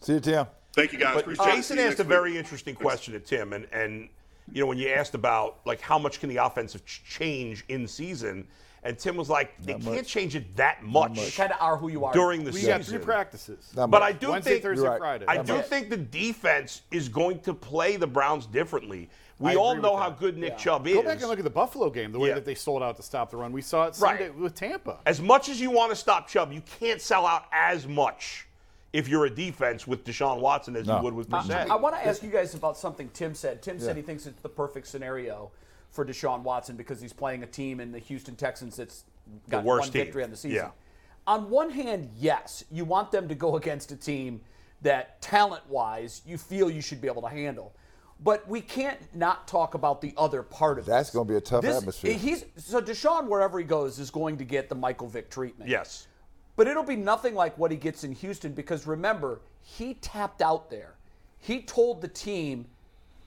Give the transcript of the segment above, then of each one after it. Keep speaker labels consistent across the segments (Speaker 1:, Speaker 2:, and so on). Speaker 1: See you, Tim.
Speaker 2: Thank you, guys.
Speaker 3: But
Speaker 2: Appreciate it. See
Speaker 3: Jason
Speaker 2: you
Speaker 3: asked a
Speaker 2: next week.
Speaker 3: very interesting question to Tim, and and you know when you asked about like how much can the offensive ch- change in season, and Tim was like they
Speaker 1: Not
Speaker 3: can't
Speaker 1: much.
Speaker 3: change it that much,
Speaker 4: kind of are who you are.
Speaker 3: during the
Speaker 5: We
Speaker 3: season.
Speaker 5: got three practices.
Speaker 1: Not
Speaker 3: But
Speaker 1: much.
Speaker 3: I do
Speaker 5: Wednesday,
Speaker 3: think
Speaker 5: Thursday,
Speaker 1: Right.
Speaker 5: Friday.
Speaker 3: I
Speaker 1: Not
Speaker 3: do
Speaker 1: much.
Speaker 3: think the defense is going to play the Browns differently. We
Speaker 5: I
Speaker 3: all
Speaker 5: agree
Speaker 3: know
Speaker 5: with
Speaker 3: how
Speaker 5: that.
Speaker 3: good Nick Chubb is.
Speaker 5: Go back and look at the Buffalo game, the way
Speaker 3: Yeah.
Speaker 5: that they sold out to stop the run. We saw it
Speaker 3: Right.
Speaker 5: Sunday with Tampa.
Speaker 3: as much as you want to stop Chubb, you can't sell out as much if you're a defense with Deshaun Watson as
Speaker 1: No.
Speaker 3: you would with
Speaker 4: I,
Speaker 3: Brissett.
Speaker 4: want to ask you guys about something Tim said. Tim said he thinks it's the perfect scenario for Deshaun Watson because he's playing a team in the Houston Texans that's got
Speaker 3: worst
Speaker 4: one
Speaker 3: team.
Speaker 4: victory on the season.
Speaker 3: Yeah.
Speaker 4: On one hand, yes, you want them to go against a team that talent-wise you feel you should be able to handle. But we can't not talk about the other part of
Speaker 1: That's
Speaker 4: this.
Speaker 1: gonna be a tough
Speaker 4: This-
Speaker 1: atmosphere.
Speaker 4: He's so Deshaun wherever he goes is going to get the Michael Vick treatment.
Speaker 3: yes.
Speaker 4: But it'll be nothing like what he gets in Houston because remember, he tapped out there. He told the team,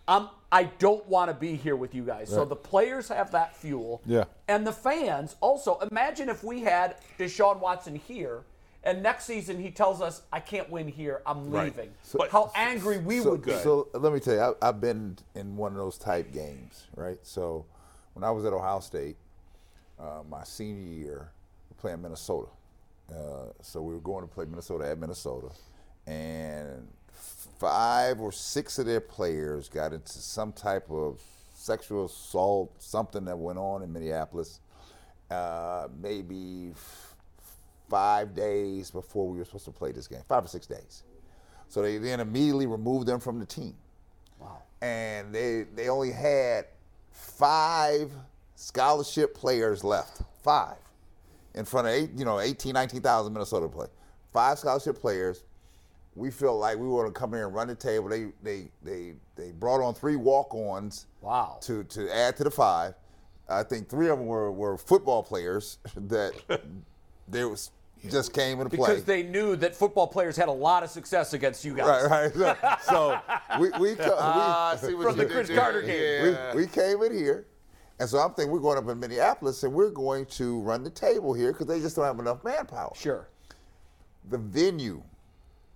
Speaker 4: I'm I don't want to be here with you guys. So the players have that fuel.
Speaker 1: Yeah.
Speaker 4: And the fans also imagine if we had Deshaun Watson here and next season he tells us, I can't win here, I'm
Speaker 3: Right.
Speaker 4: leaving.
Speaker 3: But-
Speaker 4: How angry we
Speaker 1: so,
Speaker 4: would be.
Speaker 1: so let me tell you, I, I've been in one of those type games, right? So when I was at Ohio State, uh, my senior year, we were playing Minnesota. Uh, so we were going to play Minnesota at Minnesota, and five or six of their players got into some type of sexual assault, something that went on in Minneapolis. Uh, maybe f- five days before we were supposed to play this game, five or six days. So they then immediately removed them from the team. Wow. And they they only had five scholarship players left. Five. In front of eight, you know, 18, 19,000 Minnesota play. Five scholarship players. We felt like we were to come here and run the table. They they they they brought on three walk-ons
Speaker 4: Wow.
Speaker 1: to to add to the five. I think three of them were, were football players that they was just came into play.
Speaker 4: because they knew that football players had a lot of success against you guys.
Speaker 1: Right, right. So, so we we, co- we
Speaker 6: Ah, I see what
Speaker 4: From
Speaker 6: you
Speaker 4: the
Speaker 6: did
Speaker 4: Chris
Speaker 6: there.
Speaker 4: Carter game.
Speaker 6: Yeah.
Speaker 1: we, we came in here, and so I'm thinking we're going up in Minneapolis and we're going to run the table here because they just don't have enough manpower.
Speaker 4: Sure.
Speaker 1: The venue,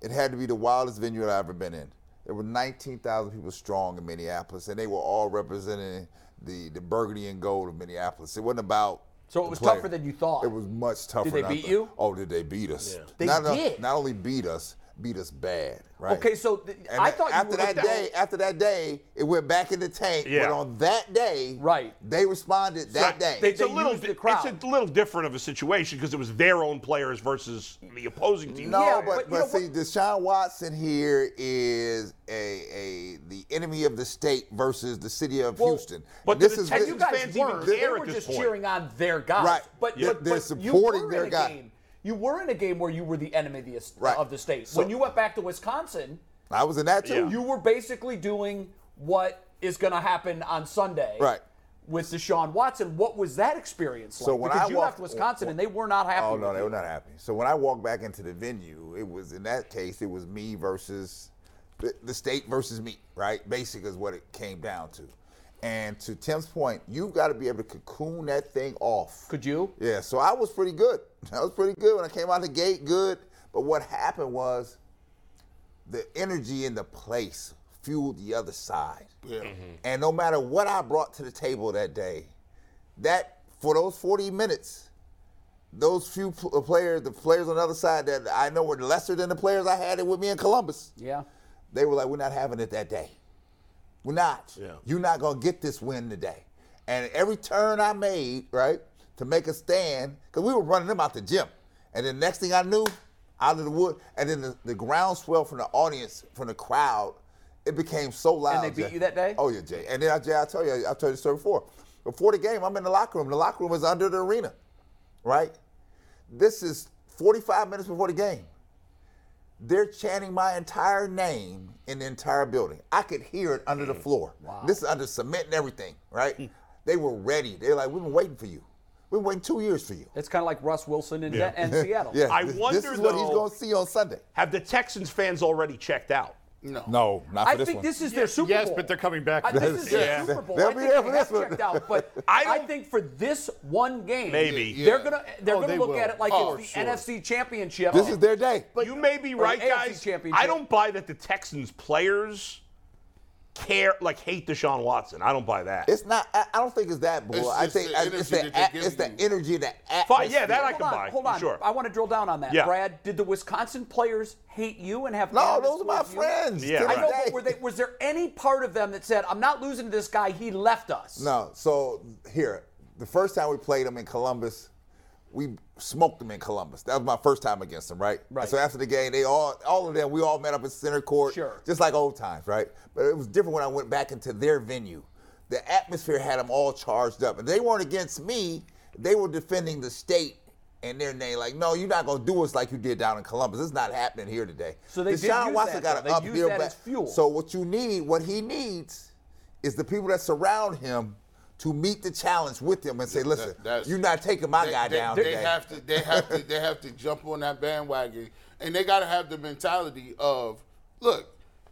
Speaker 1: it had to be the wildest venue I've ever been in. There were 19,000 people strong in Minneapolis, and they were all representing the, the burgundy and gold of Minneapolis. It wasn't about.
Speaker 4: So it
Speaker 1: the
Speaker 4: was
Speaker 1: player.
Speaker 4: tougher than you thought.
Speaker 1: It was much tougher.
Speaker 4: they
Speaker 1: than I
Speaker 4: beat
Speaker 1: thought.
Speaker 4: you?
Speaker 1: Oh, did they beat us?
Speaker 4: They
Speaker 1: not
Speaker 4: did.
Speaker 1: not only beat us, beat us bad. Right.
Speaker 4: Okay, so th-
Speaker 1: And
Speaker 4: I thought you
Speaker 1: after
Speaker 4: were
Speaker 1: that day, after that day, it went back in the tank.
Speaker 3: Yeah.
Speaker 1: But on that day,
Speaker 4: Right.
Speaker 1: they responded that day.
Speaker 4: they-
Speaker 3: it's a
Speaker 4: they
Speaker 3: little
Speaker 4: used the
Speaker 3: di-
Speaker 4: crowd.
Speaker 3: it's a little different of a situation because it was their own players versus the opposing team.
Speaker 1: no,
Speaker 4: Yeah, but
Speaker 1: but,
Speaker 4: you
Speaker 1: but,
Speaker 4: know
Speaker 1: see, Deshaun Watson here is a a the enemy of the state versus the city of
Speaker 4: Well,
Speaker 1: Houston.
Speaker 3: but
Speaker 1: this
Speaker 3: the
Speaker 1: is
Speaker 3: Texans
Speaker 4: and you guys
Speaker 3: fans even
Speaker 4: weren't. they
Speaker 3: care
Speaker 4: were
Speaker 3: at this
Speaker 4: just
Speaker 3: point.
Speaker 4: cheering on their guys.
Speaker 1: Right.
Speaker 4: But,
Speaker 1: Yeah.
Speaker 4: but,
Speaker 1: They're
Speaker 4: but
Speaker 1: supporting
Speaker 4: you were
Speaker 1: their
Speaker 4: in a
Speaker 1: guy.
Speaker 4: game. You were in a game where you were the enemy of the, est-
Speaker 1: Right.
Speaker 4: of the state.
Speaker 1: So-
Speaker 4: when you went back to Wisconsin,
Speaker 1: I was in that too.
Speaker 3: Yeah.
Speaker 4: you were basically doing what is going to happen on Sunday.
Speaker 1: Right.
Speaker 4: With Deshaun Watson, what was that experience like?
Speaker 1: So when
Speaker 4: because
Speaker 1: I
Speaker 4: you
Speaker 1: walked-
Speaker 4: left Wisconsin and they were not happy.
Speaker 1: Oh
Speaker 4: with
Speaker 1: no, they
Speaker 4: you.
Speaker 1: were not happy. So when I walked back into the venue, it was in that case, it was me versus the, the state versus me, right? Basically, is what it came down to. And to Tim's point, you've got to be able to cocoon that thing off.
Speaker 4: Could you?
Speaker 1: Yeah. So I was pretty good. I was pretty good when I came out the gate. Good. But what happened was, the energy in the place fueled the other side. And no matter what I brought to the table that day, that for those 40 minutes, those few pl- players, the players on the other side that I know were lesser than the players I had it with me in Columbus,
Speaker 4: Yeah.
Speaker 1: they were like, "We're not having it that day. We're not. You're not gonna get this win today." And every turn I made, right, to make a stand, because we were running them out the gym, and then next thing I knew, out of the wood, and then the, the groundswell from the audience, from the crowd, it became so loud.
Speaker 4: they beat
Speaker 1: Jay.
Speaker 4: you that day?
Speaker 1: Oh yeah, Jay. And then I, Jay, I tell you, I, I told you the story before. Before the game, I'm in the locker room. The locker room was under the arena, right? This is 45 minutes before the game. They're chanting my entire name in the entire building. I could hear it under the floor. This is under cement and everything, right? they were ready. They're like, we've been waiting for you. We've been waiting two years for you.
Speaker 4: It's kind of like Russ Wilson in, and Seattle.
Speaker 1: Yeah,
Speaker 3: I
Speaker 1: this,
Speaker 3: wonder,
Speaker 1: this is what he's
Speaker 3: though-
Speaker 1: going to see on Sunday.
Speaker 3: Have the Texans fans already checked out?
Speaker 1: No, no, not for
Speaker 4: I
Speaker 1: this
Speaker 4: think
Speaker 1: one.
Speaker 4: this is their Super
Speaker 5: yes,
Speaker 4: Bowl.
Speaker 5: but they're coming back
Speaker 4: I,
Speaker 5: for
Speaker 4: this
Speaker 5: this.
Speaker 4: is their
Speaker 3: Yeah.
Speaker 4: Super Bowl.
Speaker 1: They'll
Speaker 4: I
Speaker 1: be
Speaker 4: think
Speaker 1: there
Speaker 4: they
Speaker 1: for this
Speaker 4: have
Speaker 1: one.
Speaker 4: checked out, but
Speaker 3: I
Speaker 4: I,
Speaker 3: don't-
Speaker 4: think for this one game,
Speaker 3: Maybe. Yeah.
Speaker 4: they're gonna they're
Speaker 5: Oh,
Speaker 4: gonna
Speaker 5: they
Speaker 4: look
Speaker 5: will.
Speaker 4: at it like
Speaker 5: Oh,
Speaker 4: it's the
Speaker 5: sure.
Speaker 4: NFC Championship.
Speaker 1: this is their day.
Speaker 3: you may be
Speaker 4: Or the
Speaker 3: right,
Speaker 4: AFC
Speaker 3: guys.
Speaker 4: championship.
Speaker 3: I don't buy that the Texans players care, like hate Deshaun Watson. I don't buy that.
Speaker 1: It's not. I, I don't think it's that bull.
Speaker 2: It's
Speaker 1: I
Speaker 2: just the
Speaker 1: think I- it's the
Speaker 2: energy that
Speaker 1: at-
Speaker 2: they
Speaker 1: it's the
Speaker 2: give you.
Speaker 1: energy that.
Speaker 3: Fine, yeah, that I
Speaker 4: Hold
Speaker 3: can buy.
Speaker 4: on, hold on.
Speaker 3: Sure.
Speaker 4: I want to drill down on that.
Speaker 3: Yeah.
Speaker 4: Brad, did the Wisconsin players hate you and have
Speaker 1: No,
Speaker 4: animus
Speaker 1: those are my
Speaker 4: towards you?
Speaker 1: friends.
Speaker 3: Yeah,
Speaker 1: to
Speaker 4: I
Speaker 1: this
Speaker 4: know,
Speaker 3: Right.
Speaker 1: day.
Speaker 4: but were they, was there any part of them that said, "I'm not losing to this guy. He left us"?
Speaker 1: No, so here, the first time we played them in Columbus, we smoked them in Columbus. That was my first time against them, right?
Speaker 4: Right.
Speaker 1: And so after the game, they all, all of them, we all met up at center court,
Speaker 4: Sure.
Speaker 1: just like old times, right? But it was different when I went back into their venue. The atmosphere had them all charged up, and they weren't against me. They were defending the state and their name. Like, no, you're not gonna do us like you did down in Columbus. It's not happening here today.
Speaker 4: So they did
Speaker 1: Deshaun
Speaker 4: use
Speaker 1: Watson
Speaker 4: that,
Speaker 1: got
Speaker 4: though.
Speaker 1: an
Speaker 4: They
Speaker 1: up
Speaker 4: used
Speaker 1: here
Speaker 4: that
Speaker 1: back.
Speaker 4: as fuel.
Speaker 1: So what you need, what he needs, is the people that surround him to meet the challenge with him and say, listen,
Speaker 2: that's-
Speaker 1: you're not taking my
Speaker 2: they,
Speaker 1: guy
Speaker 2: they-
Speaker 1: down
Speaker 2: They
Speaker 1: today.
Speaker 2: have to. They have to. They have to jump on that bandwagon, and they got to have the mentality of, look,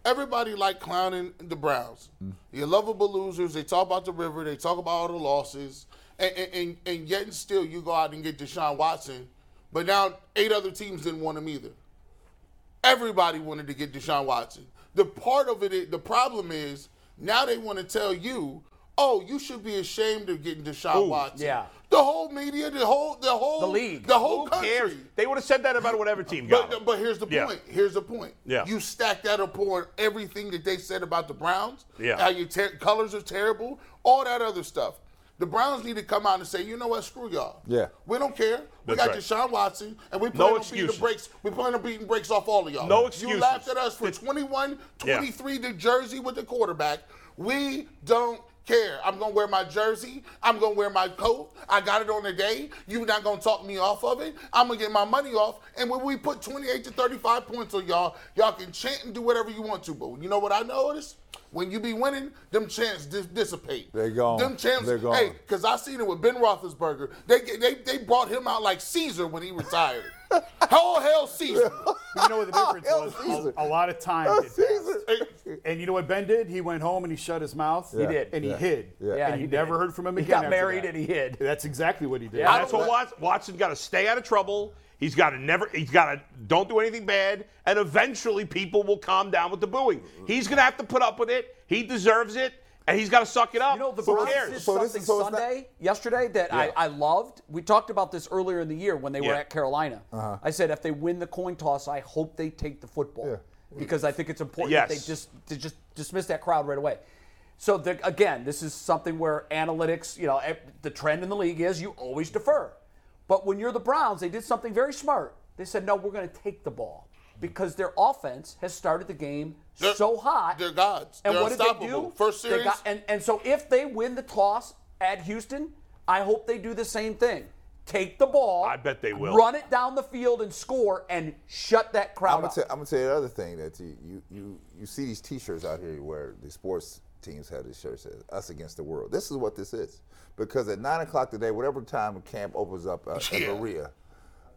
Speaker 2: everybody like clowning the Browns.
Speaker 1: Mm.
Speaker 2: You're lovable losers. They talk about the river. They talk about all the losses, and and, and, and yet and still you go out and get Deshaun Watson, but now eight other teams didn't want him either. Everybody wanted to get Deshaun Watson. The part of it, is- the problem is now they want to tell you, oh, you should be ashamed of getting Deshaun Watson.
Speaker 4: yeah.
Speaker 2: The whole media, the whole, the whole,
Speaker 4: The league.
Speaker 2: the whole
Speaker 3: Who
Speaker 2: country.
Speaker 3: cares? They would have said that about whatever team got him.
Speaker 2: But, but here's the
Speaker 3: Yeah.
Speaker 2: point. Here's the point.
Speaker 3: Yeah.
Speaker 2: You stack that upon everything that they said about the Browns.
Speaker 3: Yeah.
Speaker 2: How your ter- colors are terrible. All that other stuff. The Browns need to come out and say, you know what, screw y'all.
Speaker 1: Yeah.
Speaker 2: We don't care. we
Speaker 3: That's
Speaker 2: got
Speaker 3: right.
Speaker 2: Deshaun Watson, and we plan
Speaker 3: No
Speaker 2: on beating
Speaker 3: excuses.
Speaker 2: the breaks. We plan on beating breaks off all of y'all.
Speaker 3: No
Speaker 2: You
Speaker 3: excuses.
Speaker 2: laughed at us for 21, 23 to Jersey with the quarterback. We don't care. I'm gonna wear my jersey. I'm gonna wear my coat. I got it on the day. You're not gonna talk me off of it. I'm gonna get my money off. And when we put 28 to 35 points on y'all, y'all can chant and do whatever you want to. But you know what I noticed? When you be winning, them chants dis- dissipate.
Speaker 1: They're gone.
Speaker 2: Them chants.
Speaker 1: They're gone.
Speaker 2: Hey, because I seen it with Ben Roethlisberger. They, they they brought him out like Caesar when he retired. Whole hell Caesar.
Speaker 5: But you know what the difference
Speaker 1: El
Speaker 5: was?
Speaker 1: Caesar.
Speaker 5: A, a lot of time.
Speaker 1: Oh,
Speaker 5: did pass.
Speaker 1: Caesar.
Speaker 5: And you know what Ben did? He went home and he shut his mouth.
Speaker 1: He
Speaker 4: did.
Speaker 5: And he
Speaker 1: Yeah.
Speaker 5: hid.
Speaker 1: Yeah.
Speaker 4: Yeah,
Speaker 5: and you
Speaker 4: he
Speaker 5: never
Speaker 4: did.
Speaker 5: heard from him
Speaker 4: He
Speaker 5: again.
Speaker 4: got
Speaker 5: after
Speaker 4: married
Speaker 5: that.
Speaker 4: and he hid.
Speaker 5: That's exactly what he did.
Speaker 4: Yeah. I
Speaker 3: That's what Watson, Watson got to stay out of trouble. He's got to never. He's got to don't do anything bad, and eventually people will calm down with the booing. He's gonna have to put up with it. He deserves it, and he's got to suck it up.
Speaker 4: You know, the
Speaker 3: Who
Speaker 4: Browns
Speaker 3: cares?
Speaker 4: did
Speaker 1: So this
Speaker 4: something
Speaker 1: is- so it's not-
Speaker 4: Sunday, yesterday, that I, I loved. We talked about this earlier in the year when they were
Speaker 3: Yeah.
Speaker 4: at Carolina.
Speaker 1: Uh-huh.
Speaker 4: I said, if they win the coin toss, I hope they take the football because I think it's important that
Speaker 3: Yes.
Speaker 4: they just to just dismiss that crowd right away. So the, again, this is something where analytics, you know, eh, the trend in the league is you always defer. But when you're the Browns, they did something very smart. They said, no, we're going to take the ball because their offense has started the game
Speaker 2: They're-
Speaker 4: so hot.
Speaker 2: they're gods.
Speaker 4: And
Speaker 2: They're
Speaker 4: what did they
Speaker 2: unstoppable.
Speaker 4: do?
Speaker 2: First
Speaker 4: They
Speaker 2: series-
Speaker 4: got- and, and so if they win the toss at Houston, I hope they do the same thing. Take the ball.
Speaker 3: I bet they will.
Speaker 4: Run it down the field and score and shut that
Speaker 1: I'm
Speaker 4: crowd
Speaker 1: gonna,
Speaker 4: up.
Speaker 1: tell, I'm gonna tell you another thing that you, you you you see these T-shirts out here where the sports teams have these shirts that "Us Against the World." This is what this is, because at nine o'clock today, whatever time camp opens up uh,
Speaker 2: Yeah.
Speaker 1: at Berea,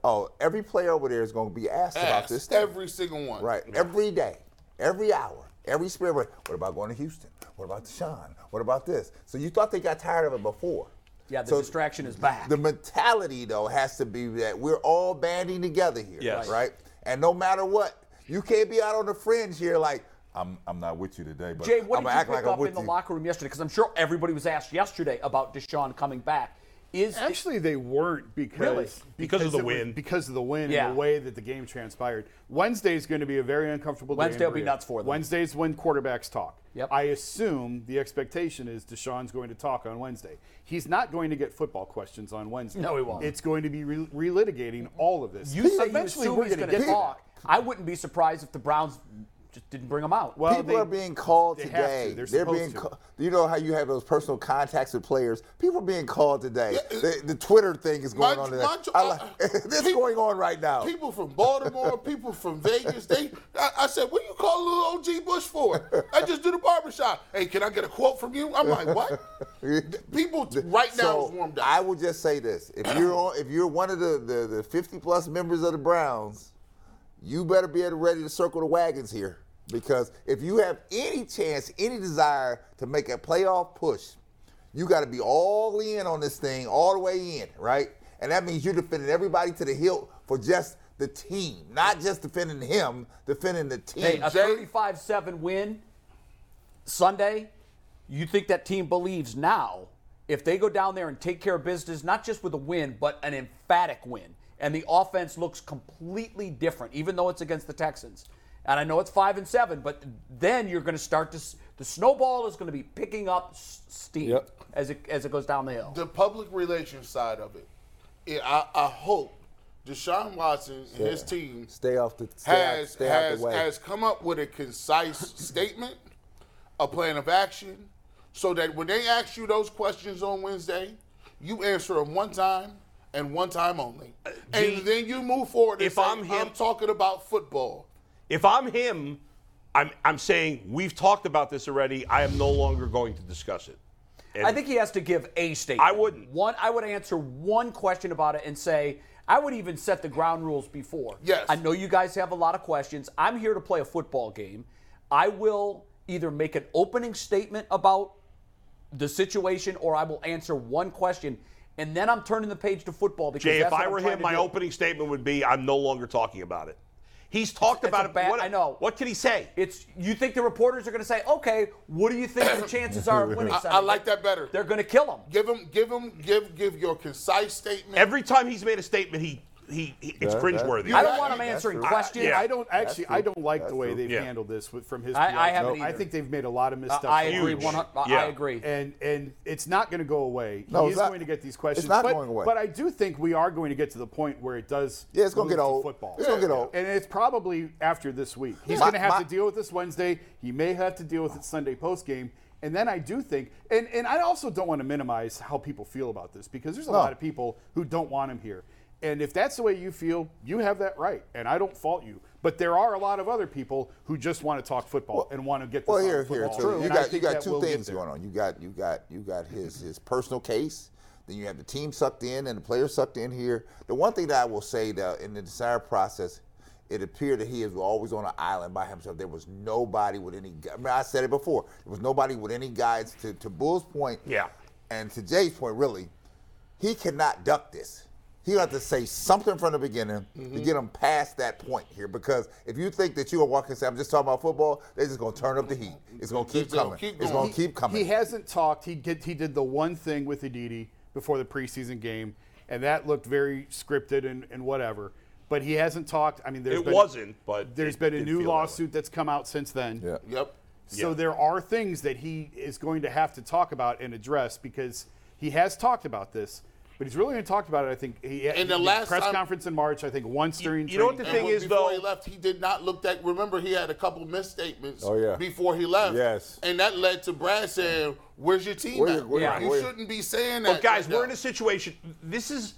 Speaker 1: oh, every player over there is gonna be asked about
Speaker 2: Ass,
Speaker 1: this. thing.
Speaker 2: every single one.
Speaker 1: Right. Every day, every hour, every spirit. break. What about going to Houston? What about Deshaun? What about this? So you thought they got tired of it before.
Speaker 4: yeah, the
Speaker 1: so
Speaker 4: distraction is back.
Speaker 1: The mentality though has to be that we're all banding together here.
Speaker 3: Yes.
Speaker 1: Right? And no matter what, you can't be out on the fringe here like I'm I'm not with you today, but
Speaker 4: Jay, what
Speaker 1: I'm gonna
Speaker 4: did you
Speaker 1: act
Speaker 4: pick
Speaker 1: like I'm
Speaker 4: up
Speaker 1: with
Speaker 4: in the
Speaker 1: you.
Speaker 4: locker room yesterday? Because I'm sure everybody was asked yesterday about Deshaun coming back. Is
Speaker 5: Actually, they weren't because
Speaker 4: Really?
Speaker 3: Because of the
Speaker 5: it was-
Speaker 3: win.
Speaker 5: Because of the win
Speaker 4: Yeah.
Speaker 5: and the way that the game transpired. Wednesday is going to be a very uncomfortable day. in
Speaker 4: Wednesday will be
Speaker 5: Berea.
Speaker 4: nuts for them.
Speaker 5: Wednesday's when quarterbacks talk.
Speaker 4: Yep.
Speaker 5: I assume the expectation is Deshaun's going to talk on Wednesday. He's not going to get football questions on Wednesday.
Speaker 4: No, he won't.
Speaker 5: It's going to be re- relitigating all of this.
Speaker 4: you say you
Speaker 5: Eventually,
Speaker 4: assume
Speaker 5: we're
Speaker 4: he's
Speaker 5: gonna
Speaker 4: going to
Speaker 5: get to
Speaker 4: talk. I wouldn't be surprised if the Browns just didn't bring him out.
Speaker 5: Well,
Speaker 1: People
Speaker 5: they-
Speaker 1: are being called
Speaker 5: they have to.
Speaker 1: today.
Speaker 5: They're
Speaker 1: They're
Speaker 5: supposed
Speaker 1: being.
Speaker 5: to.
Speaker 1: Ca- you know how you have those personal contacts with players. People are being called today. The, the Twitter thing is
Speaker 2: uh, My-
Speaker 1: going on today.
Speaker 2: my- uh,
Speaker 1: I like-
Speaker 2: I-
Speaker 1: this
Speaker 2: people-
Speaker 1: going on right now.
Speaker 2: People from Baltimore, people from Vegas. They, I, I said, what do you call little OG Bush for? I just do the barbershop. Hey, can I get a quote from you? I'm like, what? people t- right now
Speaker 1: so
Speaker 2: is warmed up.
Speaker 1: I will just say this: if you're on, if you're one of the, the the 50 plus members of the Browns, you better be at- ready to circle the wagons here Because if you have any chance, any desire to make a playoff push, you got to be all in on this thing, all the way in, right? And that means you're defending everybody to the hilt for just the team, not just defending him, defending the team.
Speaker 4: Hey, a
Speaker 2: Jay-
Speaker 4: 35-7 win Sunday. You think that team believes now? If they go down there and take care of business, not just with a win, but an emphatic win, and the offense looks completely different, even though it's against the Texans. And I know it's five and seven, but then you're going to start to s- the snowball is going to be picking up s- steam
Speaker 5: Yep.
Speaker 4: as it as it goes down the hill.
Speaker 2: the public relations side of it, it I, I hope Deshaun Watson and his team
Speaker 1: stay off the stay out,
Speaker 2: has
Speaker 1: stay out
Speaker 2: has
Speaker 1: the way.
Speaker 2: has come up with a concise statement, a plan of action, so that when they ask you those questions on Wednesday, you answer them one time and one time only, and
Speaker 3: G,
Speaker 2: then you move forward. And
Speaker 3: if
Speaker 2: say,
Speaker 3: I'm him-
Speaker 2: I'm talking about football.
Speaker 3: If I'm him, I'm I'm saying we've talked about this already. I am no longer going to discuss it. And
Speaker 4: I think he has to give a statement.
Speaker 3: I wouldn't.
Speaker 4: One, I would answer one question about it and say, I would even set the ground rules before.
Speaker 2: Yes.
Speaker 4: I know you guys have a lot of questions. I'm here to play a football game. I will either make an opening statement about the situation or I will answer one question. And then I'm turning the page to football because
Speaker 3: Jay,
Speaker 4: that's
Speaker 3: if
Speaker 4: what
Speaker 3: I
Speaker 4: I'm
Speaker 3: were
Speaker 4: trying
Speaker 3: him,
Speaker 4: to
Speaker 3: my
Speaker 4: do.
Speaker 3: opening statement would be, I'm no longer talking about it. He's talked
Speaker 4: It's- it's
Speaker 3: about
Speaker 4: a
Speaker 3: it.
Speaker 4: bad-
Speaker 3: what,
Speaker 4: I know.
Speaker 3: What can he say?
Speaker 4: It's you think the reporters are going to say, okay, what do you think the chances are of winning?
Speaker 2: I, I
Speaker 4: Sunday?"
Speaker 2: like that better.
Speaker 4: They're going to kill him.
Speaker 2: Give him, give him, give give your concise statement.
Speaker 3: Every time he's made a statement, he he, he it's
Speaker 1: That- that-
Speaker 3: cringeworthy.
Speaker 4: I don't want him
Speaker 2: That's
Speaker 4: answering
Speaker 1: true.
Speaker 4: questions.
Speaker 3: Yeah.
Speaker 5: I don't actually. I don't like the
Speaker 1: That's
Speaker 5: way
Speaker 1: true.
Speaker 5: they've
Speaker 3: Yeah.
Speaker 5: handled this with, from his.
Speaker 4: I- I
Speaker 5: PI.
Speaker 4: haven't
Speaker 5: I
Speaker 4: either.
Speaker 5: think they've made a lot of missteps.
Speaker 4: Uh, I
Speaker 5: along the
Speaker 4: agree.
Speaker 3: Huge.
Speaker 5: way.
Speaker 4: 100, I-
Speaker 3: Yeah.
Speaker 4: I agree.
Speaker 5: And and it's not going to go away.
Speaker 1: No,
Speaker 5: he
Speaker 1: it's
Speaker 5: is
Speaker 1: not-
Speaker 5: going to get these
Speaker 1: it's
Speaker 5: questions.
Speaker 1: not
Speaker 5: but,
Speaker 1: going away.
Speaker 5: But I do think we are going to get to the point where it does.
Speaker 1: Yeah, it's gonna
Speaker 5: move
Speaker 1: get old.
Speaker 5: Football.
Speaker 1: It's gonna get old.
Speaker 5: And it's probably after this week. He's
Speaker 1: My-
Speaker 5: going to have
Speaker 1: my-
Speaker 5: to deal with this Wednesday. He may have to deal with it Sunday post game. And then I do think, and, and I also don't want to minimize how people feel about this because there's a lot of people who don't want him here. And if that's the way you feel, you have that right. And I don't fault you. But there are a lot of other people who just want to talk football and want to get this
Speaker 1: well,
Speaker 5: on
Speaker 1: here, here,
Speaker 5: football.
Speaker 1: too. You
Speaker 5: And I
Speaker 1: got you
Speaker 5: think
Speaker 1: got
Speaker 5: that
Speaker 1: two
Speaker 5: will get
Speaker 1: things
Speaker 5: there.
Speaker 1: going on. You got you got you got his his personal case. Then you have the team sucked in and the players sucked in here. The one thing that I will say that in the desire process, it appeared that he was always on an island by himself. There was nobody with any. gu- I, mean, I said it before. There was nobody with any guides. To to Bull's point,
Speaker 3: Yeah.
Speaker 1: and to Jay's point, really, he cannot duck this. He have to say something from the beginning
Speaker 3: Mm-hmm.
Speaker 1: to get him past that point here. Because if you think that you are walking, and say, "I'm just talking about football," they're just gonna turn up the heat. It's gonna keep
Speaker 2: It's gonna
Speaker 1: coming.
Speaker 2: keep
Speaker 1: It's
Speaker 2: going.
Speaker 1: gonna keep coming.
Speaker 5: He hasn't talked. He did, he did the one thing with Aditi before the preseason game, and that looked very scripted and, and whatever. But he hasn't talked. I mean, there's
Speaker 3: It
Speaker 5: been,
Speaker 3: wasn't, but
Speaker 5: there's
Speaker 3: it
Speaker 5: been a
Speaker 3: did feel
Speaker 5: new
Speaker 3: that way.
Speaker 5: lawsuit that's come out since then.
Speaker 1: Yeah.
Speaker 2: Yep.
Speaker 5: So
Speaker 3: Yeah.
Speaker 5: there are things that he is going to have to talk about and address because he has talked about this, but he's really going to talk about it. I think he
Speaker 2: And the
Speaker 5: he-
Speaker 2: last
Speaker 5: press
Speaker 2: time-
Speaker 5: conference in March. I think once during
Speaker 3: you know what
Speaker 5: training
Speaker 3: the
Speaker 5: camp.
Speaker 2: And
Speaker 3: thing
Speaker 2: when-
Speaker 3: is,
Speaker 2: before
Speaker 3: though-
Speaker 2: he left, he did not look that. Remember, he had a couple misstatements.
Speaker 1: Oh, yeah.
Speaker 2: Before he left.
Speaker 1: Yes.
Speaker 2: And that led to Brad saying, "Where's your team
Speaker 1: Where-
Speaker 2: at?
Speaker 1: where-
Speaker 4: Yeah.
Speaker 2: You
Speaker 1: where-
Speaker 2: shouldn't be saying that."
Speaker 3: But guys,
Speaker 2: right
Speaker 3: we're in
Speaker 2: now.
Speaker 3: a situation. This is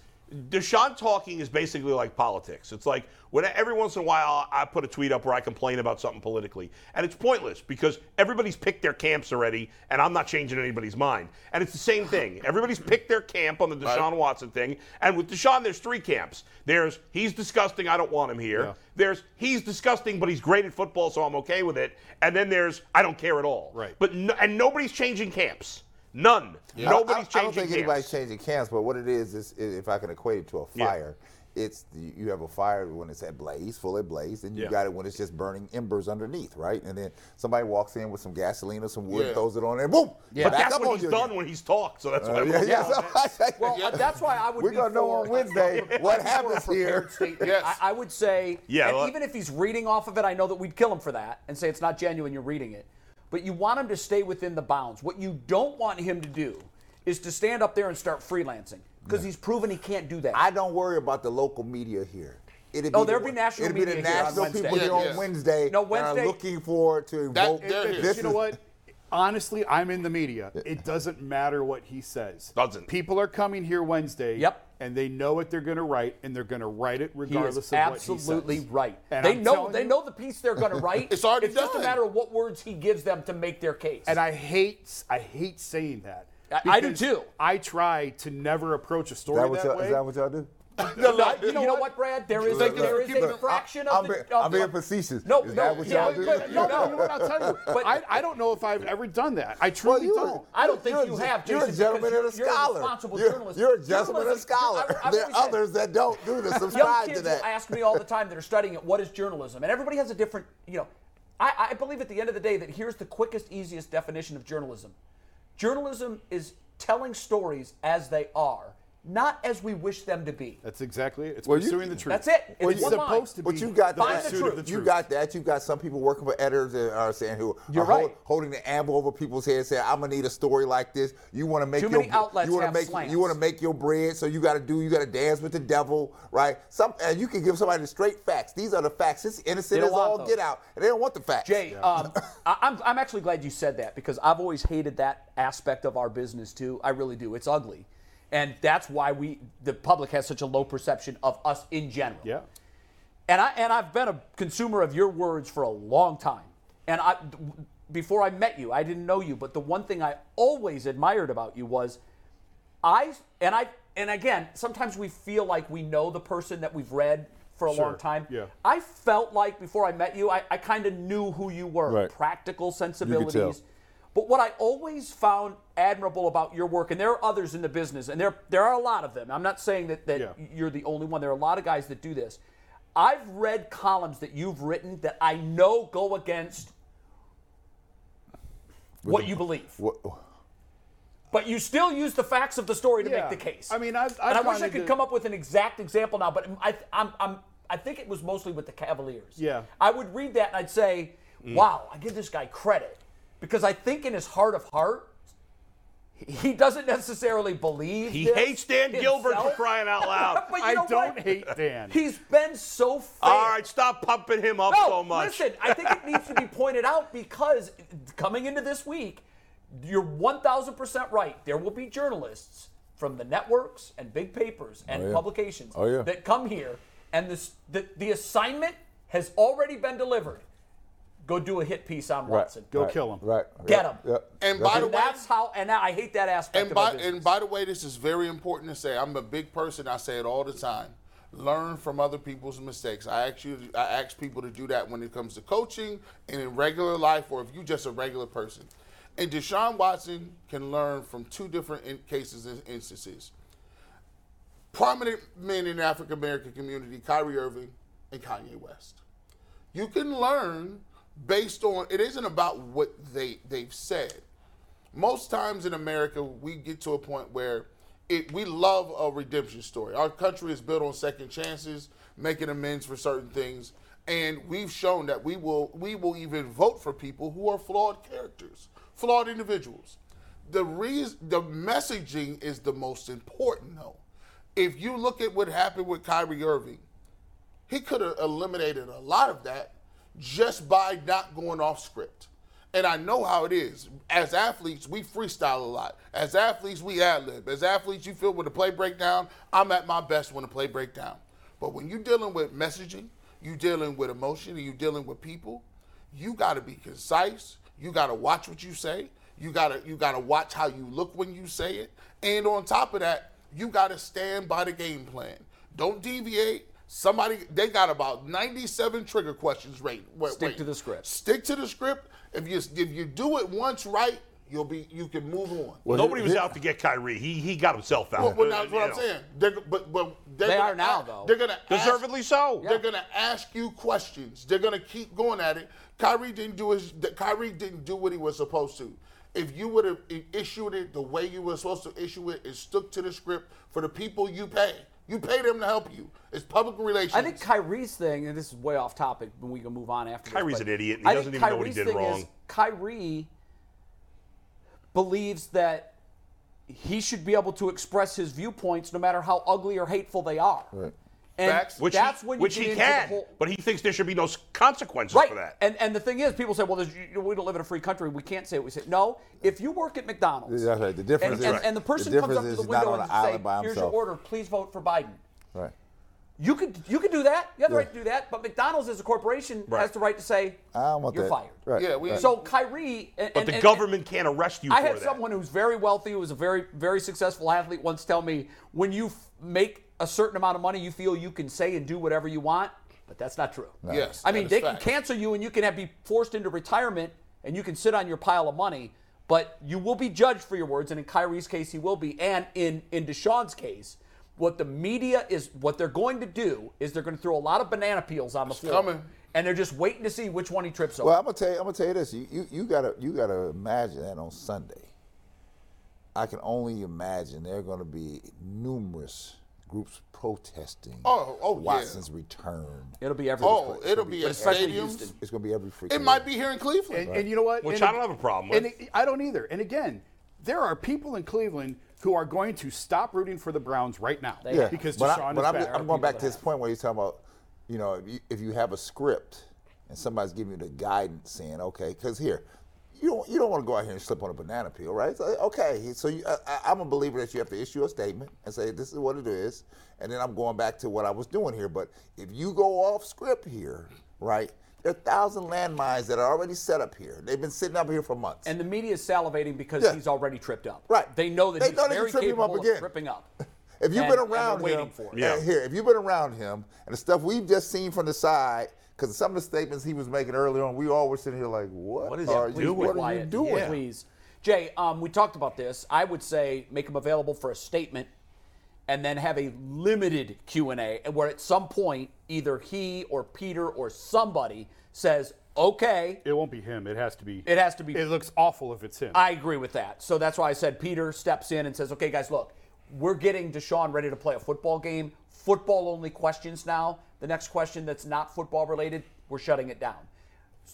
Speaker 3: Deshaun talking is basically like politics. It's like when every once in a while I put a tweet up where I complain about something politically, and it's pointless because everybody's picked their camps already, and I'm not changing anybody's mind. And it's the same thing. Everybody's picked their camp on the Deshaun
Speaker 2: Right.
Speaker 3: Watson thing, and with Deshaun, there's three camps. There's he's disgusting, I don't want him here. There's he's disgusting, but he's great at football, so I'm okay with it. And then there's I don't care at all.
Speaker 5: Right.
Speaker 3: But no, and nobody's changing camps. None.
Speaker 1: I- I-
Speaker 3: Nobody's changing
Speaker 1: I, don't think
Speaker 3: camps.
Speaker 1: anybody's changing camps, but what it is is, i- if I can equate it to a
Speaker 3: Yeah.
Speaker 1: fire, it's you you have a fire when it's at blaze, full at blaze, and you
Speaker 3: Yeah.
Speaker 1: got it when it's just burning embers underneath, right? And then somebody walks in with some gasoline or some wood,
Speaker 2: Yeah.
Speaker 1: throws it on, and boom,
Speaker 4: Yeah.
Speaker 1: back
Speaker 3: But that's
Speaker 1: up on
Speaker 3: what he's
Speaker 1: you
Speaker 3: done
Speaker 1: again.
Speaker 3: when he's talked. So that's
Speaker 1: Uh,
Speaker 3: why.
Speaker 1: yeah,
Speaker 3: we're-
Speaker 1: yeah, so I say-
Speaker 4: Well, uh, that's why I would.
Speaker 1: We're
Speaker 4: be
Speaker 1: gonna know
Speaker 4: for-
Speaker 1: on Wednesday what
Speaker 4: for a
Speaker 1: happens here.
Speaker 4: prepared statement.
Speaker 2: Yes.
Speaker 4: I, I would say,
Speaker 3: Yeah,
Speaker 4: and
Speaker 3: well-
Speaker 4: even if he's reading off of it, I know that we'd kill him for that and say it's not genuine. You're reading it, but you want him to stay within the bounds. What you don't want him to do is to stand up there and start freelancing because he's proven he can't do that.
Speaker 1: I don't worry about the local media here. It'd
Speaker 4: Oh,
Speaker 1: the-
Speaker 4: there'll be national
Speaker 1: It'd be the
Speaker 4: media here on
Speaker 1: national
Speaker 4: Wednesday.
Speaker 1: people here
Speaker 2: Yeah,
Speaker 1: on
Speaker 2: yeah.
Speaker 1: Wednesday.
Speaker 4: No,
Speaker 1: that are
Speaker 4: Wednesday-
Speaker 1: looking forward to
Speaker 2: That-
Speaker 1: evoke.
Speaker 2: they're
Speaker 5: But
Speaker 2: here.
Speaker 1: this
Speaker 5: you know
Speaker 1: is-
Speaker 5: what? Honestly, I'm in the media. It doesn't matter what he says.
Speaker 3: Doesn't.
Speaker 5: People are coming here Wednesday.
Speaker 4: Yep.
Speaker 5: And they know what they're going to write, and they're going to write it
Speaker 4: He
Speaker 5: regardless
Speaker 4: is
Speaker 5: of what he says.
Speaker 4: absolutely right.
Speaker 5: And
Speaker 4: they
Speaker 5: I'm
Speaker 4: know
Speaker 5: telling
Speaker 4: they
Speaker 5: you-
Speaker 4: know the piece they're going to write.
Speaker 2: It's already
Speaker 4: just a
Speaker 2: done.
Speaker 4: matter of what words he gives them to make their case.
Speaker 5: And I hate, I hate saying that.
Speaker 4: I- I do
Speaker 5: because
Speaker 4: too.
Speaker 5: I try to never approach a story
Speaker 1: Is that what
Speaker 5: that
Speaker 1: y'all,
Speaker 5: way.
Speaker 1: is that what y'all do?
Speaker 4: No, you know what, Brad? There is a,
Speaker 1: Look,
Speaker 4: there
Speaker 1: look,
Speaker 4: is a
Speaker 1: look,
Speaker 4: fraction
Speaker 1: I'm
Speaker 4: of
Speaker 1: be-
Speaker 4: the. of
Speaker 1: I'm
Speaker 4: the-
Speaker 1: being facetious.
Speaker 4: No,
Speaker 1: Is
Speaker 4: no,
Speaker 1: that what
Speaker 4: yeah,
Speaker 1: y'all do?
Speaker 4: but-
Speaker 5: No,
Speaker 4: no,
Speaker 5: you know what? I'll tell you.
Speaker 4: But-
Speaker 5: I, I don't know if I've ever done that. I truly
Speaker 1: you-
Speaker 5: don't.
Speaker 4: I don't think
Speaker 1: you're
Speaker 4: you
Speaker 1: a, ge-
Speaker 4: have,
Speaker 1: You're a
Speaker 4: Jason,
Speaker 1: gentleman
Speaker 4: because
Speaker 1: and a
Speaker 4: you're a
Speaker 1: scholar.
Speaker 4: responsible
Speaker 1: you're,
Speaker 4: journalist.
Speaker 1: you're a gentleman and a
Speaker 4: Journalism-
Speaker 1: scholar.
Speaker 4: I- I've
Speaker 1: there are
Speaker 4: always said-
Speaker 1: others that don't do this.
Speaker 4: Young
Speaker 1: Subscribe
Speaker 4: kids
Speaker 1: to that.
Speaker 4: will ask me all the time that are studying it, what is journalism? And everybody has a different, you know, I, I believe at the end of the day that here's the quickest, easiest definition of journalism. Journalism is telling stories as they are, not as we wish them to be.
Speaker 5: That's exactly it. It's
Speaker 1: Well, you-
Speaker 5: pursuing the truth.
Speaker 4: That's it.
Speaker 1: Well,
Speaker 4: It's
Speaker 5: It's
Speaker 1: you-
Speaker 4: one line.
Speaker 5: supposed to be
Speaker 1: But you got
Speaker 5: the
Speaker 4: Find
Speaker 1: that.
Speaker 4: the
Speaker 5: pursuit of the
Speaker 4: truth.
Speaker 5: truth.
Speaker 1: You got that. You got some people working for editors that are saying who
Speaker 4: You're
Speaker 1: are hol-
Speaker 4: right.
Speaker 1: holding the amber over people's heads, saying, "I'm gonna need a story like this." You want to make
Speaker 4: Too
Speaker 1: your,
Speaker 4: many outlets
Speaker 1: you wanna
Speaker 4: have
Speaker 1: make
Speaker 4: slants.
Speaker 1: you want to make your bread, so you got to do you got to dance with the devil, right? Some and you can give somebody the straight facts. These are the facts. It's innocent
Speaker 4: They
Speaker 1: as
Speaker 4: don't want
Speaker 1: all
Speaker 4: those.
Speaker 1: get out, and they don't want the facts.
Speaker 4: Jay, um, I, I'm, I'm actually glad you said that because I've always hated that aspect of our business too. I really do. It's ugly. And that's why we, the public has such a low perception of us in general.
Speaker 5: Yeah.
Speaker 4: and I and I've been a consumer of your words for a long time. And I before I met you, I didn't know you, but the one thing I always admired about you was I and I and again, sometimes we feel like we know the person that we've read for a
Speaker 5: Sure,
Speaker 4: long time.
Speaker 5: yeah.
Speaker 4: I felt like before I met you, I, I kind of knew who you were.
Speaker 1: Right.
Speaker 4: Practical sensibilities. But what I always found admirable about your work, and there are others in the business, and there there are a lot of them. I'm not saying that, that
Speaker 5: Yeah.
Speaker 4: you're the only one. There are a lot of guys that do this. I've read columns that you've written that I know go against what you believe,
Speaker 1: What-
Speaker 4: but you still use the facts of the story to
Speaker 5: Yeah.
Speaker 4: make the case.
Speaker 5: I mean, I've- I've
Speaker 4: and I wish I
Speaker 5: wanted
Speaker 4: could
Speaker 5: to-
Speaker 4: come up with an exact example now, but I, I'm, I'm, I think it was mostly with the Cavaliers.
Speaker 5: Yeah.
Speaker 4: I would read that and I'd say,
Speaker 3: Mm.
Speaker 4: "Wow, I give this guy credit," because I think in his heart of heart. He doesn't necessarily believe.
Speaker 3: He
Speaker 4: this
Speaker 3: hates Dan Gilbert for
Speaker 4: himself.
Speaker 3: crying out loud.
Speaker 4: But you
Speaker 5: I
Speaker 4: know
Speaker 5: don't
Speaker 4: what?
Speaker 5: hate Dan.
Speaker 4: He's been so fair.
Speaker 3: All right, stop pumping him up
Speaker 4: no,
Speaker 3: so much.
Speaker 4: listen, I think it needs to be pointed out because coming into this week, you're 1,000% right. There will be journalists from the networks and big papers and
Speaker 1: Oh, yeah.
Speaker 4: publications
Speaker 1: Oh, yeah.
Speaker 4: that come here, and this, the, the assignment has already been delivered. Go do a hit piece on Watson.
Speaker 5: Go kill him.
Speaker 1: Right.
Speaker 4: Get
Speaker 1: Yep,
Speaker 4: him.
Speaker 1: yep.
Speaker 2: And
Speaker 1: That's
Speaker 2: by
Speaker 1: it.
Speaker 2: the
Speaker 4: And
Speaker 2: way,
Speaker 4: that's how, and I hate that aspect
Speaker 2: and
Speaker 4: of
Speaker 2: by
Speaker 4: our business.
Speaker 2: and by the way, this is very important to say. I'm a big person. I say it all the time. Learn from other people's mistakes. I actually I ask people to do that when it comes to coaching and in regular life, or if you're just a regular person. And Deshaun Watson can learn from two different in- cases and instances. Prominent men in the African American community, Kyrie Irving and Kanye West you can learn based on it isn't about what they they've said most times in america we get to a point where it, we love a redemption story our country is built on second chances making amends for certain things and we've shown that we will we will even vote for people who are flawed characters flawed individuals the reason the messaging is the most important though if you look at what happened with kyrie irving he could have eliminated a lot of that just by not going off script. And I know how it is. As athletes, we freestyle a lot. As athletes, we ad lib. As athletes, you feel when the play breakdown, I'm at my best when the play breakdown. But when you're dealing with messaging, you're dealing with emotion, and you're dealing with people, you got to be concise. You got to watch what you say. You gotta you gotta watch how you look when you say it. And on top of that, you gotta stand by the game plan. Don't deviate. Somebody they got about 97 trigger questions right.
Speaker 4: Stick to the script.
Speaker 2: Stick to the script. If you if you do it once right, you'll be you can move on. Well,
Speaker 3: Nobody was out to get Kyrie. He he got himself out.
Speaker 2: well, that's
Speaker 3: You
Speaker 2: what I'm
Speaker 3: know.
Speaker 2: saying. They're, but but they're
Speaker 4: They
Speaker 2: gonna
Speaker 4: are now,
Speaker 2: ask-
Speaker 4: though.
Speaker 2: They're gonna ask-
Speaker 3: Deservedly so.
Speaker 2: they're gonna ask you questions. They're gonna keep going at it. Kyrie didn't do his. th- Kyrie didn't do what he was supposed to. If you would have i- issued it the way you were supposed to issue it, and stuck to the script for the people you pay, you pay them to help you. It's public relations.
Speaker 4: I think Kyrie's thing, and this is way off topic, but we can move on after.
Speaker 3: Kyrie's
Speaker 4: this, but
Speaker 3: an idiot, and he
Speaker 4: I think
Speaker 3: doesn't even know what he
Speaker 4: Kyrie's
Speaker 3: did
Speaker 4: thing
Speaker 3: wrong.
Speaker 4: Is Kyrie believes that he should be able to express his viewpoints, no matter how ugly or hateful they are. And
Speaker 2: Facts.
Speaker 3: Which
Speaker 4: that's
Speaker 3: he,
Speaker 4: when you
Speaker 3: which
Speaker 4: get
Speaker 3: he
Speaker 4: into
Speaker 3: can,
Speaker 4: the whole,
Speaker 3: but he thinks there should be no s- consequences
Speaker 4: right.
Speaker 3: for that.
Speaker 4: And and the thing is, people say, well, there's, you, we don't live in a free country. We can't say what we say. No, if you work at McDonald's,
Speaker 1: That's right. The difference
Speaker 4: and,
Speaker 1: is
Speaker 4: and, and the person comes
Speaker 1: difference
Speaker 4: up to
Speaker 1: is
Speaker 4: the
Speaker 1: he's not
Speaker 4: window
Speaker 1: on
Speaker 4: and
Speaker 1: an island
Speaker 4: says,
Speaker 1: by
Speaker 4: "Here's your
Speaker 1: himself."
Speaker 4: order. Please vote for Biden."
Speaker 1: Right.
Speaker 4: You could you could do that. You have the right to do that. But McDonald's as a corporation has the right to say
Speaker 1: I don't want
Speaker 4: you're
Speaker 1: that.
Speaker 4: fired.
Speaker 1: Right.
Speaker 2: Yeah, we-
Speaker 1: right.
Speaker 4: So Kyrie, and,
Speaker 3: But the government can't arrest you
Speaker 4: I
Speaker 3: for
Speaker 4: had
Speaker 3: that.
Speaker 4: someone who's very wealthy, who was a very very successful athlete, once tell me when you f- make a certain amount of money, you feel you can say and do whatever you want. But that's not true.
Speaker 2: Yes,
Speaker 4: I
Speaker 2: that
Speaker 4: mean,
Speaker 2: is
Speaker 4: they
Speaker 2: fact.
Speaker 4: can cancel you, and you can have, be forced into retirement, and you can sit on your pile of money. But you will be judged for your words, and in Kyrie's case, he will be, and in in Deshaun's case. What the media is, what they're going to do is they're going to throw a lot of banana peels on the floor,
Speaker 2: coming.
Speaker 4: and they're just waiting to see which one he trips over.
Speaker 1: Well, I'm gonna tell you. I'm gonna tell you this. You, you you gotta you gotta imagine that on Sunday. I can only imagine there are gonna be numerous groups protesting.
Speaker 2: Oh, oh, yeah.
Speaker 1: Watson's return.
Speaker 4: it'll be everywhere.
Speaker 2: Oh, it'll be at
Speaker 4: especially
Speaker 2: stadiums.
Speaker 4: Houston.
Speaker 1: It's gonna be every freaking.
Speaker 2: It might be here in Cleveland.
Speaker 5: And, and you know what?
Speaker 3: Which
Speaker 5: And
Speaker 3: I don't have a problem with.
Speaker 5: And it- I don't either. And again, there are people in Cleveland who are going to stop rooting for the Browns right now
Speaker 1: Yeah,
Speaker 5: because
Speaker 1: but,
Speaker 5: Deshaun
Speaker 1: I, but
Speaker 5: is
Speaker 1: I'm,
Speaker 5: back.
Speaker 1: I'm going back to this point where you're talking about, you know, if you, if you have a script and somebody's giving you the guidance saying, okay, because here, you don't you don't want to go out here and slip on a banana peel, right? So, okay, so you, I, I- I'm a believer that you have to issue a statement and say this is what it is, and then I'm going back to what I was doing here. But if you go off script here, right? There are thousand landmines that are already set up here. They've been sitting up here for months.
Speaker 4: And the media is salivating because
Speaker 1: Yeah.
Speaker 4: he's already tripped up.
Speaker 1: Right.
Speaker 4: They know that
Speaker 1: They
Speaker 4: he's
Speaker 1: know they can
Speaker 4: very
Speaker 1: trip him
Speaker 4: capable
Speaker 1: up
Speaker 4: of
Speaker 1: again.
Speaker 4: tripping up.
Speaker 1: If you've
Speaker 4: And-
Speaker 1: been
Speaker 4: and they're
Speaker 1: around
Speaker 4: waiting
Speaker 1: him,
Speaker 4: for it.
Speaker 3: Yeah.
Speaker 1: yeah. here, if you've been around him and the stuff we've just seen from the side, because some of the statements he was making earlier on, we all were sitting here like, what,
Speaker 3: What is
Speaker 1: are
Speaker 3: that
Speaker 1: you,
Speaker 3: doing?
Speaker 1: what are you
Speaker 4: Wyatt,
Speaker 1: doing?
Speaker 4: yeah, please. Jay, um, we talked about this. I would say make him available for a statement, and then have a limited Q and A, and where at some point either he or Peter or somebody says, "Okay,
Speaker 5: It won't be him. It has to be.
Speaker 4: it has to be."
Speaker 5: It looks awful if it's him.
Speaker 4: I agree with that. So that's why I said Peter steps in and says, okay, guys, look, we're getting Deshaun ready to play a football game. Football only questions now. The next question that's not football related, we're shutting it down.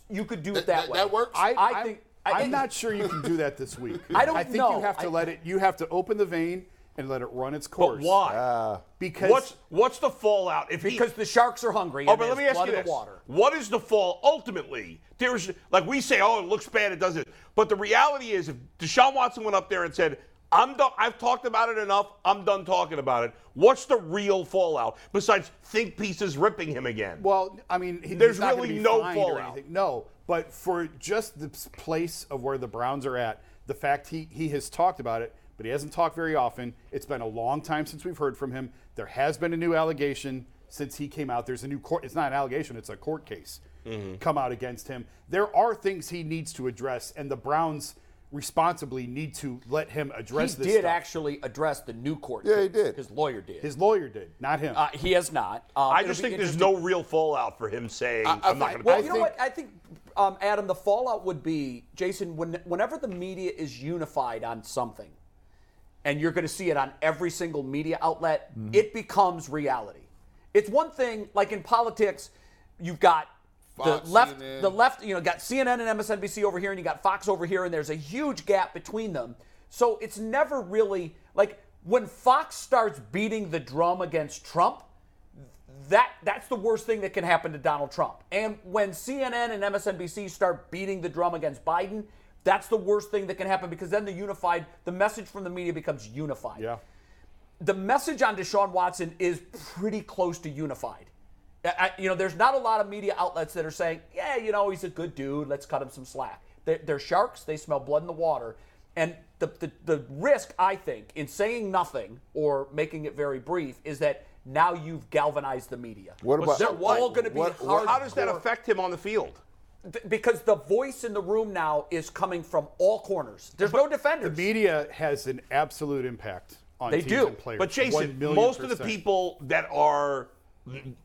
Speaker 4: You could do it that,
Speaker 2: that-
Speaker 4: way.
Speaker 2: that works?
Speaker 5: I,
Speaker 4: I
Speaker 5: I
Speaker 4: think-
Speaker 5: think
Speaker 4: I-
Speaker 5: I, am not sure you can do that this week.
Speaker 4: I don't
Speaker 5: I think
Speaker 4: know.
Speaker 5: you have to
Speaker 4: I-
Speaker 5: let it. You have to open the vein and let it run its
Speaker 3: But
Speaker 5: course.
Speaker 3: why?
Speaker 1: Ah.
Speaker 5: Because
Speaker 3: what's what's the fallout if he
Speaker 4: Because the sharks are hungry.
Speaker 3: Oh,
Speaker 4: and
Speaker 3: but let
Speaker 4: there's
Speaker 3: me ask
Speaker 4: blood
Speaker 3: you
Speaker 4: in the
Speaker 3: this:
Speaker 4: water.
Speaker 3: What is the fall ultimately? There's like we say, oh, it looks bad, it doesn't. But the reality is, if Deshaun Watson went up there and said, "I'm done. I've talked about it enough. I'm done talking about it." What's the real fallout besides think pieces ripping him again?
Speaker 5: Well, I mean, he-
Speaker 3: There's
Speaker 5: he's not gonna
Speaker 3: really
Speaker 5: be
Speaker 3: no
Speaker 5: fined or
Speaker 3: fallout.
Speaker 5: anything. No, but for just the s- place of where the Browns are at, the fact he he has talked about it, but he hasn't talked very often. It's been a long time since we've heard from him. There has been a new allegation since he came out. There's a new court. It's not an allegation. It's a court case come out against him. There are things he needs to address, and the Browns responsibly need to let him
Speaker 4: He
Speaker 5: address this.
Speaker 4: did
Speaker 5: stuff.
Speaker 4: actually address the new court.
Speaker 1: Yeah, he
Speaker 4: case.
Speaker 1: did.
Speaker 4: His lawyer did.
Speaker 5: His lawyer did, not him.
Speaker 4: uh, he has not. Um,
Speaker 3: I
Speaker 4: it'll
Speaker 3: just
Speaker 4: be
Speaker 3: think there's
Speaker 4: interesting-
Speaker 3: no real fallout for him saying, I, am not going to."
Speaker 4: Well,
Speaker 3: talk
Speaker 4: you know
Speaker 3: about
Speaker 4: what? I think, um, Adam, the fallout would be Jason. When whenever the media is unified on something, and you're going to see it on every single media outlet, it becomes reality. It's one thing, like in politics, you've got
Speaker 2: Fox,
Speaker 4: the left,
Speaker 2: CNN.
Speaker 4: the left, you know, got CNN and MSNBC over here, and you got Fox over here, and there's a huge gap between them. So it's never really like when Fox starts beating the drum against Trump, that that's the worst thing that can happen to Donald Trump. And when CNN and MSNBC start beating the drum against Biden, that's the worst thing that can happen because then the unified the message from the media becomes unified.
Speaker 5: yeah.
Speaker 4: The message on Deshaun Watson is pretty close to unified. I- I- you know, there's not a lot of media outlets that are saying, "Yeah, you know, he's a good dude. Let's cut him some slack." They're, they're sharks. They smell blood in the water. And the, the the risk, I think, in saying nothing or making it very brief is that now you've galvanized the media.
Speaker 1: What about
Speaker 4: they're all going to be
Speaker 1: what-
Speaker 4: hard.
Speaker 1: what-
Speaker 3: How does that affect him on the field?
Speaker 4: Because the voice in the room now is coming from all corners. There's no defenders.
Speaker 5: The media has an absolute impact on
Speaker 4: They
Speaker 5: teams
Speaker 4: do.
Speaker 5: and players.
Speaker 3: But
Speaker 5: 1
Speaker 3: Jason,
Speaker 5: million
Speaker 3: most of the
Speaker 5: percent.
Speaker 3: people that are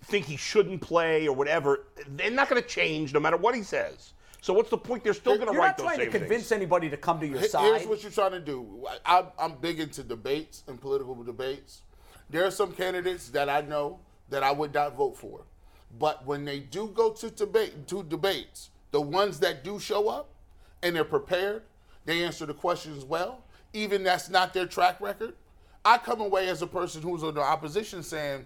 Speaker 3: think he shouldn't play or whatever, they're not going to change no matter what he says. So what's the point? They're still going to
Speaker 4: You're
Speaker 3: write
Speaker 4: not
Speaker 3: those
Speaker 4: trying to
Speaker 3: same
Speaker 4: convince
Speaker 3: things.
Speaker 4: anybody to come to your
Speaker 2: Here-
Speaker 4: side.
Speaker 2: Here's what you're trying to do. I, I'm- I'm big into debates and political debates. There are some candidates that I know that I would not vote for, but when they do go to debate, to debates, the ones that do show up and they're prepared, they answer the questions well. Even that's not their track record. I come away as a person who's on the opposition saying,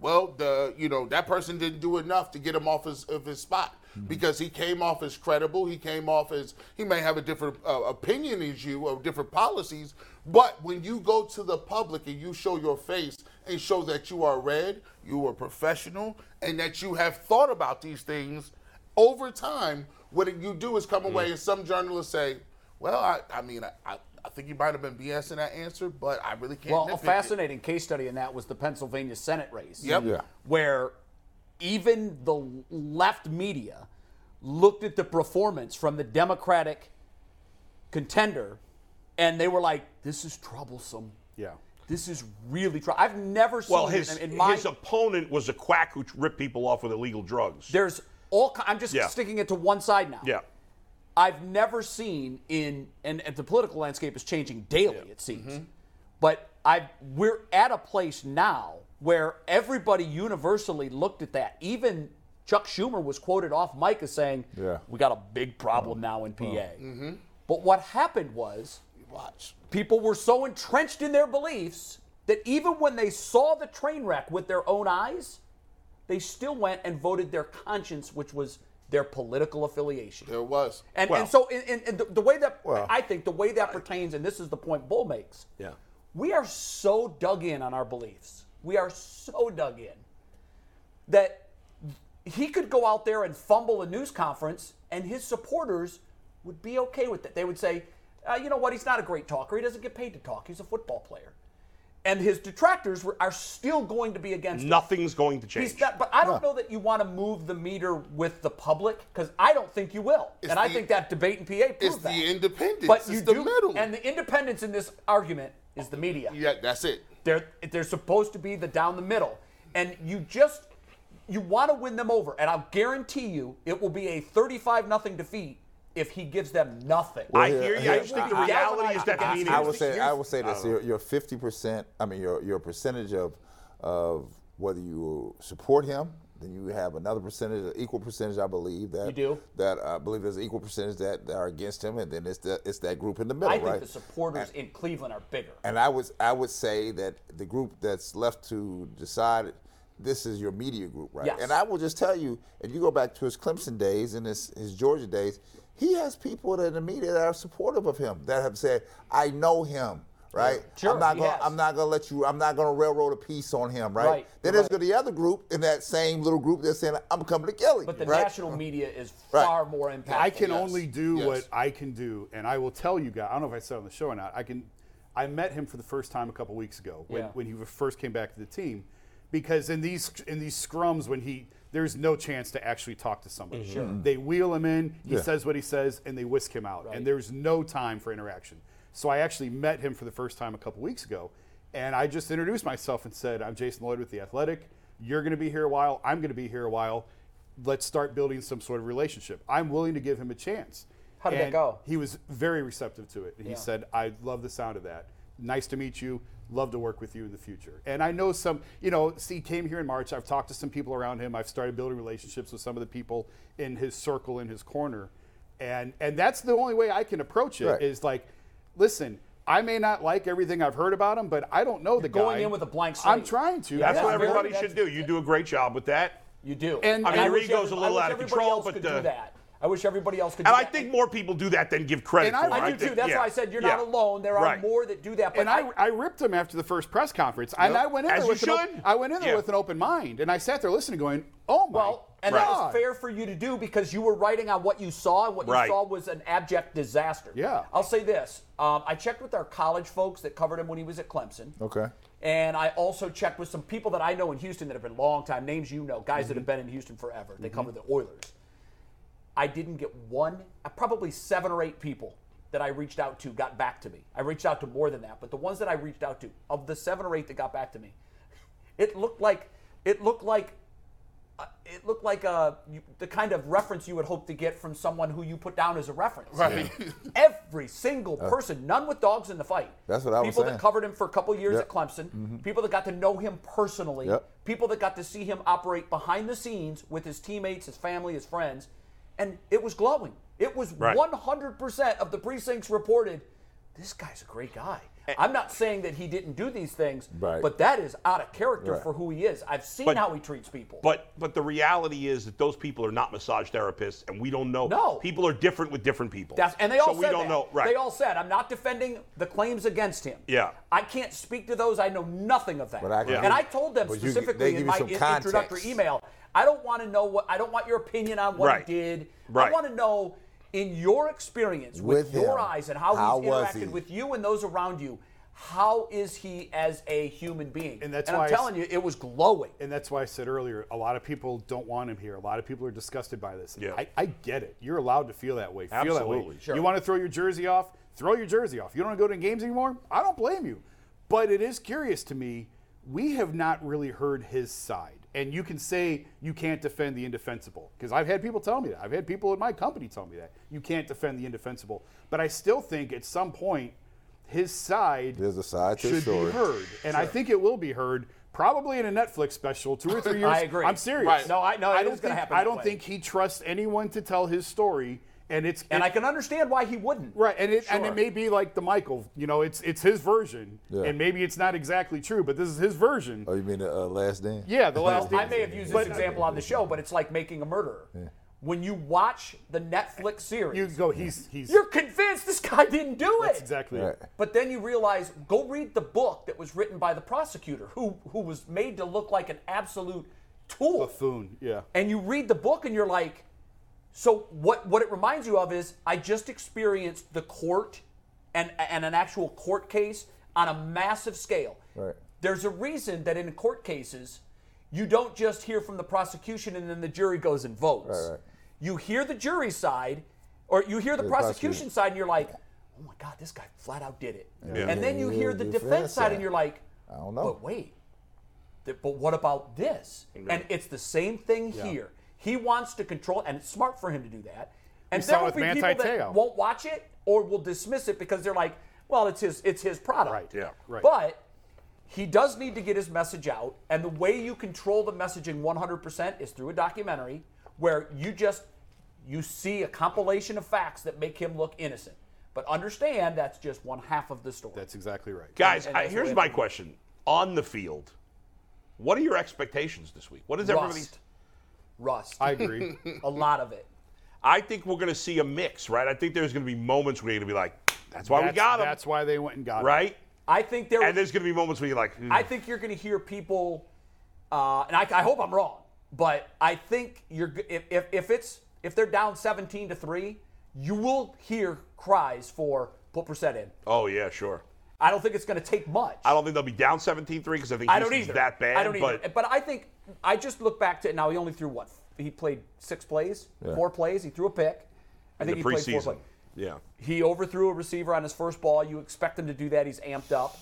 Speaker 2: well, the you know that person didn't do enough to get him off his of his spot
Speaker 4: Mm-hmm.
Speaker 2: because he came off as credible. He came off as he may have a different uh, opinion as you of different policies, but when you go to the public and you show your face and show that you are red, you are professional, and that you have thought about these things over time. What you do is come
Speaker 4: Mm-hmm.
Speaker 2: away, and some journalists say, "Well, I, I mean, I- I, I think you might have been BSing that answer, but I really can't."
Speaker 4: Well, a
Speaker 2: nitpick it."
Speaker 4: fascinating case study in that was the Pennsylvania Senate race.
Speaker 2: Yep.
Speaker 1: Yeah.
Speaker 4: Where even the left media looked at the performance from the Democratic contender and they were like, this is troublesome.
Speaker 5: Yeah.
Speaker 4: This is really trouble. I've never seen
Speaker 3: Well,
Speaker 4: it
Speaker 3: his
Speaker 4: in my
Speaker 3: his opponent was a quack who ripped people off with illegal drugs.
Speaker 4: there's all ki- I'm just
Speaker 3: Yeah.
Speaker 4: sticking it to one side now.
Speaker 3: Yeah.
Speaker 4: I've never seen in and, and the political landscape is changing daily, it seems.
Speaker 2: Mm-hmm.
Speaker 4: But I we're at a place now where everybody universally looked at that. Even Chuck Schumer was quoted off mic as saying,
Speaker 1: Yeah.
Speaker 4: "We got a big
Speaker 2: Oh.
Speaker 4: problem now in PA." But what happened was
Speaker 2: Watch.
Speaker 4: people were so entrenched in their beliefs that even when they saw the train wreck with their own eyes, they still went and voted their conscience, which was their political affiliation.
Speaker 2: There was.
Speaker 4: And,
Speaker 3: Well-
Speaker 4: and so, in, in, in the, the way that
Speaker 1: Well-
Speaker 4: I think the way that pertains, and this is the point Bull makes,
Speaker 3: Yeah.
Speaker 4: we are so dug in on our beliefs. We are so dug in that he could go out there and fumble a news conference, and his supporters would be okay with it. They would say, uh, you know what, he's not a great talker. He doesn't get paid to talk. He's a football player. And his detractors were, are still going to be against him.
Speaker 3: Nothing's going to change.
Speaker 4: He's not- but I don't know that you want to move the meter with the public because I don't think you will, and I
Speaker 2: the-
Speaker 4: think that debate in PA
Speaker 2: It's
Speaker 4: proves that.
Speaker 2: the independence.
Speaker 4: but
Speaker 2: it's
Speaker 4: you
Speaker 2: the
Speaker 4: do,
Speaker 2: middle.
Speaker 4: and the independence in this argument is the media.
Speaker 2: yeah, that's it.
Speaker 4: They're they're supposed to be the down the middle, and you just you want to win them over, and I'll guarantee you it will be a thirty-five nothing defeat if he gives them nothing.
Speaker 3: I hear you. I
Speaker 1: Yeah.
Speaker 3: just think the
Speaker 4: I- I-
Speaker 3: reality is that
Speaker 4: I-
Speaker 3: the
Speaker 4: I-
Speaker 3: media.
Speaker 1: I
Speaker 4: Here's
Speaker 1: would
Speaker 4: the-
Speaker 1: say I
Speaker 4: here's-
Speaker 1: would say this: your your fifty percent. I mean, your your percentage of of whether you support him, then you have another percentage, an equal percentage, I believe that
Speaker 4: You do?
Speaker 1: that I believe there's an equal percentage that, that are against him, and then it's that it's that group in the middle,
Speaker 4: I think
Speaker 1: right?
Speaker 4: the supporters in Cleveland are bigger.
Speaker 1: and I would I would say that the group that's left to decide this is your media group, right?
Speaker 4: Yes.
Speaker 1: And I will just tell you, if you go back to his Clemson days and his, his Georgia days, he has people that in the media that are supportive of him that have said, "I know him." Right,
Speaker 4: Sure,
Speaker 1: I'm not
Speaker 4: he
Speaker 1: gonna.
Speaker 4: has.
Speaker 1: I'm not gonna let you. I'm not gonna railroad a piece on him, right?
Speaker 4: Right,
Speaker 1: Then
Speaker 4: you're
Speaker 1: there's the other group in that same little group that's saying, "I'm coming to kill him."
Speaker 4: But the
Speaker 1: right?
Speaker 4: national media is
Speaker 1: Right.
Speaker 4: far more impactful.
Speaker 5: I can only do
Speaker 2: Yes.
Speaker 5: what I can do, and I will tell you guys. I don't know if I said it on the show or not. I can. I met him for the first time a couple weeks ago when,
Speaker 4: Yeah.
Speaker 5: when he first came back to the team, because in these in these scrums when he there's no chance to actually talk to somebody.
Speaker 4: Mm-hmm.
Speaker 5: Sure. They wheel him in. He
Speaker 1: Yeah.
Speaker 5: says what he says, and they whisk him out, and there's no time for interaction. So I actually met him for the first time a couple weeks ago, and I just introduced myself and said, "I'm Jason Lloyd with the Athletic. You're going to be here a while. I'm going to be here a while." let's start building some sort of relationship. I'm willing to give him a chance.
Speaker 4: How did that
Speaker 5: And
Speaker 4: go?
Speaker 5: He was very receptive to it. He
Speaker 4: Yeah.
Speaker 5: said, I love the sound of that. Nice to meet you. Love to work with you in the future. And I know some, you know, see, he came here in March. I've talked to some people around him. I've started building relationships with some of the people in his circle, in his corner. And and that's the only way I can approach it. Is
Speaker 1: Right.
Speaker 5: like, listen, I may not like everything I've heard about him, but I don't know the guy.
Speaker 4: going in with a blank
Speaker 5: I'm
Speaker 4: slate.
Speaker 5: trying to.
Speaker 3: That's
Speaker 4: Yeah,
Speaker 3: what
Speaker 4: really,
Speaker 3: everybody
Speaker 4: that's-
Speaker 3: should do. You do a great job with that.
Speaker 4: You do.
Speaker 5: And- I mean, your
Speaker 4: wish
Speaker 3: ego's
Speaker 4: every-
Speaker 3: a little
Speaker 4: I wish
Speaker 3: out of
Speaker 4: everybody
Speaker 3: control,
Speaker 4: else
Speaker 3: but,
Speaker 4: could
Speaker 3: uh,
Speaker 4: do that. I wish everybody else could.
Speaker 3: And
Speaker 4: do
Speaker 3: I
Speaker 4: that.
Speaker 3: think more people do that than give credit
Speaker 5: And I-
Speaker 3: for.
Speaker 5: I
Speaker 4: I do
Speaker 3: think-
Speaker 4: too. That's
Speaker 3: yeah.
Speaker 4: why I said you're
Speaker 3: Yeah.
Speaker 4: not alone. There are
Speaker 3: Right.
Speaker 4: more that do that. But
Speaker 5: and I, I ripped him after the first press conference, and I went in
Speaker 3: As
Speaker 5: there
Speaker 3: you
Speaker 5: with an op-
Speaker 3: should.
Speaker 5: I went in there
Speaker 3: Yeah.
Speaker 5: with an open mind, and I sat there listening, going, "Oh my!"
Speaker 4: Well, and that was
Speaker 5: God."
Speaker 4: fair for you to do because you were writing on what you saw, and what
Speaker 3: Right.
Speaker 4: you saw was an abject disaster.
Speaker 5: Yeah.
Speaker 4: I'll say this: um, I checked with our college folks that covered him when he was at Clemson.
Speaker 1: Okay.
Speaker 4: And I also checked with some people that I know in Houston that have been long time names you know, guys that have been in Houston forever. They cover
Speaker 3: Mm-hmm.
Speaker 4: the Oilers. I didn't get one, uh, probably seven or eight people that I reached out to got back to me. I reached out to more than that, but the ones that I reached out to, of the seven or eight that got back to me, it looked like it looked like uh, it looked like uh, you, the kind of reference you would hope to get from someone who you put down as a reference.
Speaker 2: Right.
Speaker 4: Every single person, none with dogs in the fight.
Speaker 1: That's what I was
Speaker 4: People
Speaker 1: saying.
Speaker 4: that covered him for a couple years
Speaker 1: Yep. Mm-hmm.
Speaker 4: at Clemson, people that got to know him personally,
Speaker 1: Yep.
Speaker 4: people that got to see him operate behind the scenes with his teammates, his family, his friends, and it was glowing. It was
Speaker 3: Right.
Speaker 4: 100% of the precincts reported, this guy's a great guy. I'm not saying that he didn't do these things,
Speaker 1: Right.
Speaker 4: but that is out of character
Speaker 1: Right.
Speaker 4: for who he is. I've seen
Speaker 3: But-
Speaker 4: how he treats people.
Speaker 3: But but the reality is that those people are not massage therapists, and we don't know.
Speaker 4: No.
Speaker 3: people are different with different people.
Speaker 4: That's, and they
Speaker 3: so
Speaker 4: all
Speaker 3: we
Speaker 4: said
Speaker 3: don't
Speaker 4: that.
Speaker 3: know. Right.
Speaker 4: They all said, "I'm not defending the claims against him."
Speaker 3: Yeah.
Speaker 4: I can't speak to those. I know nothing of that.
Speaker 1: But I can-
Speaker 4: And I told them
Speaker 1: But you- they
Speaker 4: specifically
Speaker 1: give
Speaker 4: in
Speaker 1: you
Speaker 4: my
Speaker 1: some
Speaker 4: in-
Speaker 1: context.
Speaker 4: introductory email, I don't want to know what. I don't want your opinion on what
Speaker 3: Right.
Speaker 4: he did.
Speaker 3: Right.
Speaker 4: I want to know, in your experience, with,
Speaker 1: With
Speaker 4: your
Speaker 1: him,
Speaker 4: eyes and how,
Speaker 1: how
Speaker 4: he's
Speaker 1: was
Speaker 4: interacted
Speaker 1: he?
Speaker 4: with you and those around you, how is he as a human being?
Speaker 5: And that's
Speaker 4: and
Speaker 5: why I
Speaker 4: I'm
Speaker 5: s-
Speaker 4: telling you, it was glowing.
Speaker 5: and that's why I said earlier, a lot of people don't want him here. A lot of people are disgusted by this.
Speaker 3: Yeah.
Speaker 5: I, I get it. You're allowed to feel that way. Feel that way.
Speaker 3: Absolutely. Sure.
Speaker 5: You want to throw your jersey off? Throw your jersey off. You don't want to go to games anymore? I don't blame you. But it is curious to me. We have not really heard his side. And you can say you can't defend the indefensible because I've had people tell me that. I've had people in my company tell me that. You can't defend the indefensible. But I still think at some point, his side
Speaker 1: There's a side to the
Speaker 5: should
Speaker 1: story.
Speaker 5: be heard, and I think it will be heard. Probably in a Netflix special, two or three years.
Speaker 4: I agree.
Speaker 5: I'm serious.
Speaker 4: Right. No, I- no, it
Speaker 5: I
Speaker 4: is
Speaker 5: don't
Speaker 4: gonna
Speaker 5: think
Speaker 4: happen
Speaker 5: I
Speaker 4: that
Speaker 5: don't
Speaker 4: way.
Speaker 5: think he trusts anyone to tell his story, and it's
Speaker 4: And
Speaker 5: it-
Speaker 4: I can understand why he wouldn't.
Speaker 5: right, and it and it
Speaker 4: Sure.
Speaker 5: may be like the Michael. You know, it's it's his version,
Speaker 1: Yeah.
Speaker 5: and maybe it's not exactly true, but this is his version.
Speaker 1: Oh, you mean the uh, last dance?
Speaker 5: yeah, the last.
Speaker 4: I
Speaker 5: Dance.
Speaker 4: may have used
Speaker 5: But- uh,
Speaker 4: this example on the show, but it's like making a murderer. When you watch the Netflix series,
Speaker 5: You go. He's he's.
Speaker 4: You're convinced this guy didn't do
Speaker 5: that's
Speaker 4: it.
Speaker 5: exactly.
Speaker 1: Right.
Speaker 5: It.
Speaker 4: But then you realize, go read the book that was written by the prosecutor, who who was made to look like an absolute tool.
Speaker 5: Buffoon. Yeah.
Speaker 4: And you read the book, and you're like, so what? What it reminds you of is, I just experienced the court and and an actual court case on a massive scale.
Speaker 1: Right.
Speaker 4: There's a reason that in court cases, you don't just hear from the prosecution and then the jury goes and votes.
Speaker 1: right.
Speaker 4: You hear the jury side, or you hear the
Speaker 1: prosecution.
Speaker 4: prosecution side, and you're like, oh my God, this guy flat out did it.
Speaker 3: Yeah.
Speaker 4: And then you
Speaker 1: Yeah,
Speaker 4: hear the
Speaker 1: defense
Speaker 4: defense side,
Speaker 1: side.
Speaker 4: and you're like,
Speaker 1: I don't know.
Speaker 4: But wait, th- but what about this? And it's the same thing here. He wants to control, and it's smart for him to do that. And
Speaker 5: We saw
Speaker 4: there
Speaker 5: it
Speaker 4: will
Speaker 5: with
Speaker 4: be
Speaker 5: Manti
Speaker 4: people that
Speaker 5: Te'o.
Speaker 4: won't watch it or will dismiss it because they're like, well, it's his, it's his product.
Speaker 5: Right.
Speaker 3: Yeah.
Speaker 5: Right.
Speaker 4: But he does need to get his message out, and the way you control the messaging 100% is through a documentary where you just you see a compilation of facts that make him look innocent. But understand that's just one half of the story.
Speaker 5: That's exactly right.
Speaker 3: Guys,
Speaker 4: And- and
Speaker 3: I,
Speaker 4: that's
Speaker 3: here's
Speaker 4: what
Speaker 3: my question: On the field, what are your expectations this week? What is everybody's?
Speaker 4: rust. Rust.
Speaker 5: I agree.
Speaker 4: a lot of it.
Speaker 3: I think we're going to see a mix, right? I think there's going to be moments where you're going to be like, "That's why
Speaker 5: that's,
Speaker 3: we got him,"
Speaker 5: That's why they went and got him.
Speaker 3: right?
Speaker 4: I think there.
Speaker 3: And there's going to be moments where you're like, "Hmm."
Speaker 4: I think you're going to hear people, uh, and I, I hope I'm wrong, but I think you're g- if, if if it's if they're down 17 to three, you will hear cries for put percent in.
Speaker 3: "Oh yeah, sure."
Speaker 4: I don't think it's going to take much.
Speaker 3: I don't think they'll be down 17-3 because I think
Speaker 4: I don't
Speaker 3: Houston's
Speaker 4: either.
Speaker 3: that bad.
Speaker 4: I don't either.
Speaker 3: But
Speaker 4: I think I just look back to now. He only threw what? He played six plays, four plays. He threw a pick. I think
Speaker 3: the
Speaker 4: he played four
Speaker 3: preseason,
Speaker 4: plays.
Speaker 3: yeah,
Speaker 4: He overthrew a receiver on his first ball. You expect him to do that. He's amped up.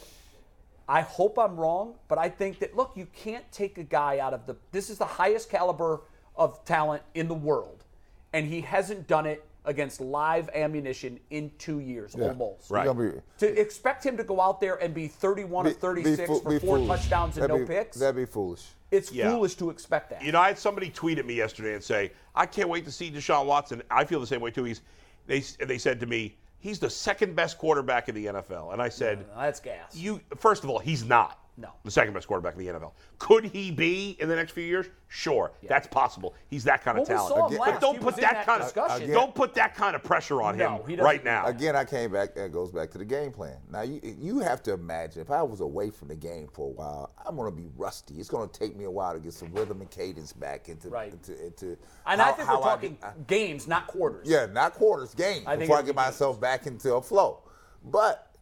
Speaker 4: I hope I'm wrong, but I think that look, you can't take a guy out of the this is the highest caliber of talent in the world. And he hasn't done it against live ammunition in two years almost.
Speaker 1: Right. Gonna be,
Speaker 4: To expect him to go out there and be 31 or 36
Speaker 1: fo-
Speaker 4: for four
Speaker 1: foolish.
Speaker 4: touchdowns and
Speaker 1: That'd
Speaker 4: no
Speaker 1: be-
Speaker 4: picks,
Speaker 1: That'd be foolish.
Speaker 4: it's
Speaker 3: Yeah.
Speaker 4: foolish to expect that.
Speaker 3: You know, I had somebody tweet at me yesterday and say, "I can't wait to see Deshaun Watson." I feel the same way too. He's they they said to me, "He's the second best quarterback in the NFL," and I said,
Speaker 4: That's gas.
Speaker 3: "You first of all, he's not."
Speaker 4: No.
Speaker 3: The second best quarterback in the NFL. Could he be in the next few years? Sure, that's possible. He's that kind of
Speaker 4: Well, we
Speaker 3: talent.
Speaker 4: saw him last.
Speaker 3: But don't
Speaker 4: He
Speaker 3: put
Speaker 4: was in
Speaker 3: that,
Speaker 4: that
Speaker 3: kind of
Speaker 4: discussion.
Speaker 3: don't put that kind of pressure on
Speaker 4: No, he
Speaker 3: him
Speaker 4: doesn't
Speaker 3: right
Speaker 4: do
Speaker 3: now.
Speaker 1: Again, I came back. That goes back to the game plan. Now you you have to imagine if I was away from the game for a while, I'm gonna be rusty. It's gonna take me a while to get some rhythm and cadence back into
Speaker 4: Right.
Speaker 1: into, into
Speaker 4: and I
Speaker 1: how-
Speaker 4: think
Speaker 1: how
Speaker 4: we're talking
Speaker 1: I-
Speaker 4: games, not quarters.
Speaker 1: Yeah, not quarters, game.
Speaker 4: I think
Speaker 1: before I
Speaker 4: it'll
Speaker 1: get
Speaker 4: be
Speaker 1: myself back into a flow. But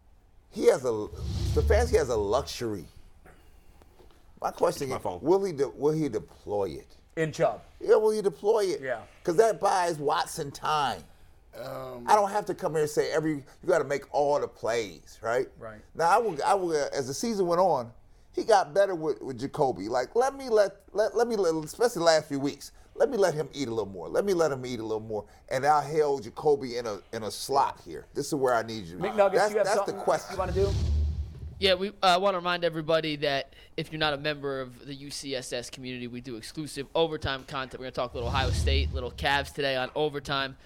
Speaker 1: he has a Stefanski has a luxury. My question
Speaker 3: my
Speaker 1: is,
Speaker 3: phone.
Speaker 1: will he de- will he deploy it?
Speaker 4: In Chubb.
Speaker 1: Yeah, will he deploy it?
Speaker 4: Yeah.
Speaker 1: Because that buys Watson time. I don't have to come here and say every you got to make all the plays, right?
Speaker 4: Right.
Speaker 1: Now I will. I will. As the season went on, he got better with, with Jacoby. Like let me let let let me let, especially the last few weeks. Let me let him eat a little more. Let me let him eat a little more. And I held Jacoby in a in a slot here. This is where I need you.
Speaker 4: McNuggets,
Speaker 1: that's
Speaker 4: you have
Speaker 1: that's the
Speaker 4: something you
Speaker 1: question.
Speaker 4: want to do?
Speaker 6: Yeah, we uh, want to remind everybody that if you're not a member of the UCSS community, we do exclusive overtime content. We're going to talk little Ohio State, little Cavs today on overtime.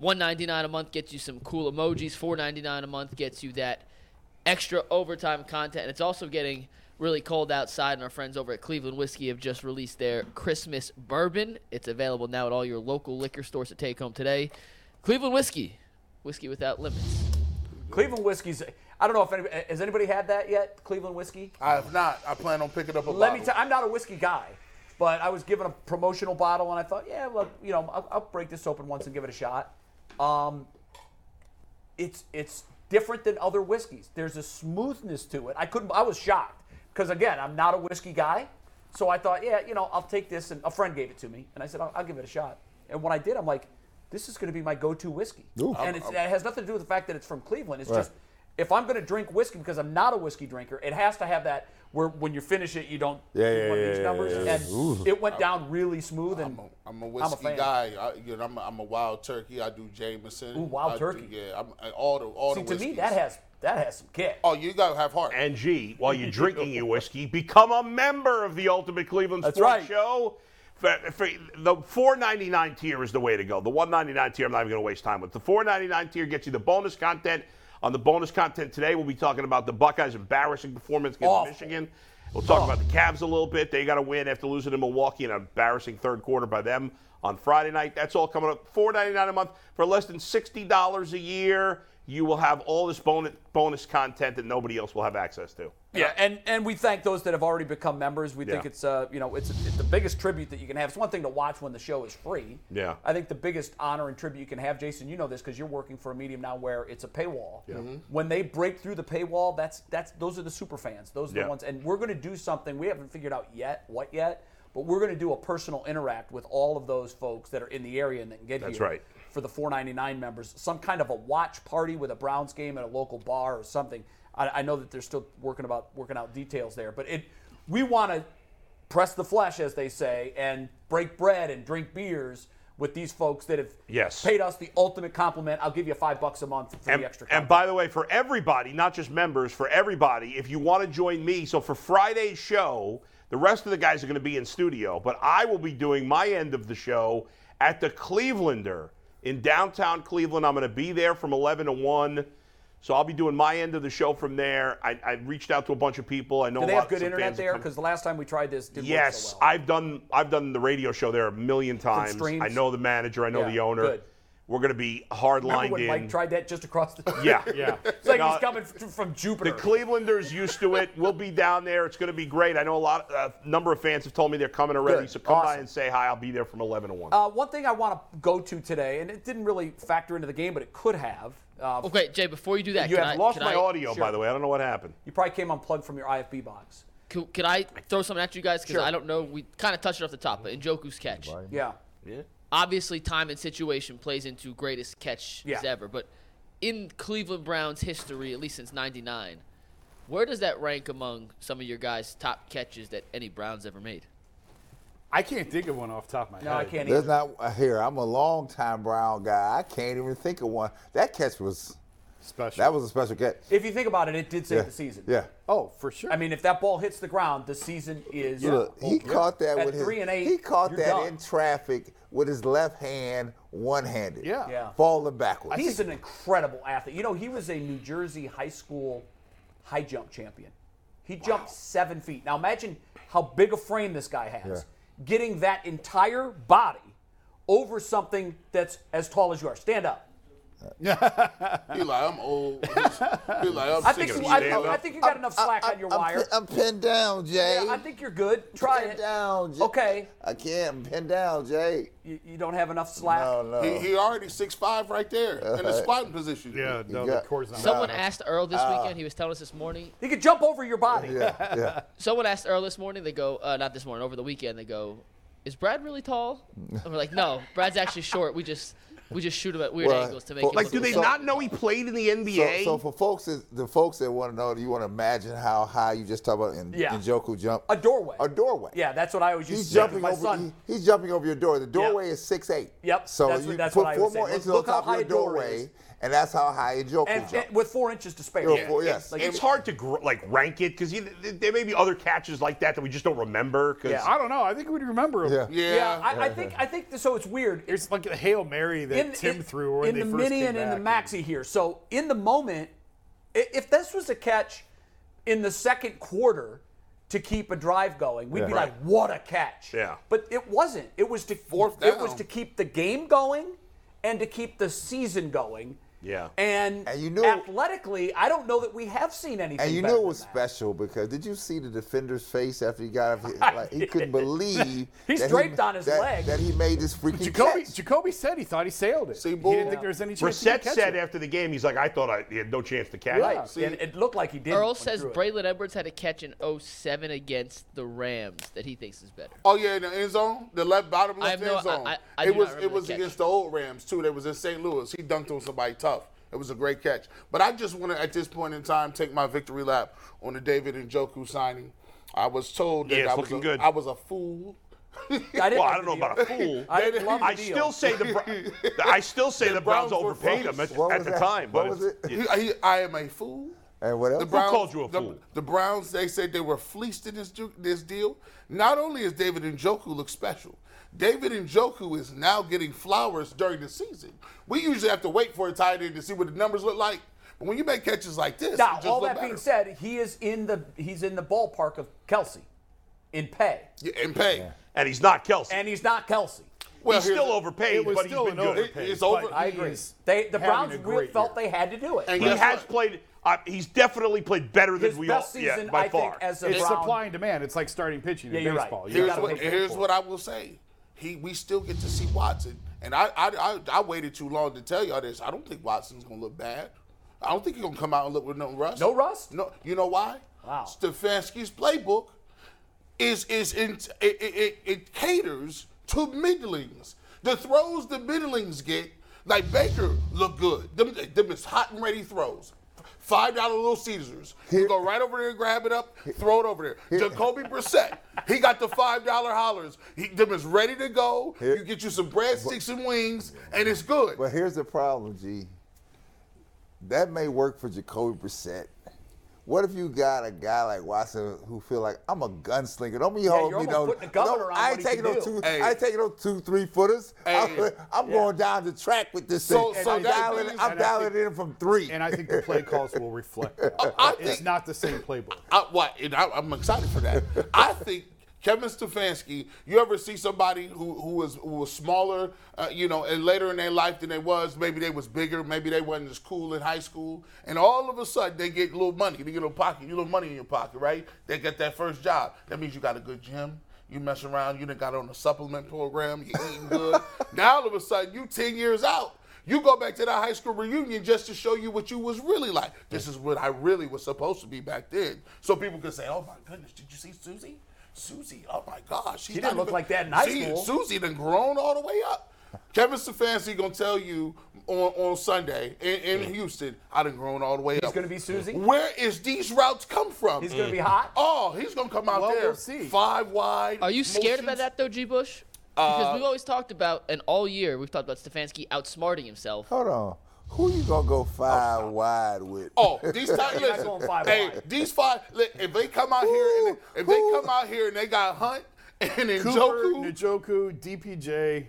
Speaker 6: 199 a month gets you some cool emojis. 499 a month gets you that extra overtime content. And it's also getting really cold outside, and our friends over at Cleveland Whiskey have just released their Christmas bourbon. It's available now at all your local liquor stores to take home today. Cleveland Whiskey, whiskey without limits.
Speaker 4: Cleveland whiskey's. I don't know if anybody, has anybody had that yet. Cleveland whiskey.
Speaker 2: I have not. I plan on picking up a
Speaker 4: Let me.
Speaker 2: bottle.
Speaker 4: T- I'm not a whiskey guy, but I was given a promotional bottle, and I thought, yeah, well, you know, I'll, I'll break this open once and give it a shot. Um, it's it's different than other whiskeys. There's a smoothness to it. I couldn't. I was shocked because again, I'm not a whiskey guy, so I thought, yeah, you know, I'll take this. And a friend gave it to me, and I said, I'll, I'll give it a shot. And when I did, I'm like, this is going to be my go-to whiskey.
Speaker 1: Ooh.
Speaker 4: and it's, it has nothing to do with the fact that it's from Cleveland. It's just if I'm going to drink whiskey because I'm not a whiskey drinker, it has to have that where when you finish it, you don't
Speaker 1: Yeah,
Speaker 4: do
Speaker 1: yeah,
Speaker 4: one of
Speaker 1: yeah,
Speaker 4: these
Speaker 1: yeah,
Speaker 4: numbers.
Speaker 1: yeah, yeah.
Speaker 4: And it went down really smooth. And
Speaker 2: I'm a, I'm a whiskey
Speaker 4: fan.
Speaker 2: guy. I, you know, I'm, a, I'm a wild turkey. I do Jameson.
Speaker 4: Ooh, wild
Speaker 2: I do-
Speaker 4: turkey.
Speaker 2: yeah, I'm, I, all the all
Speaker 4: see,
Speaker 2: the
Speaker 4: to me,
Speaker 2: whiskeys.
Speaker 4: that has that has some kick.
Speaker 2: Oh, you gotta have heart.
Speaker 3: and G, while you're drinking your whiskey, become a member of the Ultimate Cleveland
Speaker 4: That's
Speaker 3: Sports
Speaker 4: right.
Speaker 3: Show. For, for- the 4.99 tier is the way to go. The 1.99 tier, I'm not even going to waste time with. The 4.99 tier gets you the bonus content. On the bonus content today, we'll be talking about the Buckeyes' embarrassing performance against
Speaker 4: Awful.
Speaker 3: Michigan. We'll talk about the Cavs a little bit. They got a win after losing to Milwaukee in an embarrassing third quarter by them on Friday night. That's all coming up. Four ninety nine a month for less than sixty dollars a year. You will have all this bonus bonus content that nobody else will have access to.
Speaker 4: Yeah, and and we thank those that have already become members. We think
Speaker 3: Yeah.
Speaker 4: it's uh you know it's, it's the biggest tribute that you can have. It's one thing to watch when the show is free.
Speaker 3: Yeah.
Speaker 4: I think the biggest honor and tribute you can have, Jason. You know this because you're working for a medium now where it's a paywall. Yeah. When they break through the paywall, that's that's those are the super fans. Those are
Speaker 3: Yeah.
Speaker 4: the ones, and we're going to do something we haven't figured out yet what yet, but we're going to do a personal interact with all of those folks that are in the area and that can get
Speaker 3: That's
Speaker 4: here
Speaker 3: right.
Speaker 4: for the 499 members some kind of a watch party with a browns game at a local bar or something i, I know that they're still working about working out details there but it we want to press the flesh as they say and break bread and drink beers with these folks that have
Speaker 3: Yes.
Speaker 4: paid us the ultimate compliment i'll give you five bucks a month for
Speaker 3: And,
Speaker 4: the extra
Speaker 3: and
Speaker 4: content.
Speaker 3: by the way, for everybody, not just members, for everybody, if you want to join me, so for Friday's show, the rest of the guys are going to be in studio, but I will be doing my end of the show at the Clevelander in downtown Cleveland. I'm going to be there from 11 to 1. So I'll be doing my end of the show from there. I, I reached out to a bunch of people. I know
Speaker 4: do
Speaker 3: a
Speaker 4: they
Speaker 3: lot
Speaker 4: have good
Speaker 3: some
Speaker 4: internet
Speaker 3: fans have
Speaker 4: there
Speaker 3: come-
Speaker 4: because the last time we tried this didn't
Speaker 3: Yes,
Speaker 4: work so well.
Speaker 3: I've done I've done the radio show there a million times.
Speaker 4: streams?
Speaker 3: I know the manager. I know
Speaker 4: Yeah,
Speaker 3: the owner.
Speaker 4: good.
Speaker 3: We're going to be hard
Speaker 4: Remember
Speaker 3: lined
Speaker 4: when
Speaker 3: in.
Speaker 4: Mike tried that just across the
Speaker 3: yeah,
Speaker 5: Yeah.
Speaker 4: it's like
Speaker 3: No,
Speaker 4: he's coming f- from Jupiter.
Speaker 3: The Clevelanders used to it. We'll be down there. It's going to be great. I know a lot, a number of fans have told me they're coming already.
Speaker 4: Good.
Speaker 3: So come by
Speaker 4: Awesome.
Speaker 3: and say hi. I'll be there from 11 to 1.
Speaker 4: Uh, one thing I want to go to today, and it didn't really factor into the game, but it could have. Uh,
Speaker 6: Okay, Jay, before you do that,
Speaker 3: you
Speaker 6: can
Speaker 3: have
Speaker 6: I,
Speaker 3: lost
Speaker 6: can
Speaker 3: my
Speaker 6: I-
Speaker 3: audio,
Speaker 4: Sure.
Speaker 3: by the way. I don't know what happened.
Speaker 4: You probably came unplugged from your IFB box.
Speaker 6: Can, can I throw something at you guys? Because
Speaker 4: Sure.
Speaker 6: I don't know. We kind of touched it off the top, but Njoku's catch.
Speaker 4: Yeah.
Speaker 6: Obviously, time and situation plays into greatest catches
Speaker 4: Yeah.
Speaker 6: ever. But in Cleveland Browns history, at least since 99, where does that rank among some of your guys' top catches that any Browns ever made?
Speaker 5: I can't think of one off the top of my
Speaker 4: No,
Speaker 5: head.
Speaker 4: I can't
Speaker 1: There's
Speaker 4: either.
Speaker 1: not uh, here. I'm a long time Brown guy. I can't even think of one. That catch was
Speaker 5: Special.
Speaker 1: that was a special catch.
Speaker 4: If you think about it, it did save
Speaker 1: Yeah.
Speaker 4: the season.
Speaker 1: Yeah.
Speaker 5: oh, for sure.
Speaker 4: I mean, if that ball hits the ground, the season is.
Speaker 1: Look, he
Speaker 4: over.
Speaker 1: caught that
Speaker 4: At
Speaker 1: with his
Speaker 4: three and eight,
Speaker 1: he caught
Speaker 4: you're
Speaker 1: that
Speaker 4: done.
Speaker 1: in traffic with his left hand, one handed.
Speaker 5: Yeah.
Speaker 4: Yeah.
Speaker 1: Falling backwards.
Speaker 4: He's an incredible athlete. You know, he was a New Jersey high school high jump champion. He jumped seven feet. Now imagine how big a frame this guy has. Getting that entire body over something that's as tall as you are. Stand up.
Speaker 2: He like I'm old. He like I'm
Speaker 4: I think,
Speaker 2: sick
Speaker 4: you,
Speaker 2: of
Speaker 4: I,
Speaker 2: stand
Speaker 4: I
Speaker 2: up.
Speaker 4: think you got enough slack on your
Speaker 1: I'm,
Speaker 4: wire.
Speaker 1: pin- I'm pinned down, Jay.
Speaker 4: Yeah, I think you're good. Try
Speaker 1: pinned
Speaker 4: it.
Speaker 1: down. Jay.
Speaker 4: Okay.
Speaker 1: I can't. I'm pinned down, Jay.
Speaker 4: You, you don't have enough slack.
Speaker 1: No, no.
Speaker 2: He, he already six five right there in the squatting position.
Speaker 5: yeah, uh, no,
Speaker 1: got-
Speaker 5: the cord's not.
Speaker 3: Uh,
Speaker 6: Someone asked Earl this weekend. He was telling us this morning.
Speaker 4: He could jump over your body.
Speaker 1: yeah, yeah.
Speaker 6: Someone asked Earl this morning. They go, uh, not this morning, over the weekend. They go, is Brad really tall? And we're like, no, Brad's actually short. We just we just shoot him at weird
Speaker 1: Well,
Speaker 6: angles to make
Speaker 1: well,
Speaker 6: him
Speaker 3: Like,
Speaker 6: look
Speaker 3: do they
Speaker 6: small."
Speaker 3: not know he played in the NBA?
Speaker 1: So, so for folks, is- the folks that want to know, you want to imagine how high you just talk about in,
Speaker 4: Yeah.
Speaker 1: in Joku jump?
Speaker 4: A doorway.
Speaker 1: A doorway.
Speaker 4: Yeah, that's what I always used
Speaker 1: He's
Speaker 4: to do with
Speaker 1: jumping
Speaker 4: my
Speaker 1: over.
Speaker 4: son.
Speaker 1: he- he's jumping over your door. The doorway
Speaker 4: Yep.
Speaker 1: is six eight.
Speaker 4: Yep,
Speaker 1: So
Speaker 4: that's what-
Speaker 1: you
Speaker 4: that's
Speaker 1: put
Speaker 4: what I
Speaker 1: four
Speaker 4: was saying.
Speaker 1: more
Speaker 4: Look-
Speaker 1: inches
Speaker 4: look
Speaker 1: on top
Speaker 4: how
Speaker 1: of your
Speaker 4: high a door is.
Speaker 1: doorway, and that's how high Joku
Speaker 4: and,
Speaker 1: jumps.
Speaker 4: and with four inches to spare.
Speaker 1: Yeah. Four- yes.
Speaker 4: Like,
Speaker 3: it's hard to gr- like rank it because there may be other catches like that that we just don't remember. 'cause-
Speaker 4: Yeah.
Speaker 5: I don't know. I think we'd remember him.
Speaker 1: yeah.
Speaker 2: Yeah.
Speaker 4: yeah, I, I think I think so. It's weird.
Speaker 5: It's like the Hail Mary that Tim threw when
Speaker 4: in
Speaker 5: they
Speaker 4: the
Speaker 5: first
Speaker 4: mini
Speaker 5: came
Speaker 4: and in the
Speaker 5: back.
Speaker 4: maxi here. So in the moment, I- If this was a catch in the second quarter to keep a drive going, we'd
Speaker 1: Yeah.
Speaker 4: be
Speaker 1: Right.
Speaker 4: like, "What a catch!"
Speaker 3: Yeah.
Speaker 4: But it wasn't. It was to
Speaker 2: Fourth
Speaker 4: It was
Speaker 2: down.
Speaker 4: to keep the game going and to keep the season going.
Speaker 3: Yeah.
Speaker 4: And,
Speaker 1: And you knew-
Speaker 4: athletically, I don't know that we have seen anything.
Speaker 1: And you
Speaker 4: better
Speaker 1: know
Speaker 4: than
Speaker 1: what's
Speaker 4: that.
Speaker 1: special because did you see the defender's face after he got off? Like, he couldn't believe
Speaker 4: He's
Speaker 1: that he-
Speaker 4: draped on his
Speaker 1: that-
Speaker 4: leg.
Speaker 1: that he made this freaking
Speaker 5: Jacoby,
Speaker 1: catch.
Speaker 5: Jacoby said he thought he sailed it.
Speaker 2: See,
Speaker 5: he
Speaker 2: bull-
Speaker 5: didn't think there was any chance. he could
Speaker 3: Brissett
Speaker 5: catch
Speaker 3: said
Speaker 5: it.
Speaker 3: after the game, he's like, I thought I he had no chance to catch
Speaker 5: Yeah.
Speaker 3: it.
Speaker 4: and it looked like he did.
Speaker 6: Earl says Braylon Edwards had a catch in 07 against the Rams that he thinks is better.
Speaker 2: Oh yeah, in the end zone, the left bottom
Speaker 6: I
Speaker 2: left
Speaker 6: have no-
Speaker 2: end zone.
Speaker 6: I- I- I do
Speaker 2: it
Speaker 6: not
Speaker 2: was
Speaker 6: remember
Speaker 2: it
Speaker 6: the
Speaker 2: was
Speaker 6: catch.
Speaker 2: against the old Rams too. That was in St. Louis. He dunked on somebody tough. It was a great catch. But I just want to, at this point in time, take my victory lap on the David and Joku signing. I was told that
Speaker 3: Yeah, it's
Speaker 2: I, was
Speaker 3: looking
Speaker 2: a,
Speaker 3: good.
Speaker 2: I was a fool.
Speaker 4: I didn't
Speaker 3: Well,
Speaker 4: like
Speaker 3: I don't
Speaker 4: the
Speaker 3: know about a
Speaker 4: deal.
Speaker 3: fool.
Speaker 4: I
Speaker 2: They-
Speaker 4: love the
Speaker 3: I
Speaker 4: deal.
Speaker 3: still say the Bro- I still say the Browns
Speaker 2: Browns were
Speaker 3: overpaid him at,
Speaker 2: froze.
Speaker 1: What
Speaker 3: at
Speaker 1: was
Speaker 3: the
Speaker 1: that?
Speaker 3: time.
Speaker 1: What
Speaker 3: but
Speaker 1: was
Speaker 3: it's-
Speaker 1: it?
Speaker 2: He- he- I am a fool.
Speaker 1: And what else?
Speaker 2: The Browns,
Speaker 3: called you a
Speaker 2: the,
Speaker 3: fool?
Speaker 2: The Browns, they said they were fleeced in this, ju- this deal. Not only is David Njoku look special, David Njoku is now getting flowers during the season. We usually have to wait for a tight end to see what the numbers look like. But when you make catches like this, it
Speaker 4: Now,
Speaker 2: just
Speaker 4: all
Speaker 2: look
Speaker 4: that being
Speaker 2: better.
Speaker 4: said, he is in the he's in the ballpark of Kelsey in pay,
Speaker 2: Yeah, and pay.
Speaker 3: and he's not Kelsey.
Speaker 4: and he's not Kelsey.
Speaker 2: Well,
Speaker 3: he's still
Speaker 2: here's-
Speaker 3: overpaid,
Speaker 5: was
Speaker 3: but he's
Speaker 5: still
Speaker 3: been
Speaker 5: an
Speaker 3: good.
Speaker 5: overpay.
Speaker 2: It- it's
Speaker 5: but
Speaker 2: over.
Speaker 5: he
Speaker 2: I
Speaker 4: agree.
Speaker 5: is
Speaker 4: They the
Speaker 5: having
Speaker 4: Browns
Speaker 5: a
Speaker 4: really
Speaker 5: great
Speaker 4: felt
Speaker 5: year.
Speaker 4: they had to do it.
Speaker 2: And
Speaker 3: He
Speaker 2: guess
Speaker 3: has
Speaker 2: what?
Speaker 3: played. Uh, he's definitely played better than
Speaker 4: His
Speaker 3: we
Speaker 4: best
Speaker 3: all.
Speaker 4: season,
Speaker 3: yeah, by
Speaker 4: I
Speaker 3: far.
Speaker 4: think, as a
Speaker 5: It's
Speaker 4: Brown.
Speaker 5: supply and demand. It's like starting pitching
Speaker 4: Yeah,
Speaker 5: in
Speaker 4: you're right.
Speaker 5: baseball.
Speaker 4: Here's
Speaker 5: gotta
Speaker 4: what-
Speaker 5: pay
Speaker 2: And
Speaker 5: for it.
Speaker 2: here's what I will say. He, we still get to see Watson, and I, I, I, I waited too long to tell y'all this. I don't think Watson's gonna look bad. I don't think he's gonna come out and look with no rust.
Speaker 4: No rust?
Speaker 2: No. You know why?
Speaker 4: Wow.
Speaker 2: Stefanski's playbook is is in, it, it, it, it caters to middlings. The throws the middlings get, like Baker, look good. Them, them is hot and ready throws. Five dollar little Caesars. You go right over there, grab it up, throw it over there. Jacoby Brissett, he got the five dollar hollers. He, them is ready to go. You get you some bread, sticks, and wings, and it's good.
Speaker 1: But here's the problem, G. That may work for Jacoby Brissett. What if you got a guy like Watson who feel like I'm a gunslinger? Don't be holding
Speaker 4: you're
Speaker 1: me
Speaker 4: almost
Speaker 1: no.
Speaker 4: putting a governor
Speaker 1: no,
Speaker 4: on
Speaker 1: I
Speaker 4: what
Speaker 1: ain't
Speaker 4: he
Speaker 1: taking
Speaker 4: can
Speaker 1: no
Speaker 4: do.
Speaker 1: two.
Speaker 2: Hey.
Speaker 1: I ain't taking no two, three footers. I'm,
Speaker 2: Hey.
Speaker 1: I'm going down the track with this
Speaker 2: So-
Speaker 1: thing.
Speaker 2: so
Speaker 1: I'm
Speaker 2: that
Speaker 1: dialing,
Speaker 2: means-
Speaker 1: I'm
Speaker 2: and I
Speaker 1: dialing
Speaker 5: think-
Speaker 1: in from three.
Speaker 5: And I think the play calls will reflect. that.
Speaker 2: I
Speaker 5: it's
Speaker 2: think-
Speaker 5: not the same playbook.
Speaker 2: I, why- and I, I'm excited for that. I think Kevin Stefanski. You ever see somebody who who was who was smaller, uh, you know, and later in their life than they was? Maybe they was bigger. Maybe they wasn't as cool in high school. And all of a sudden, they get a little money. They get a little pocket. You little money in your pocket, right? They get that first job. That means you got a good gym. You mess around. You done got on a supplement program. You eating good. now all of a sudden, you ten years out. You go back to that high school reunion just to show you what you was really like. This is what I really was supposed to be back then. So people could say, "Oh my goodness, did you see Susie? Susie, oh my gosh, she
Speaker 4: didn't look like that in high school."
Speaker 2: Susie done grown all the way up." Kevin Stefanski gonna tell you on, on Sunday in, in Houston, I done grown all the way up.
Speaker 4: Mm. He's gonna be Susie.
Speaker 2: Where is these routes come from?
Speaker 4: He's gonna be hot.
Speaker 2: Oh, he's gonna come out
Speaker 5: Well,
Speaker 2: there
Speaker 5: we'll see.
Speaker 2: five wide.
Speaker 6: Are you scared about
Speaker 2: motions.
Speaker 6: that though, G. Bush? Because we've always talked about, and all year we've talked about Stefanski outsmarting himself.
Speaker 1: Hold on. Who you gonna go five wide with?
Speaker 2: Oh, these tight
Speaker 4: You're not
Speaker 2: listen.
Speaker 4: going five
Speaker 2: hey,
Speaker 4: wide.
Speaker 2: these five. li- If they come out here, and they, if they
Speaker 1: Ooh.
Speaker 2: come out here and they got Hunt and then
Speaker 5: Cooper,
Speaker 2: Joku,
Speaker 5: Njoku, DPJ.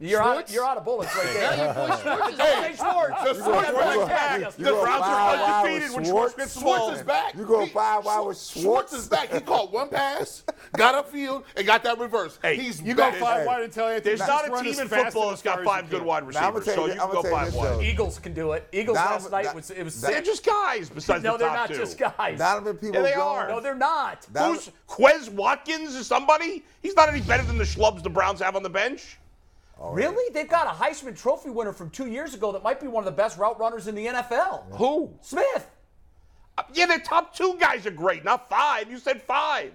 Speaker 4: You're out.
Speaker 5: Schwartz?
Speaker 4: You're out of bullets right
Speaker 6: Now
Speaker 4: there.
Speaker 6: your boy Schwartz is
Speaker 4: Hey, Schwartz.
Speaker 2: the
Speaker 4: You got
Speaker 2: Schwartz-
Speaker 1: you
Speaker 4: one
Speaker 1: go-
Speaker 4: catch.
Speaker 1: you
Speaker 4: That's
Speaker 1: go
Speaker 3: The Browns
Speaker 1: five
Speaker 3: are
Speaker 1: wide with
Speaker 3: undefeated when Schwartz
Speaker 1: Schwartz?
Speaker 3: gets the ball.
Speaker 2: Schwartz is back.
Speaker 1: You go
Speaker 2: He-
Speaker 1: five wide with
Speaker 2: Schwartz
Speaker 1: Schwartz.
Speaker 2: is back. He caught one pass, got upfield, and got that reverse.
Speaker 3: Hey,
Speaker 2: He's
Speaker 5: You go
Speaker 2: back.
Speaker 5: five wide until Anthony.
Speaker 3: There's not
Speaker 5: Run
Speaker 3: a team
Speaker 5: as
Speaker 3: in
Speaker 5: fast
Speaker 3: football
Speaker 5: and
Speaker 3: that's
Speaker 5: as
Speaker 3: got
Speaker 5: far as
Speaker 3: five
Speaker 5: you
Speaker 3: good
Speaker 5: can.
Speaker 3: wide
Speaker 1: Now, I'ma
Speaker 3: receivers,
Speaker 1: tell
Speaker 3: so
Speaker 1: you-
Speaker 3: you can
Speaker 1: I'ma
Speaker 3: go
Speaker 1: tell you
Speaker 3: five
Speaker 1: this,
Speaker 3: wide.
Speaker 1: though.
Speaker 4: Eagles can do it. Eagles
Speaker 1: Now,
Speaker 4: last night
Speaker 1: that-
Speaker 4: was it was.
Speaker 1: that-
Speaker 3: They're just guys besides
Speaker 4: no,
Speaker 3: the
Speaker 4: they're
Speaker 3: top
Speaker 4: not
Speaker 3: two.
Speaker 4: just guys.
Speaker 1: Donovan people
Speaker 3: they are.
Speaker 4: No, they're not.
Speaker 1: Donovan-
Speaker 3: Who's Quez Watkins or somebody? He's not any better than the schlubs the Browns have on the bench.
Speaker 4: Really? They've got a Heisman Trophy winner from two years ago that might be one of the best route runners in the NFL.
Speaker 3: Who?
Speaker 4: Smith.
Speaker 3: Uh, Yeah, their top two guys are great, not five. You said five.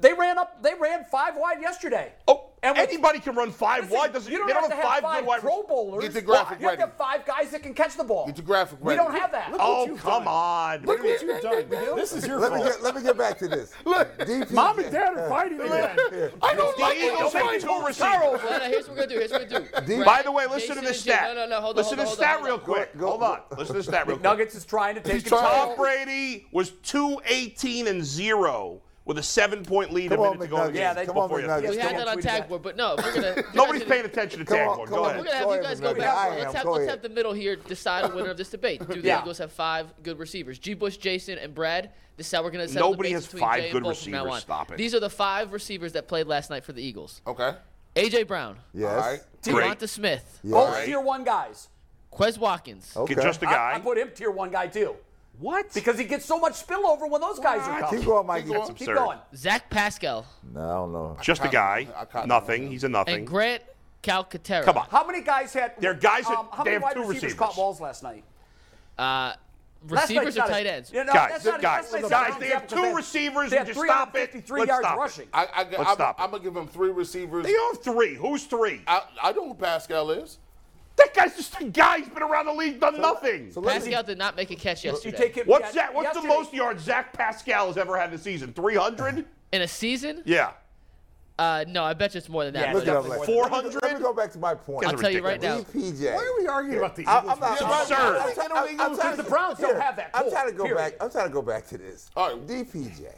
Speaker 4: They ran up. They ran five wide yesterday.
Speaker 3: Oh,
Speaker 4: And with-
Speaker 3: anybody can run five
Speaker 4: Listen,
Speaker 3: wide. Doesn't
Speaker 4: you don't
Speaker 3: they
Speaker 4: have
Speaker 3: don't
Speaker 4: to
Speaker 3: have,
Speaker 4: have
Speaker 3: five
Speaker 4: five
Speaker 3: good wide
Speaker 4: Pro Bowlers.
Speaker 2: Get the graphic
Speaker 4: You have to
Speaker 2: ready.
Speaker 4: have five guys that can catch the ball.
Speaker 2: Get the graphic
Speaker 4: We
Speaker 2: ready.
Speaker 4: don't have that.
Speaker 5: Look what
Speaker 3: Oh,
Speaker 5: you've
Speaker 3: come
Speaker 5: done.
Speaker 3: on.
Speaker 5: Look what you've done. This is your
Speaker 1: Let me
Speaker 5: fault.
Speaker 1: get let me get back to this. DP,
Speaker 5: Mom and Dad are fighting again.
Speaker 2: I don't
Speaker 3: The
Speaker 2: like
Speaker 3: Eagles
Speaker 2: it.
Speaker 3: have two receivers.
Speaker 6: No, no, here's what we're gonna do. Here's what we're gonna do.
Speaker 1: Dude,
Speaker 3: By the way, listen to
Speaker 6: Jason
Speaker 3: this
Speaker 6: and Jim-
Speaker 3: stat.
Speaker 6: No, no, no. Hold
Speaker 3: listen
Speaker 6: on.
Speaker 3: to
Speaker 6: hold
Speaker 3: the
Speaker 6: on,
Speaker 3: stat
Speaker 6: hold on,
Speaker 3: real
Speaker 6: hold on.
Speaker 3: quick.
Speaker 1: Go-
Speaker 3: hold
Speaker 1: go-
Speaker 3: on. Listen to the stat real quick.
Speaker 4: Nuggets is trying to take
Speaker 2: trying-
Speaker 4: control.
Speaker 3: Tom Brady was 218 and 0 with a seven-point lead
Speaker 1: Come
Speaker 3: a
Speaker 1: on,
Speaker 3: minute to go in the
Speaker 1: McNuggets.
Speaker 3: game
Speaker 4: Yeah, they-
Speaker 1: Come on,
Speaker 3: before you-
Speaker 1: McNuggets.
Speaker 6: We
Speaker 4: Yeah,
Speaker 6: had
Speaker 4: someone
Speaker 6: that on
Speaker 4: tweeted
Speaker 6: tag
Speaker 4: that.
Speaker 6: board, but no, we're gonna.
Speaker 3: Nobody's paying attention to
Speaker 1: Come
Speaker 3: tag
Speaker 1: on,
Speaker 3: board.
Speaker 1: come
Speaker 3: Go
Speaker 1: on.
Speaker 3: ahead.
Speaker 6: We're gonna have
Speaker 1: Go
Speaker 6: you
Speaker 1: ahead,
Speaker 6: guys go
Speaker 1: McNuggets.
Speaker 6: back.
Speaker 1: I
Speaker 6: Let's,
Speaker 1: am.
Speaker 6: have,
Speaker 1: Go
Speaker 6: let's
Speaker 1: ahead.
Speaker 6: have the middle here decide a winner of this debate. Do the
Speaker 4: Yeah.
Speaker 6: Eagles have five good receivers? G. Bush, Jason, and Brad. This is how we're gonna settle
Speaker 3: Nobody
Speaker 6: debates
Speaker 3: has
Speaker 6: between
Speaker 3: five
Speaker 6: Jay and
Speaker 3: good
Speaker 6: Bull from now
Speaker 3: receivers.
Speaker 6: on.
Speaker 3: Stop it.
Speaker 6: These are the five receivers that played last night for the Eagles.
Speaker 2: Okay.
Speaker 6: AJ Brown,
Speaker 1: Yes.
Speaker 2: All right.
Speaker 3: Great.
Speaker 6: Devonta Smith,
Speaker 1: Yeah.
Speaker 4: Both
Speaker 1: Right.
Speaker 4: tier one guys.
Speaker 6: Quez Watkins.
Speaker 1: Okay.
Speaker 3: Get just a
Speaker 4: I- I,
Speaker 3: guy.
Speaker 4: put him tier one guy too
Speaker 3: What?
Speaker 4: because he gets so much spillover when those guys are
Speaker 1: Keep
Speaker 4: coming.
Speaker 1: going, Mikey.
Speaker 2: Keep going.
Speaker 4: Keep
Speaker 3: Absurd.
Speaker 4: going.
Speaker 6: Zach Pascal
Speaker 1: No, I don't know.
Speaker 3: just a guy.
Speaker 2: I caught him.
Speaker 3: Nothing. He's a nothing.
Speaker 6: and Grant Calcaterra.
Speaker 3: Come on.
Speaker 4: How many guys had?
Speaker 3: They're guys that-
Speaker 4: Um, how
Speaker 3: they
Speaker 4: many
Speaker 3: have
Speaker 4: wide
Speaker 3: two
Speaker 4: receivers,
Speaker 3: receivers.
Speaker 4: caught balls last night?
Speaker 6: Uh,
Speaker 4: Last night's
Speaker 6: receivers or
Speaker 4: not a-
Speaker 6: tight ends?
Speaker 4: You know,
Speaker 3: Guys,
Speaker 4: that's not-
Speaker 3: guys,
Speaker 4: that's not
Speaker 3: guys,
Speaker 4: an
Speaker 3: they have
Speaker 4: example
Speaker 3: two
Speaker 4: because they-
Speaker 3: receivers
Speaker 4: They
Speaker 3: and
Speaker 4: have
Speaker 3: just stop it.
Speaker 4: 353
Speaker 3: Let's
Speaker 4: yards
Speaker 3: stop it.
Speaker 4: rushing.
Speaker 2: I, I,
Speaker 3: Let's
Speaker 2: I'm,
Speaker 3: stop it.
Speaker 2: I'm gonna give him three receivers.
Speaker 3: They own three. Who's three?
Speaker 2: I, I know who Pascal is.
Speaker 3: That guy's just a guy. He's been around the league, done nothing.
Speaker 1: So let me,
Speaker 6: Pascal did not make a catch yesterday.
Speaker 4: You take it.
Speaker 3: What's
Speaker 4: yes-
Speaker 3: that? What's the
Speaker 4: yesterday-
Speaker 3: most yards Zach Pascal has ever had in a season? 300?
Speaker 6: in a season?
Speaker 3: Yeah.
Speaker 6: Uh, no, I bet you it's more than that.
Speaker 4: Yeah,
Speaker 6: but
Speaker 1: look it up
Speaker 4: Definitely
Speaker 1: later.
Speaker 3: more than-
Speaker 1: Let me go- Let me go back to my point.
Speaker 6: I'll tell you right now.
Speaker 1: DPJ.
Speaker 5: Why are we arguing about the
Speaker 1: I-
Speaker 5: Eagles?
Speaker 1: I'm not.
Speaker 5: versus-
Speaker 1: I'm-
Speaker 3: absurd.
Speaker 1: I'm trying to-
Speaker 4: I'm-
Speaker 1: I'm
Speaker 4: I'm
Speaker 1: trying
Speaker 4: the
Speaker 1: to-
Speaker 4: Browns don't
Speaker 1: here,
Speaker 4: have that
Speaker 1: I'm
Speaker 4: pull,
Speaker 1: trying to go
Speaker 4: period.
Speaker 1: back. I'm trying to go back to this.
Speaker 2: All right.
Speaker 1: DPJ.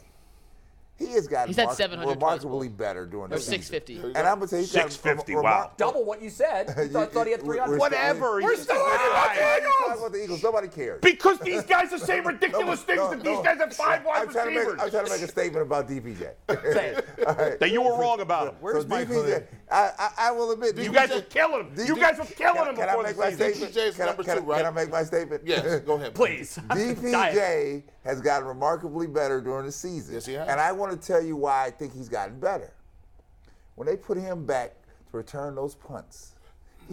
Speaker 1: He has gotten
Speaker 6: He's had
Speaker 1: mark-
Speaker 6: 700
Speaker 1: remarkably better during the
Speaker 6: Or
Speaker 1: season.
Speaker 6: 650.
Speaker 1: And I'm gonna tell you, he's gotten
Speaker 3: 650,
Speaker 1: remar-
Speaker 3: wow.
Speaker 4: Double what you said. You thought, thought he had
Speaker 1: We're- we're still-
Speaker 4: 300.
Speaker 3: Whatever.
Speaker 1: We're
Speaker 3: He's
Speaker 1: still
Speaker 3: just
Speaker 1: talking
Speaker 3: a guy.
Speaker 1: about the Eagles. Talking about the Eagles. Nobody cares.
Speaker 3: Because these guys are saying ridiculous
Speaker 1: No,
Speaker 3: things
Speaker 1: no, no.
Speaker 3: that these guys have five wide
Speaker 1: I'm trying, to
Speaker 3: receivers.
Speaker 1: make, I'm trying to make a statement about DPJ.
Speaker 4: Say it.
Speaker 1: All right.
Speaker 3: that you were wrong about him.
Speaker 1: so DPJ, I, I, I will admit,
Speaker 3: You guys were killing him.
Speaker 1: D-
Speaker 3: You
Speaker 1: D-
Speaker 3: guys were killing
Speaker 1: can,
Speaker 3: him
Speaker 1: Can I
Speaker 3: before
Speaker 1: make
Speaker 3: the
Speaker 1: my
Speaker 3: season.
Speaker 1: statement?
Speaker 2: DPJ is
Speaker 1: Can I-
Speaker 2: number
Speaker 1: can I-
Speaker 2: two, right?
Speaker 1: Can I make my statement?
Speaker 2: Yes. go ahead.
Speaker 4: Please. Diet.
Speaker 1: DPJ has gotten remarkably better during the season.
Speaker 2: Yes, he has.
Speaker 1: And I want to tell you why I think he's gotten better. When they put him back to return those punts,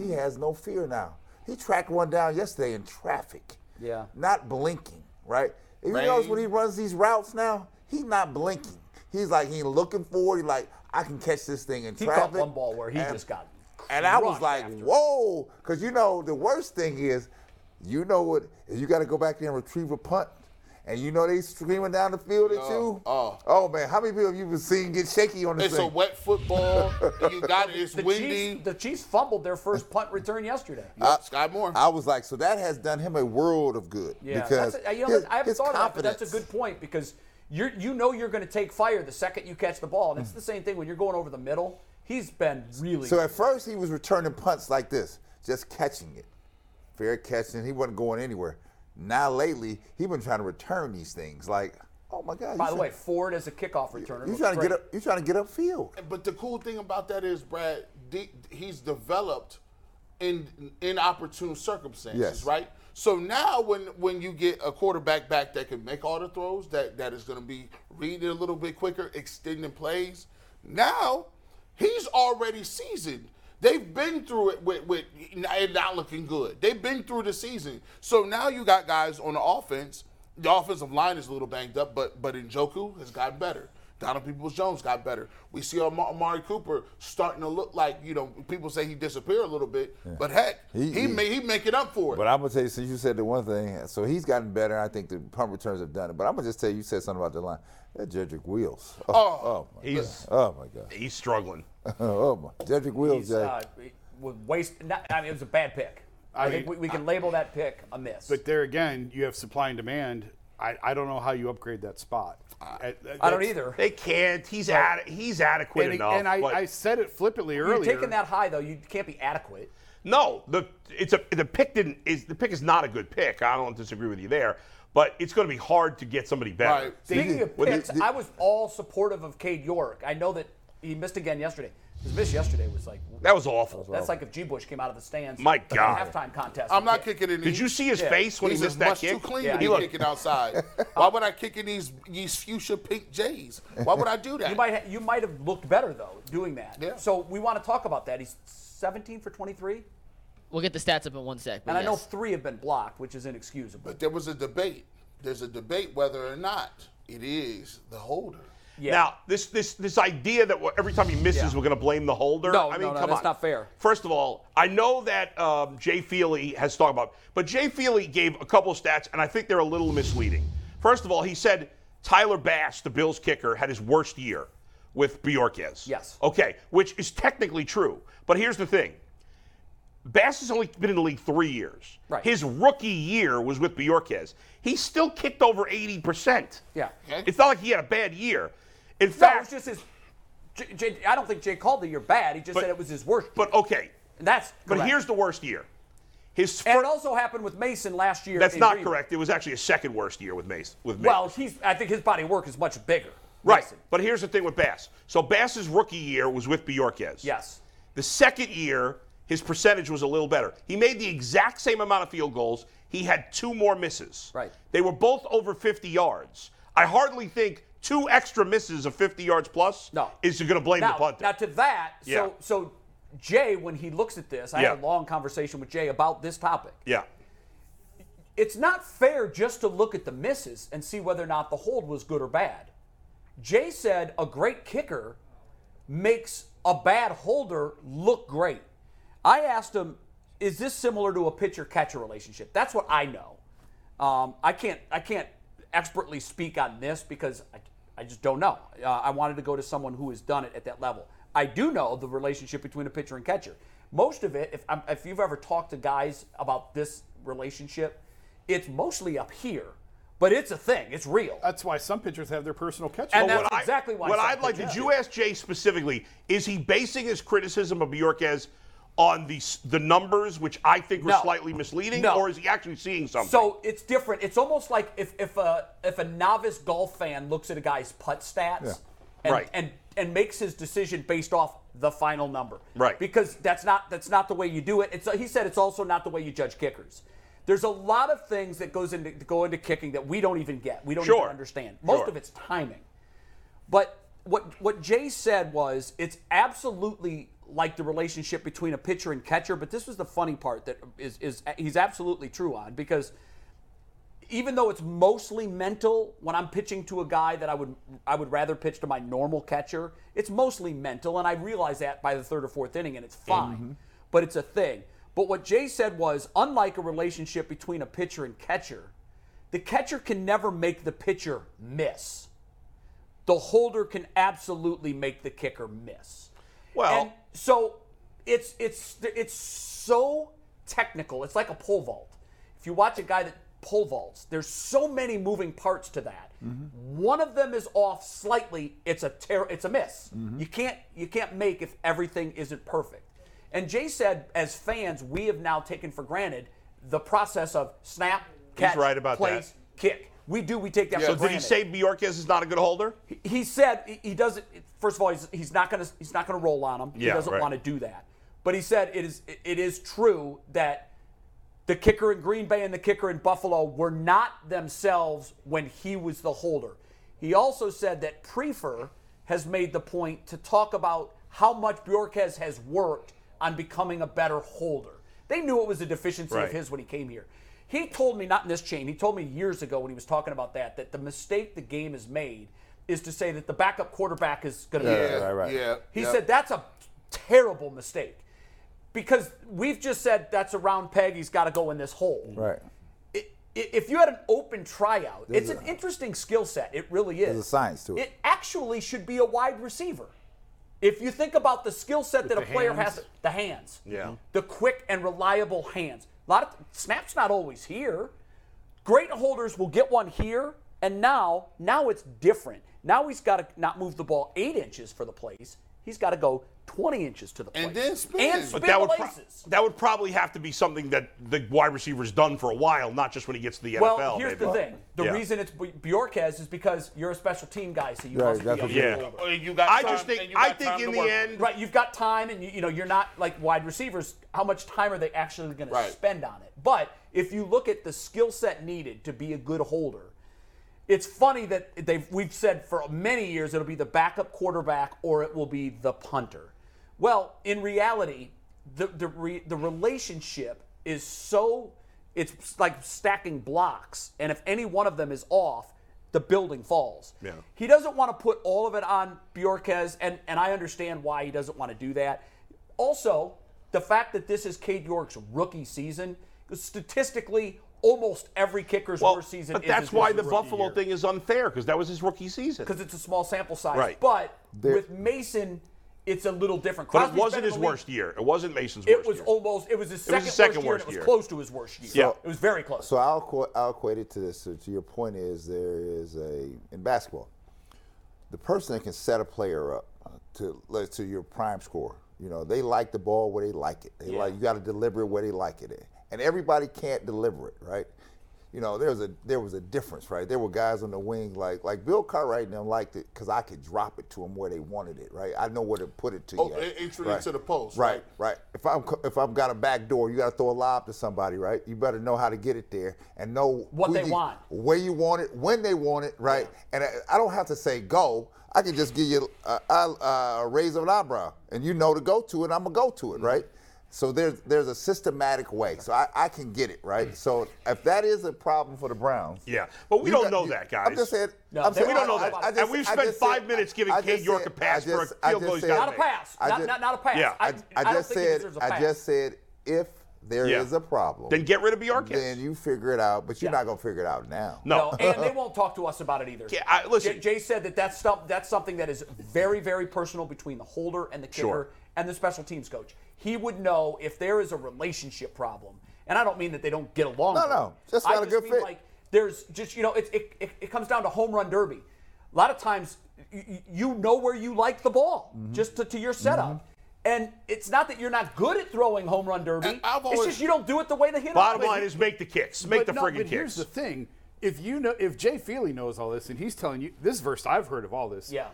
Speaker 1: he has no fear now. He tracked one down yesterday in traffic.
Speaker 4: Yeah.
Speaker 1: Not blinking, right? If you notice when he runs these routes now, he's not blinking. He's like he looking forward. He like I can catch this thing in
Speaker 4: He
Speaker 1: traffic.
Speaker 4: caught one ball where he
Speaker 1: and-
Speaker 4: just got.
Speaker 1: and I was
Speaker 4: crushed
Speaker 1: like,
Speaker 4: after.
Speaker 1: whoa, because you know the worst thing is, you know what? If you got to go back there and retrieve a punt, and you know they screaming down the field at you.
Speaker 2: oh.
Speaker 1: oh man, how many people have you been seeing get shaky on this
Speaker 2: It's a
Speaker 1: thing?
Speaker 2: wet football. and you got it. It's
Speaker 4: The
Speaker 2: windy.
Speaker 4: Chiefs, the Chiefs fumbled their first punt return yesterday.
Speaker 2: Sky Moore.
Speaker 1: I was like, so that has done him a world of good
Speaker 4: Yeah,
Speaker 1: because
Speaker 4: that's a, you know,
Speaker 1: his,
Speaker 4: I haven't
Speaker 1: his
Speaker 4: thought about that.
Speaker 1: confidence.
Speaker 4: but That's a good point because you you know you're going to take fire the second you catch the ball, and it's the same thing when you're going over the middle. He's been really.
Speaker 1: Hmm. So at first he was returning punts like this, just catching it, fair catching. He wasn't going anywhere. Now lately he been trying to return these things. Like, oh my God!
Speaker 4: by
Speaker 1: you
Speaker 4: the
Speaker 1: try-
Speaker 4: way, Ford as a kickoff returner.
Speaker 1: you
Speaker 4: looks
Speaker 1: trying to get
Speaker 4: great.
Speaker 1: up? You trying to get upfield?
Speaker 2: But the cool thing about that is, Brad, de- he's developed in in opportune circumstances,
Speaker 1: Yes.
Speaker 2: right? So now, when when you get a quarterback back that can make all the throws, that that is going to be reading a little bit quicker, extending plays. Now, he's already seasoned. They've been through it with, with and not looking good. They've been through the season. So now you got guys on the offense. The offensive line is a little banged up, but but Njoku has gotten better. Donald Peoples Jones got better. We see Am- Amari Cooper starting to look like you know people say he disappeared a little bit, but heck,
Speaker 1: He-
Speaker 2: he
Speaker 1: he-
Speaker 2: he, ma- he making up for it.
Speaker 1: But I'm gonna tell you, since you said the one thing, so he's gotten better. I think the punt returns have done it. But I'm gonna just tell you, you said something about the line. That Jedrick Wheels. Oh,
Speaker 2: Oh.
Speaker 1: my,
Speaker 3: He's
Speaker 1: oh my God.
Speaker 3: he's struggling.
Speaker 1: Oh my. Jedrick Wheels.
Speaker 4: He's,
Speaker 1: Jay.
Speaker 4: uh, would waste. Not, I mean, it was a bad pick. I, think we, we can label that pick a miss.
Speaker 5: But there again, you have supply and demand. I, I don't know how you upgrade that spot. I,
Speaker 4: I don't either.
Speaker 3: They can't. He's ad, he's adequate
Speaker 5: And,
Speaker 3: enough.
Speaker 5: and I,
Speaker 3: but-
Speaker 5: I said it flippantly
Speaker 4: You're
Speaker 5: earlier.
Speaker 4: taking that high though. You can't be adequate.
Speaker 3: No, the it's a the pick didn't is the pick is not a good pick. I don't disagree with you there, but it's going to be hard to get somebody better.
Speaker 2: Right.
Speaker 4: Speaking of
Speaker 1: Well, the-
Speaker 4: picks,
Speaker 1: the-
Speaker 4: I was all supportive of Cade York. I know that he missed again yesterday. His miss yesterday was like
Speaker 3: That was awful.
Speaker 4: that's like if G. Bush came out of the stands.
Speaker 3: My
Speaker 4: at the
Speaker 3: God.
Speaker 4: halftime contest.
Speaker 2: I'm not
Speaker 4: Yeah.
Speaker 2: kicking it.
Speaker 3: Did you see his
Speaker 4: Yeah.
Speaker 3: face when
Speaker 2: He's
Speaker 3: he missed
Speaker 2: as
Speaker 3: that
Speaker 2: much
Speaker 3: kick?
Speaker 2: too clean
Speaker 4: Yeah.
Speaker 2: to
Speaker 4: He
Speaker 2: be
Speaker 3: looked-
Speaker 2: kicking outside. Why would I kick in these these fuchsia pink J's? Why would I do that?
Speaker 4: You might ha- you might have looked better though doing that.
Speaker 2: Yeah.
Speaker 4: So we want to talk about that. He's 17 for 23, and
Speaker 6: We'll get the stats up in one sec. But
Speaker 4: I know
Speaker 6: yes.
Speaker 4: three have been blocked, which is inexcusable.
Speaker 2: but there was a debate. There's a debate whether or not it is the holder.
Speaker 4: Yeah.
Speaker 3: Now this this this idea that we're- every time he misses,
Speaker 4: Yeah.
Speaker 3: we're going to blame the holder.
Speaker 4: No,
Speaker 3: I mean,
Speaker 4: no, no,
Speaker 3: come
Speaker 4: that's
Speaker 3: on.
Speaker 4: not fair.
Speaker 3: First of all, I know that um, Jay Feely has talked about, but Jay Feely gave a couple of stats, and I think they're a little misleading. First of all, he said Tyler Bass, the Bills kicker, had his worst year with Bjorkes.
Speaker 4: Yes.
Speaker 3: Okay, which is technically true, but here's the thing. Bass has only been in the league three years.
Speaker 4: Right.
Speaker 3: His rookie year was with Bjorkes. He still kicked over 80%.
Speaker 4: Yeah.
Speaker 2: Okay.
Speaker 3: It's not like he had a bad year. In
Speaker 4: No, it was
Speaker 3: fact,
Speaker 4: just his. J- J- I don't think Jay called the year bad. He just
Speaker 3: But-
Speaker 4: said it was his worst.
Speaker 3: but okay.
Speaker 4: and that's
Speaker 3: But
Speaker 4: correct.
Speaker 3: here's the worst year. His
Speaker 4: and
Speaker 3: fir-
Speaker 4: it also happened with Mason last year.
Speaker 3: that's
Speaker 4: in
Speaker 3: not
Speaker 4: Green Bay.
Speaker 3: correct. It was actually a second worst year with Mace. With Mace.
Speaker 4: Well, he's. I think his body of work is much bigger.
Speaker 3: right.
Speaker 4: Mason.
Speaker 3: But here's the thing with Bass. So Bass's rookie year was with Bjorquez.
Speaker 4: Yes.
Speaker 3: The second year, his percentage was a little better. He made the exact same amount of field goals. He had two more misses.
Speaker 4: Right.
Speaker 3: They were both over 50 yards. I hardly think two extra misses of 50 yards plus
Speaker 4: No.
Speaker 3: is going to blame the
Speaker 4: Now,
Speaker 3: punter.
Speaker 4: now to that,
Speaker 3: Yeah.
Speaker 4: so so Jay, when he looks at this, I had
Speaker 3: Yeah.
Speaker 4: a long conversation with Jay about this topic.
Speaker 3: yeah.
Speaker 4: It's not fair just to look at the misses and see whether or not the hold was good or bad. Jay said a great kicker makes a bad holder look great. I asked him, is this similar to a pitcher catcher relationship? That's what I know. Um, I can't I can't expertly speak on this because I, I just don't know. Uh, I wanted to go to someone who has done it at that level. I do know the relationship between a pitcher and catcher. Most of it, if I'm, if you've ever talked to guys about this relationship, it's mostly up here, but it's a thing. It's real.
Speaker 5: That's why some pitchers have their personal catch.
Speaker 4: And
Speaker 5: Well,
Speaker 4: that's
Speaker 3: what I-
Speaker 4: exactly why.
Speaker 3: What
Speaker 4: some
Speaker 3: I'd like,
Speaker 4: pitchers
Speaker 3: did
Speaker 4: do.
Speaker 3: you ask Jay specifically? Is he basing his criticism of Bjorquez on the s- the numbers, which I think were
Speaker 4: No.
Speaker 3: slightly misleading,
Speaker 4: No.
Speaker 3: or is he actually seeing something?
Speaker 4: So it's different. It's almost like if if a if a novice golf fan looks at a guy's putt stats
Speaker 1: Yeah.
Speaker 4: and,
Speaker 3: Right.
Speaker 4: and and makes his decision based off the final number.
Speaker 3: Right.
Speaker 4: Because that's not that's not the way you do it. It's he said it's also not the way you judge kickers. There's a lot of things that goes into go into kicking that we don't even get. We don't
Speaker 3: Sure.
Speaker 4: even understand. Most
Speaker 3: Sure.
Speaker 4: of it's timing. But what what Jay said was it's absolutely like the relationship between a pitcher and catcher. But this was the funny part that is is he's absolutely true on because even though it's mostly mental when I'm pitching to a guy that I would I would rather pitch to my normal catcher, it's mostly mental, and I realize that by the third or fourth inning, and it's fine. But it's a thing. But what Jay said was, unlike a relationship between a pitcher and catcher, the catcher can never make the pitcher miss. The holder can absolutely make the kicker miss.
Speaker 3: well,
Speaker 4: And so it's it's it's so technical. It's like a pole vault. If you watch a guy that pole vaults, there's so many moving parts to that.
Speaker 3: Mm-hmm.
Speaker 4: One of them is off slightly. It's a ter- it's a miss.
Speaker 3: Mm-hmm.
Speaker 4: You can't you can't make if everything isn't perfect. And Jay said, as fans, we have now taken for granted the process of snap, catch,
Speaker 3: right about
Speaker 4: place, kick. We do. We take that.
Speaker 2: Yeah.
Speaker 4: for
Speaker 3: so did he
Speaker 4: granted
Speaker 3: say Bjorquez is not a good holder?
Speaker 4: he said he- he doesn't. First of all, he's, he's not gonna he's not gonna roll on him. He
Speaker 3: Yeah,
Speaker 4: doesn't
Speaker 3: right.
Speaker 4: want to do that. But he said it is it is true that the kicker in Green Bay and the kicker in Buffalo were not themselves when he was the holder. He also said that Prefer has made the point to talk about how much Bjorquez has worked on becoming a better holder. They knew it was a deficiency
Speaker 3: Right.
Speaker 4: of his when he came here. He told me, not in this chain, he told me years ago when he was talking about that, that the mistake the game has made is to say that the backup quarterback is going to be.
Speaker 2: Yeah,
Speaker 1: Right, right.
Speaker 2: yeah.
Speaker 4: He
Speaker 2: yeah.
Speaker 4: said that's a terrible mistake because we've just said that's a round peg. He's got to go in this hole.
Speaker 1: Right.
Speaker 4: I- i- if you had an open tryout, it's
Speaker 1: There's
Speaker 4: an
Speaker 1: a-
Speaker 4: interesting skill set. It really is.
Speaker 1: There's a science to it.
Speaker 4: It actually should be a wide receiver. If you think about the skill set that a player
Speaker 5: hands.
Speaker 4: has, the hands,
Speaker 3: Yeah.
Speaker 4: the quick and reliable hands. A lot of snaps not always here. Great holders will get one here, and now now it's different. Now he's got to not move the ball eight inches for the place. He's got to go twenty inches to the place
Speaker 2: And then spin.
Speaker 4: and
Speaker 2: But
Speaker 4: spin
Speaker 3: that would pro-
Speaker 4: places.
Speaker 3: that would probably have to be something that the wide receiver's done for a while, not just when he gets to the
Speaker 4: Well,
Speaker 3: NFL.
Speaker 4: here's
Speaker 3: maybe.
Speaker 4: the thing. The
Speaker 3: Yeah.
Speaker 4: reason it's B- Bjorquez is because you're a special team guy, so you
Speaker 1: Right,
Speaker 4: must be
Speaker 1: that's
Speaker 4: able
Speaker 1: what-
Speaker 4: to
Speaker 3: Yeah.
Speaker 4: hold it.
Speaker 2: Well, you got
Speaker 3: I
Speaker 2: time,
Speaker 3: just think
Speaker 2: and you
Speaker 3: I
Speaker 2: got
Speaker 3: think
Speaker 2: time to
Speaker 3: in
Speaker 2: work.
Speaker 3: the end,
Speaker 4: Right, you've got time, and you, you know you're not like wide receivers. How much time are they actually going
Speaker 2: Right.
Speaker 4: to spend on it? But if you look at the skill set needed to be a good holder, it's funny that they've we've said for many years it'll be the backup quarterback or it will be the punter. Well, in reality, the the re, the relationship is so it's like stacking blocks, and if any one of them is off, the building falls.
Speaker 3: Yeah.
Speaker 4: He doesn't want to put all of it on Bjorquez, and and I understand why he doesn't want to do that. Also, the fact that this is Cade York's rookie season, statistically, almost every kicker's
Speaker 3: Well,
Speaker 4: worst season.
Speaker 3: but
Speaker 4: is
Speaker 3: that's
Speaker 4: his
Speaker 3: why
Speaker 4: rookie
Speaker 3: the Buffalo
Speaker 4: year.
Speaker 3: thing is unfair because that was his rookie season.
Speaker 4: because it's a small sample size.
Speaker 3: Right.
Speaker 4: But
Speaker 1: There-
Speaker 4: with Mason, it's a little different.
Speaker 3: But it
Speaker 4: Crosby's
Speaker 3: wasn't
Speaker 4: been in
Speaker 3: his
Speaker 4: the league-
Speaker 3: worst year. It wasn't Mason's
Speaker 4: It
Speaker 3: worst
Speaker 4: was
Speaker 3: year.
Speaker 4: almost. It was his
Speaker 3: It was
Speaker 4: second,
Speaker 3: his second worst
Speaker 4: worst, year. And it
Speaker 3: year.
Speaker 4: was close to his worst year.
Speaker 3: Yeah.
Speaker 4: it was very close.
Speaker 1: So I'll, equa- I'll equate it to this. So to your point is there is a in basketball, the person that can set a player up uh, to let to your prime score. You know, they like the ball where they like it. They like you got to deliver it where they like it, and everybody can't deliver it, right? You know, there's a there was a difference, right? There were guys on the wing like like Bill Cartwright and them liked it because I could drop it to them where they wanted it, right? I know where to put it to
Speaker 2: Oh,
Speaker 1: you.
Speaker 2: e- entry
Speaker 1: right?
Speaker 2: into the post,
Speaker 1: right?
Speaker 2: right.
Speaker 1: Right. If I'm co- if I've got a back door, you got to throw a lob to somebody, right? You better know how to get it there and know
Speaker 4: What
Speaker 1: who
Speaker 4: they want.
Speaker 1: where you want it, when they want it, right? And I, I don't have to say go. I can just give you a, a, a raise of an eyebrow, and you know to go to it. I'm gonna go to it,
Speaker 3: Mm-hmm.
Speaker 1: right? So there's there's a systematic way, so I, I can get it right. So if that is a problem for the Browns,
Speaker 3: Mm. Yeah, but we
Speaker 1: you
Speaker 3: don't
Speaker 1: got-
Speaker 3: know
Speaker 1: you-
Speaker 3: that,
Speaker 1: I'm
Speaker 3: guys.
Speaker 1: just saying.
Speaker 4: No,
Speaker 1: I'm
Speaker 4: they-
Speaker 1: saying-
Speaker 4: we don't know that.
Speaker 1: just-
Speaker 3: And we've
Speaker 1: I
Speaker 3: spent
Speaker 1: just
Speaker 3: five
Speaker 1: said-
Speaker 3: minutes giving
Speaker 1: I
Speaker 3: Cade
Speaker 1: just
Speaker 3: York a
Speaker 1: said-
Speaker 3: pass
Speaker 1: I just-
Speaker 3: for a field
Speaker 1: I
Speaker 3: goal
Speaker 1: just
Speaker 3: he's gotta
Speaker 1: said-
Speaker 4: Not a pass.
Speaker 1: I
Speaker 4: Not,
Speaker 1: just-
Speaker 4: not, not a pass.
Speaker 3: Yeah.
Speaker 1: I,
Speaker 4: I,
Speaker 1: I
Speaker 4: don't
Speaker 1: just
Speaker 4: think he
Speaker 1: said.
Speaker 4: deserves a pass.
Speaker 1: I just said if there is
Speaker 3: Yeah.
Speaker 1: a problem,
Speaker 3: Then get rid of Bjork.
Speaker 1: then you figure it out. But you're
Speaker 4: Yeah.
Speaker 1: not gonna figure it out now.
Speaker 3: no.
Speaker 4: No, and they won't talk to us about it either.
Speaker 3: Yeah, I- listen.
Speaker 4: J- Jay said that that's stuff. That's something that is very, very personal between the holder and the kicker
Speaker 3: Sure.
Speaker 4: and the special teams coach. He would know if there is a relationship problem, and I don't mean that they don't get along.
Speaker 1: No,
Speaker 4: but
Speaker 1: no, just
Speaker 4: I
Speaker 1: not a good
Speaker 4: mean,
Speaker 1: fit.
Speaker 4: Like there's just you know it it, it it comes down to home run derby. A lot of times y- y- you know where you like the ball just to, to your setup. And it's not that you're not good at throwing home run derby.
Speaker 2: And I've
Speaker 4: it's
Speaker 2: always-
Speaker 4: just you don't do it the way the hitter.
Speaker 3: Bottom
Speaker 4: does.
Speaker 3: line is make the kicks, make the
Speaker 5: But no,
Speaker 3: friggin'
Speaker 5: but
Speaker 3: kicks.
Speaker 5: Here's the thing: if you know, if Jay Feely knows all this, and he's telling you this verse, I've heard of all this.
Speaker 4: Yeah.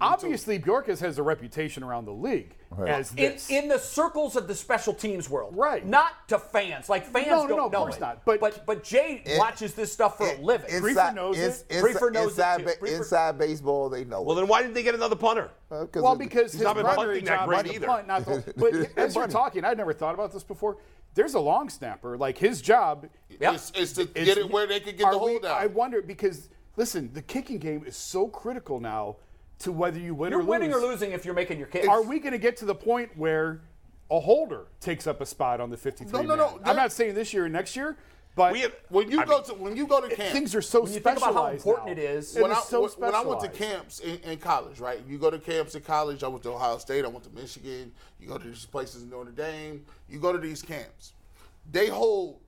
Speaker 5: Obviously, Bjorkas has a reputation around the league as
Speaker 4: in,
Speaker 5: this.
Speaker 4: in the circles of the special teams world,
Speaker 5: Right.
Speaker 4: Not to fans. Like fans
Speaker 5: No, no,
Speaker 4: don't
Speaker 5: no, of
Speaker 4: know
Speaker 5: course
Speaker 4: it.
Speaker 5: not. But-
Speaker 4: but but Jay watches this stuff for a living.
Speaker 1: Inside,
Speaker 5: Briefer knows
Speaker 1: ins-
Speaker 5: it.
Speaker 1: ins-
Speaker 4: Briefer knows it
Speaker 1: inside,
Speaker 4: too.
Speaker 1: ba-
Speaker 4: Briefer-
Speaker 1: inside baseball, they know.
Speaker 3: well,
Speaker 1: it.
Speaker 3: then why didn't they get another punter?
Speaker 1: Uh, 'cause
Speaker 5: well,
Speaker 1: it's-
Speaker 5: because his
Speaker 3: not been
Speaker 5: primary
Speaker 3: punting that
Speaker 5: job
Speaker 3: great
Speaker 5: is
Speaker 3: either.
Speaker 5: to punt, not the, But as you're
Speaker 1: Funny.
Speaker 5: talking, I'd never thought about this before. There's a long snapper. Like his job
Speaker 4: Yep.
Speaker 2: It's, it's to
Speaker 5: is-
Speaker 2: get it where they could get
Speaker 5: are
Speaker 2: the
Speaker 5: we-
Speaker 2: hold
Speaker 5: I
Speaker 2: out.
Speaker 5: wonder because listen, the kicking game is so critical now to whether you win
Speaker 4: You're
Speaker 5: or lose.
Speaker 4: winning or losing if you're making your kick.
Speaker 5: Are we going to get to the point where a holder takes up a spot on the 53?
Speaker 2: No, no, no,
Speaker 5: man?
Speaker 2: there-
Speaker 5: I'm not saying this year or next year, but
Speaker 3: We have,
Speaker 2: When you
Speaker 3: I
Speaker 2: go
Speaker 3: mean,
Speaker 2: to when you go to camp,
Speaker 5: things are so
Speaker 4: When you think
Speaker 5: specialized.
Speaker 4: about how important
Speaker 5: now.
Speaker 4: it is-
Speaker 5: It
Speaker 4: When
Speaker 5: is
Speaker 2: I-
Speaker 5: so
Speaker 2: when I went to
Speaker 5: specialized.
Speaker 2: camps in, in college, right? You go to camps in college. I went to Ohio State. I went to Michigan. You go to these places in Notre Dame. You go to these camps. They hold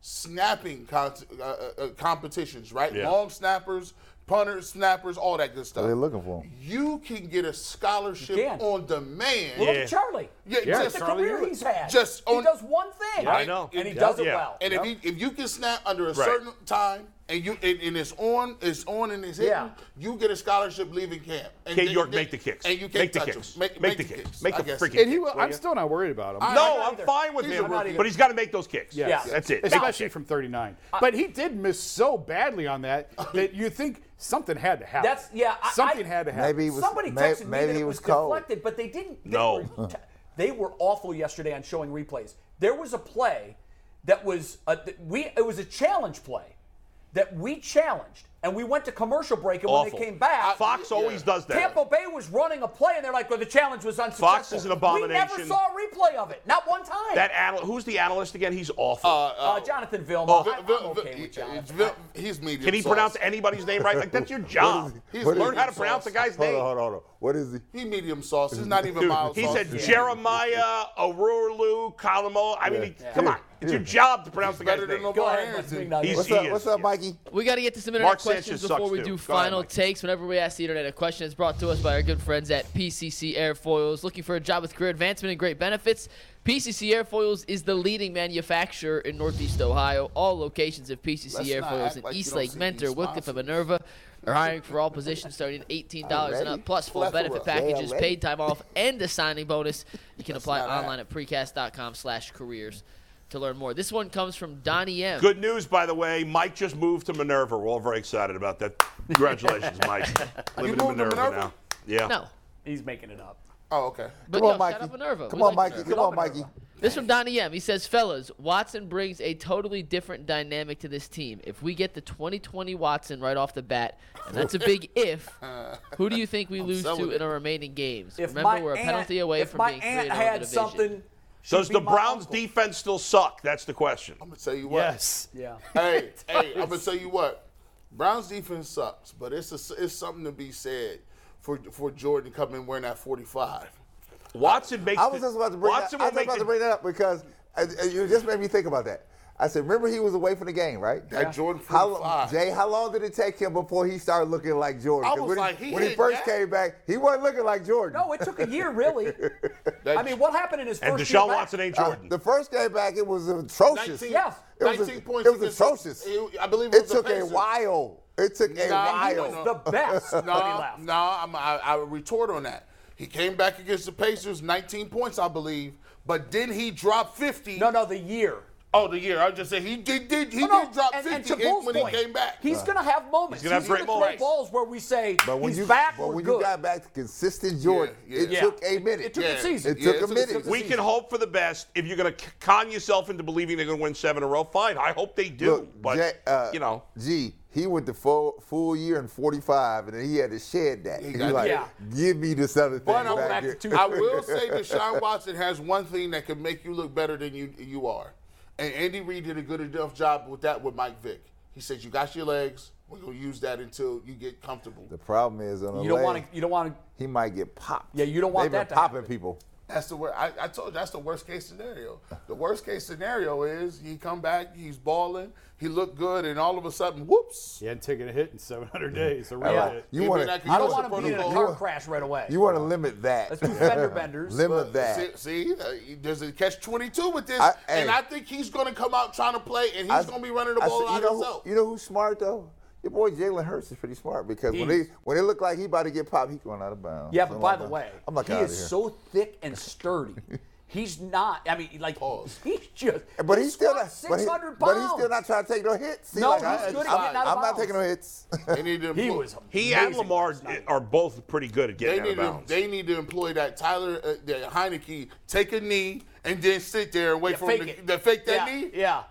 Speaker 2: snapping con- uh, uh, uh, competitions, right?
Speaker 3: Yeah.
Speaker 2: Long snappers, punters, snappers, all that good stuff.
Speaker 1: What are they looking for?
Speaker 2: You can get a scholarship
Speaker 4: You can.
Speaker 2: on demand.
Speaker 4: Look
Speaker 3: Yeah.
Speaker 4: at Charlie.
Speaker 2: Yeah,
Speaker 4: Look
Speaker 2: yeah,
Speaker 4: at the
Speaker 5: Charlie
Speaker 4: career
Speaker 5: Hewitt.
Speaker 4: he's had.
Speaker 2: Just
Speaker 4: he
Speaker 2: on-
Speaker 4: does one thing.
Speaker 3: I know.
Speaker 4: And he
Speaker 3: Yeah.
Speaker 4: does it
Speaker 3: Yeah.
Speaker 4: well.
Speaker 2: And if you if you can snap under a certain time and you and, and it's on, it's on and it's hitting,
Speaker 4: Yeah.
Speaker 2: you get a scholarship leaving camp. And
Speaker 3: Kate
Speaker 2: they-
Speaker 3: York,
Speaker 2: they-
Speaker 3: make the kicks.
Speaker 2: And you can't
Speaker 3: Make the
Speaker 2: touch 'em.
Speaker 3: kicks.
Speaker 2: Make, make the kicks.
Speaker 3: Make
Speaker 2: I
Speaker 3: the
Speaker 2: guess.
Speaker 3: freaking-
Speaker 5: And he,
Speaker 3: Will
Speaker 5: I'm
Speaker 3: you?
Speaker 5: still not worried about him.
Speaker 3: no,
Speaker 4: not
Speaker 3: I'm
Speaker 4: either.
Speaker 3: fine with
Speaker 4: These
Speaker 3: him,
Speaker 4: are not either.
Speaker 3: but he's got to make those kicks.
Speaker 5: Yes.
Speaker 4: Yeah.
Speaker 3: that's it. Make the
Speaker 5: especially
Speaker 3: kick.
Speaker 5: from 39. but he did miss so badly on that
Speaker 2: Uh,
Speaker 5: that you think something had to happen.
Speaker 4: That's- yeah, I-
Speaker 5: something
Speaker 4: I-
Speaker 5: had to happen.
Speaker 1: maybe it was
Speaker 4: Somebody
Speaker 1: may-
Speaker 4: texted me
Speaker 1: maybe
Speaker 4: that
Speaker 1: it
Speaker 4: it
Speaker 1: was
Speaker 4: was
Speaker 1: cold.
Speaker 4: deflected, but they didn't. They
Speaker 3: No.
Speaker 4: were, t- they were awful yesterday on showing replays. There was a play that was a, that we it was a challenge play that we challenged, and we went to commercial break, and
Speaker 3: Awful. Uh,
Speaker 4: when they came back,
Speaker 3: Fox always does that.
Speaker 4: Tampa Bay was running a play, and they're like, "Well, the challenge was unsuccessful."
Speaker 3: is an
Speaker 4: We never
Speaker 3: abomination.
Speaker 4: saw a replay of it, not one time.
Speaker 3: That anal- who's the analyst again? He's awful.
Speaker 4: uh, Jonathan Vilma.
Speaker 3: Oh.
Speaker 4: I, am
Speaker 2: Vil-
Speaker 4: okay
Speaker 2: Vil-
Speaker 4: with Jonathan.
Speaker 2: Vil- he's medium.
Speaker 3: Can he
Speaker 2: sauce.
Speaker 3: pronounce anybody's name right? Like that's your job.
Speaker 2: He's
Speaker 1: What is
Speaker 3: Learn
Speaker 1: he?
Speaker 3: how to pronounce the guy's
Speaker 1: hold
Speaker 3: name.
Speaker 1: on, hold on, hold on. What is he?
Speaker 2: He medium sauce. He's not even mild.
Speaker 3: He
Speaker 2: sauce.
Speaker 3: said
Speaker 2: Yeah.
Speaker 3: Jeremiah Arulu Kalamo. I mean, he- come on, it's your job to pronounce the
Speaker 2: better
Speaker 3: guy's
Speaker 2: than
Speaker 3: name.
Speaker 4: Go
Speaker 2: Lamar
Speaker 4: ahead, let's bring
Speaker 2: Harrison.
Speaker 4: that
Speaker 3: He's-
Speaker 4: up.
Speaker 1: What's up?
Speaker 3: is,
Speaker 1: What's up,
Speaker 3: yeah.
Speaker 1: Mikey?
Speaker 6: We got to get to some internet
Speaker 3: Mark
Speaker 6: questions
Speaker 3: Sanchez
Speaker 6: before
Speaker 3: sucks,
Speaker 6: we
Speaker 3: too.
Speaker 6: do
Speaker 3: Go ahead,
Speaker 6: final
Speaker 3: Mike.
Speaker 6: takes. Whenever we ask the internet a question, it's brought to us by our good friends at PCC Airfoils. Looking for a job with career advancement and great benefits? PCC Airfoils is the leading manufacturer in Northeast Ohio. All locations of PCC
Speaker 2: Let's not
Speaker 6: Airfoils
Speaker 2: act
Speaker 6: in
Speaker 2: like you
Speaker 6: Eastlake,
Speaker 2: don't see these
Speaker 6: Mentor, Wickliffe, and
Speaker 2: sponsors.
Speaker 6: Minerva are hiring for all positions starting at $18 and
Speaker 1: Already?
Speaker 6: up, plus full
Speaker 1: Plethora.
Speaker 6: benefit
Speaker 1: Yeah,
Speaker 6: packages,
Speaker 1: already.
Speaker 6: paid time off, and a signing bonus. You can apply
Speaker 2: not act.
Speaker 6: online at precast.com slash careers to learn more. This one comes from Donnie M.
Speaker 3: Good news, by the way. Mike just moved to Minerva. We're all very excited about that. Congratulations, Mike. Living in
Speaker 2: moved to
Speaker 3: Minerva,
Speaker 2: Minerva?
Speaker 3: now. Yeah.
Speaker 6: No.
Speaker 4: He's making it up.
Speaker 2: Oh, okay.
Speaker 6: But
Speaker 1: Come
Speaker 6: no,
Speaker 1: on, Mikey.
Speaker 6: shout out Minerva.
Speaker 1: Come
Speaker 6: We
Speaker 1: on,
Speaker 6: like
Speaker 1: Mikey.
Speaker 6: Minerva.
Speaker 1: Come on, Mikey.
Speaker 6: This from Donnie M. He says, "Fellas, Watson brings a totally different dynamic to this team. If we get the 2020 Watson right off the bat, and that's a big if, who do you think we lose
Speaker 2: selling
Speaker 6: to
Speaker 2: it.
Speaker 6: in our remaining games?
Speaker 4: If
Speaker 6: Remember,
Speaker 4: my
Speaker 6: we're a
Speaker 4: aunt,
Speaker 6: penalty away
Speaker 4: if
Speaker 6: from
Speaker 4: my
Speaker 6: being
Speaker 4: aunt
Speaker 6: 3 in the
Speaker 4: had
Speaker 6: division.
Speaker 4: something, she'd
Speaker 3: Does
Speaker 4: be
Speaker 3: the
Speaker 4: my
Speaker 3: Browns'
Speaker 4: uncle.
Speaker 3: defense still suck? That's the question.
Speaker 2: I'm gonna tell you what.
Speaker 5: yes.
Speaker 4: Yeah.
Speaker 2: hey, hey, I'm gonna tell you what. Browns defense sucks, but it's a, it's something to be said for for Jordan coming wearing that 45.
Speaker 3: Watson makes.
Speaker 1: I was
Speaker 3: the-
Speaker 1: just about to bring
Speaker 3: Watson
Speaker 1: that. I
Speaker 3: will
Speaker 1: was
Speaker 3: make
Speaker 1: about
Speaker 3: the-
Speaker 1: to bring that up because uh, uh, you just made me think about that. I- I said, remember he was away from the game, right?
Speaker 2: That Jordan
Speaker 1: How,
Speaker 2: 45.
Speaker 1: lo- Jay, how long did it take him before he started looking like Jordan?
Speaker 2: I
Speaker 1: 'Cause
Speaker 2: was
Speaker 1: when
Speaker 2: like,
Speaker 1: he,
Speaker 2: he
Speaker 1: when he
Speaker 2: hit
Speaker 1: first
Speaker 2: that?
Speaker 1: came back, he wasn't looking like Jordan.
Speaker 4: No, it took a year, really. I mean, what happened in his
Speaker 3: And
Speaker 4: first
Speaker 3: Deshaun
Speaker 4: year back?
Speaker 3: Watson ain't
Speaker 1: Uh,
Speaker 3: Jordan.
Speaker 1: the first game back, it was atrocious.
Speaker 2: 19,
Speaker 4: Yeah.
Speaker 1: It was,
Speaker 2: 19 points.
Speaker 1: it was
Speaker 2: against-
Speaker 1: atrocious.
Speaker 2: it- I believe it,
Speaker 1: It
Speaker 2: was
Speaker 1: took
Speaker 2: the
Speaker 1: a
Speaker 2: Pacers.
Speaker 1: while. It took a
Speaker 2: Nah, he
Speaker 1: while.
Speaker 2: was
Speaker 4: The best when he
Speaker 2: No,
Speaker 4: left.
Speaker 2: no, I'm, I, I retort on that. He came back against the Pacers, 19 points, I believe, but then he dropped 50.
Speaker 4: No, no, the year.
Speaker 2: Oh, the year. I was just saying he did. did he
Speaker 4: No, no,
Speaker 2: did drop
Speaker 4: and-
Speaker 2: 50
Speaker 4: and to
Speaker 2: in-
Speaker 4: Bull's
Speaker 2: when
Speaker 4: point,
Speaker 2: he came back.
Speaker 4: He's going to have moments.
Speaker 3: He's gonna have great
Speaker 4: gonna throw
Speaker 3: moments.
Speaker 4: balls where we say
Speaker 1: But when
Speaker 4: he's
Speaker 1: you
Speaker 4: back,
Speaker 1: but
Speaker 4: we're
Speaker 1: when
Speaker 4: good.
Speaker 1: you got back to consistent Jordan,
Speaker 2: Yeah,
Speaker 1: it
Speaker 2: yeah.
Speaker 1: took a
Speaker 4: It-
Speaker 1: minute.
Speaker 4: it took
Speaker 2: Yeah.
Speaker 4: a season.
Speaker 1: It took
Speaker 2: Yeah,
Speaker 1: a
Speaker 2: it took- it
Speaker 1: minute.
Speaker 2: took a
Speaker 3: we can hope for the best. If you're going to con yourself into believing they're going to win seven in a row, fine. I hope they do.
Speaker 1: Look,
Speaker 3: but,
Speaker 1: Jack, uh,
Speaker 3: you know,
Speaker 1: Gee, he went the full full year in 45, and then he had to shed that. He
Speaker 2: got-
Speaker 1: like,
Speaker 4: Yeah.
Speaker 1: give me this other thing
Speaker 2: But
Speaker 1: back,
Speaker 2: I'm back
Speaker 1: here.
Speaker 2: to- I will say Deshaun Watson has one thing that can make you look better than you you are. And Andy Reid did a good enough job with that with Mike Vick. He said, You got your legs. We're going to use that until you get comfortable.
Speaker 1: The problem is on the
Speaker 4: You don't
Speaker 1: leg,
Speaker 4: want to. You don't want to.
Speaker 1: he might get popped.
Speaker 4: Yeah, you don't want
Speaker 1: They've been
Speaker 4: that to
Speaker 1: popping
Speaker 4: happen.
Speaker 1: people.
Speaker 2: That's the wor- I, I told you that's the worst case scenario. The worst case scenario is he come back, he's balling, he looked good, and all of a sudden, whoops.
Speaker 5: He hadn't taken a hit in 700 days. So we
Speaker 1: I like-
Speaker 5: did it.
Speaker 1: you
Speaker 2: He
Speaker 1: want
Speaker 2: been acting-
Speaker 4: I
Speaker 2: That
Speaker 4: don't
Speaker 2: was
Speaker 4: want
Speaker 2: the
Speaker 4: to be in a
Speaker 2: protocol.
Speaker 4: car crash right away.
Speaker 1: you want to limit that.
Speaker 4: Let's do fender benders.
Speaker 1: limit that.
Speaker 2: See, see uh, he- there's a catch 22 with this,
Speaker 1: I-
Speaker 2: and
Speaker 1: hey.
Speaker 2: I think he's going to come out trying to play, and he's
Speaker 1: I-
Speaker 2: going to be running the
Speaker 1: I
Speaker 2: ball
Speaker 1: said- you
Speaker 2: out
Speaker 1: know who-
Speaker 2: himself.
Speaker 1: You know who's smart though? Your boy Jalen Hurts is pretty smart because when they when it look like he about to get popped, he going out of bounds.
Speaker 4: Yeah, but
Speaker 1: I'm
Speaker 4: by
Speaker 1: like,
Speaker 4: the way,
Speaker 1: I'm like
Speaker 4: he
Speaker 1: out
Speaker 4: is
Speaker 1: here.
Speaker 4: so thick and sturdy. He's not. I mean, like
Speaker 2: Pause.
Speaker 4: he's just.
Speaker 1: But
Speaker 4: he
Speaker 1: he's still not.
Speaker 4: squats
Speaker 1: But, he,
Speaker 4: 600
Speaker 1: but
Speaker 4: pounds.
Speaker 1: he's still not trying to take no hits. See,
Speaker 4: No,
Speaker 1: like,
Speaker 4: he's
Speaker 1: I,
Speaker 4: good at
Speaker 1: I'm-
Speaker 4: getting out of
Speaker 1: I'm not taking no
Speaker 4: bounds.
Speaker 1: hits.
Speaker 2: They need to
Speaker 4: He
Speaker 2: employ-
Speaker 4: was.
Speaker 3: he
Speaker 4: amazing.
Speaker 3: and Lamar are both pretty good at
Speaker 2: They
Speaker 3: getting out
Speaker 2: need
Speaker 3: of
Speaker 2: to,
Speaker 3: bounds.
Speaker 2: they need to employ that Tyler uh, that Heineke take a knee and then sit there and wait
Speaker 4: Yeah,
Speaker 2: for him
Speaker 4: fake
Speaker 2: to,
Speaker 4: it.
Speaker 2: to fake that
Speaker 4: yeah,
Speaker 2: knee.
Speaker 4: Yeah.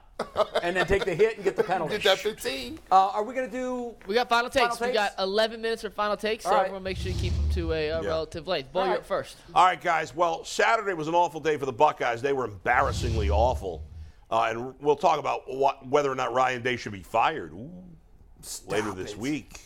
Speaker 4: and then take the hit and get the penalty.
Speaker 2: Get that 15.
Speaker 4: Uh, are we gonna do?
Speaker 6: We got final takes.
Speaker 4: Final
Speaker 6: We got
Speaker 4: takes?
Speaker 6: 11 minutes for final takes, so
Speaker 4: All right.
Speaker 6: everyone make sure you keep them to a uh,
Speaker 3: Yeah.
Speaker 6: relative length. Boy,
Speaker 4: All
Speaker 6: you're
Speaker 4: right.
Speaker 6: up first.
Speaker 3: All right, guys. Well, Saturday was an awful day for the Buckeyes. They were embarrassingly awful. Uh, and we'll talk about what, whether or not Ryan Day should be fired ooh, later this
Speaker 4: it.
Speaker 3: week.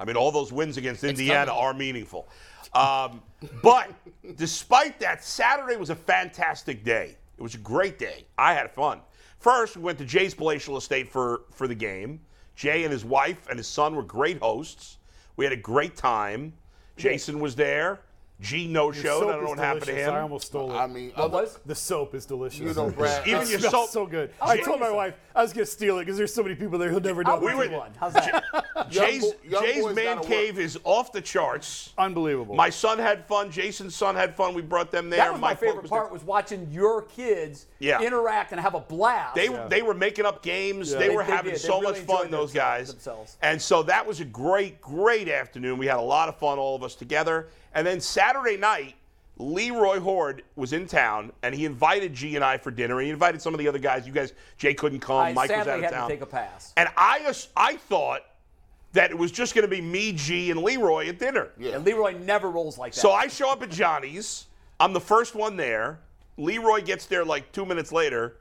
Speaker 3: I mean, all those wins against Indiana
Speaker 6: coming.
Speaker 3: are meaningful. Um, but despite that, Saturday was a fantastic day. It was a great day. I had fun. First, we went to Jay's palatial estate for, for the game. Jay and his wife and his son were great hosts. We had a great time. Jason was there. G no showed.
Speaker 5: Soap
Speaker 3: I don't know
Speaker 5: is
Speaker 3: what happened to
Speaker 5: delicious.
Speaker 3: him.
Speaker 5: I almost stole it.
Speaker 2: I mean,
Speaker 4: What was?
Speaker 5: the soap is delicious.
Speaker 2: you know, Brad.
Speaker 3: Even
Speaker 5: It
Speaker 3: your
Speaker 5: smells
Speaker 3: soap-
Speaker 5: so good. I
Speaker 4: bring
Speaker 5: told my
Speaker 4: some.
Speaker 5: wife I was gonna steal it because there's so many people there who'll never know.
Speaker 4: I'll
Speaker 5: what
Speaker 4: bring
Speaker 5: it
Speaker 4: you
Speaker 5: is.
Speaker 4: one. How's that?
Speaker 3: Jay's,
Speaker 2: young
Speaker 3: Jay's
Speaker 2: boys
Speaker 3: man
Speaker 2: gotta
Speaker 3: cave is off the charts.
Speaker 5: Unbelievable.
Speaker 3: My son had fun. Jason's son had fun. We brought them there.
Speaker 4: That was my
Speaker 3: folk
Speaker 4: favorite
Speaker 3: there.
Speaker 4: part was watching your kids
Speaker 3: Yeah.
Speaker 4: interact and have a blast.
Speaker 3: They, they were making up games. They,
Speaker 5: They-
Speaker 3: were
Speaker 4: they
Speaker 3: having
Speaker 4: did. They
Speaker 3: so
Speaker 4: really
Speaker 3: much fun,
Speaker 4: enjoyed
Speaker 3: those
Speaker 4: themselves-
Speaker 3: guys.
Speaker 4: themselves.
Speaker 3: And so that was a great, great afternoon. We had a lot of fun, all of us together. And then Saturday night, Leroy Horde was in town, and he invited G and I for dinner. And he invited some of the other guys. You guys, Jay couldn't come.
Speaker 4: I
Speaker 3: Mike was
Speaker 4: sadly
Speaker 3: out of
Speaker 4: had to
Speaker 3: town.
Speaker 4: take a pass.
Speaker 3: And I, as- I thought that it was just going to be me, G, and Leroy at dinner.
Speaker 4: And Leroy never rolls like that.
Speaker 3: So I show up at Johnny's. I'm the first one there. Leroy gets there like two minutes later,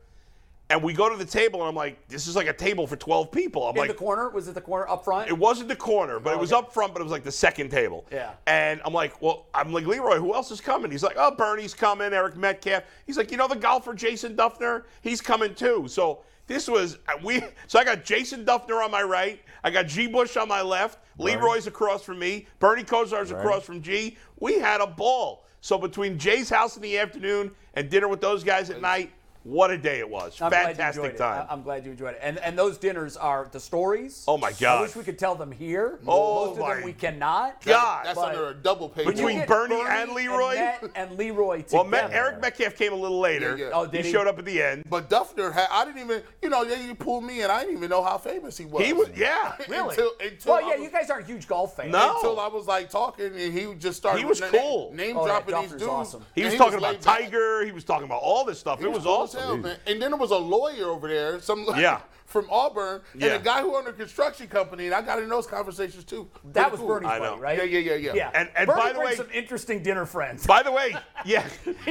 Speaker 3: and we go to the table, and I'm like, "This is like a table for 12 people." I'm
Speaker 4: in
Speaker 3: like,
Speaker 4: the corner was it the corner up front?
Speaker 3: it wasn't the corner, but it was
Speaker 4: Oh, okay.
Speaker 3: up front, but it was like the second table.
Speaker 4: Yeah.
Speaker 3: And I'm like, well, I'm like, Leroy, who else is coming? He's like, oh, Bernie's coming, Eric Metcalf. He's like, you know the golfer Jason Duffner? He's coming too. So this was uh, we so I got Jason Duffner on my right, I got G Bush on my left, Leroy's across from me, Bernie Kosar's across from G. We had a ball. So between Jay's house in the afternoon and dinner with those guys at night, what a day it was.
Speaker 4: I'm glad you
Speaker 3: Fantastic
Speaker 4: enjoyed it.
Speaker 3: time.
Speaker 4: I- I'm glad you enjoyed it. And and those dinners are the stories.
Speaker 3: Oh, my
Speaker 4: I
Speaker 3: God.
Speaker 4: wish we could tell them here.
Speaker 3: Oh,
Speaker 4: Most of them
Speaker 3: my
Speaker 4: we cannot.
Speaker 3: God.
Speaker 2: That's
Speaker 4: But-
Speaker 2: under a double pay.
Speaker 4: You
Speaker 3: Between
Speaker 4: get
Speaker 3: Bernie and Leroy?
Speaker 4: Matt and Leroy together.
Speaker 3: Well, Met, Eric Metcalf came a little later.
Speaker 2: Yeah, yeah.
Speaker 4: Oh, did
Speaker 3: he
Speaker 4: he?
Speaker 3: showed up at the end.
Speaker 2: But Duffner, had, I didn't even, you know, yeah, you pulled me and I didn't even know how famous he was.
Speaker 3: He was, yeah.
Speaker 4: Really?
Speaker 2: Until, until
Speaker 4: well,
Speaker 2: I
Speaker 4: yeah,
Speaker 2: was-
Speaker 4: you guys aren't huge golf fans.
Speaker 3: No.
Speaker 2: Until I was like talking and he just started.
Speaker 3: He was
Speaker 2: na-
Speaker 3: cool.
Speaker 2: Name
Speaker 4: Oh, yeah,
Speaker 2: dropping
Speaker 4: Duffner's
Speaker 2: these dudes.
Speaker 4: awesome.
Speaker 3: He
Speaker 2: And
Speaker 3: was talking
Speaker 2: laid
Speaker 3: about
Speaker 2: back.
Speaker 3: Tiger. He was talking about all this stuff.
Speaker 2: He
Speaker 3: it was
Speaker 2: cool as
Speaker 3: awesome.
Speaker 2: hell, man. And then there was a lawyer over there. Some
Speaker 3: Yeah.
Speaker 2: from Auburn
Speaker 3: Yeah.
Speaker 2: and a guy who owned a construction company, and I got in those conversations too.
Speaker 4: That
Speaker 2: Pretty
Speaker 4: was
Speaker 2: cool.
Speaker 4: Bernie's
Speaker 3: I
Speaker 4: buddy,
Speaker 3: know.
Speaker 4: right?
Speaker 2: Yeah, yeah, yeah, yeah.
Speaker 3: And- and
Speaker 4: Bernie
Speaker 3: by the
Speaker 4: brings
Speaker 3: way-
Speaker 4: some interesting dinner friends.
Speaker 3: By the way, yeah.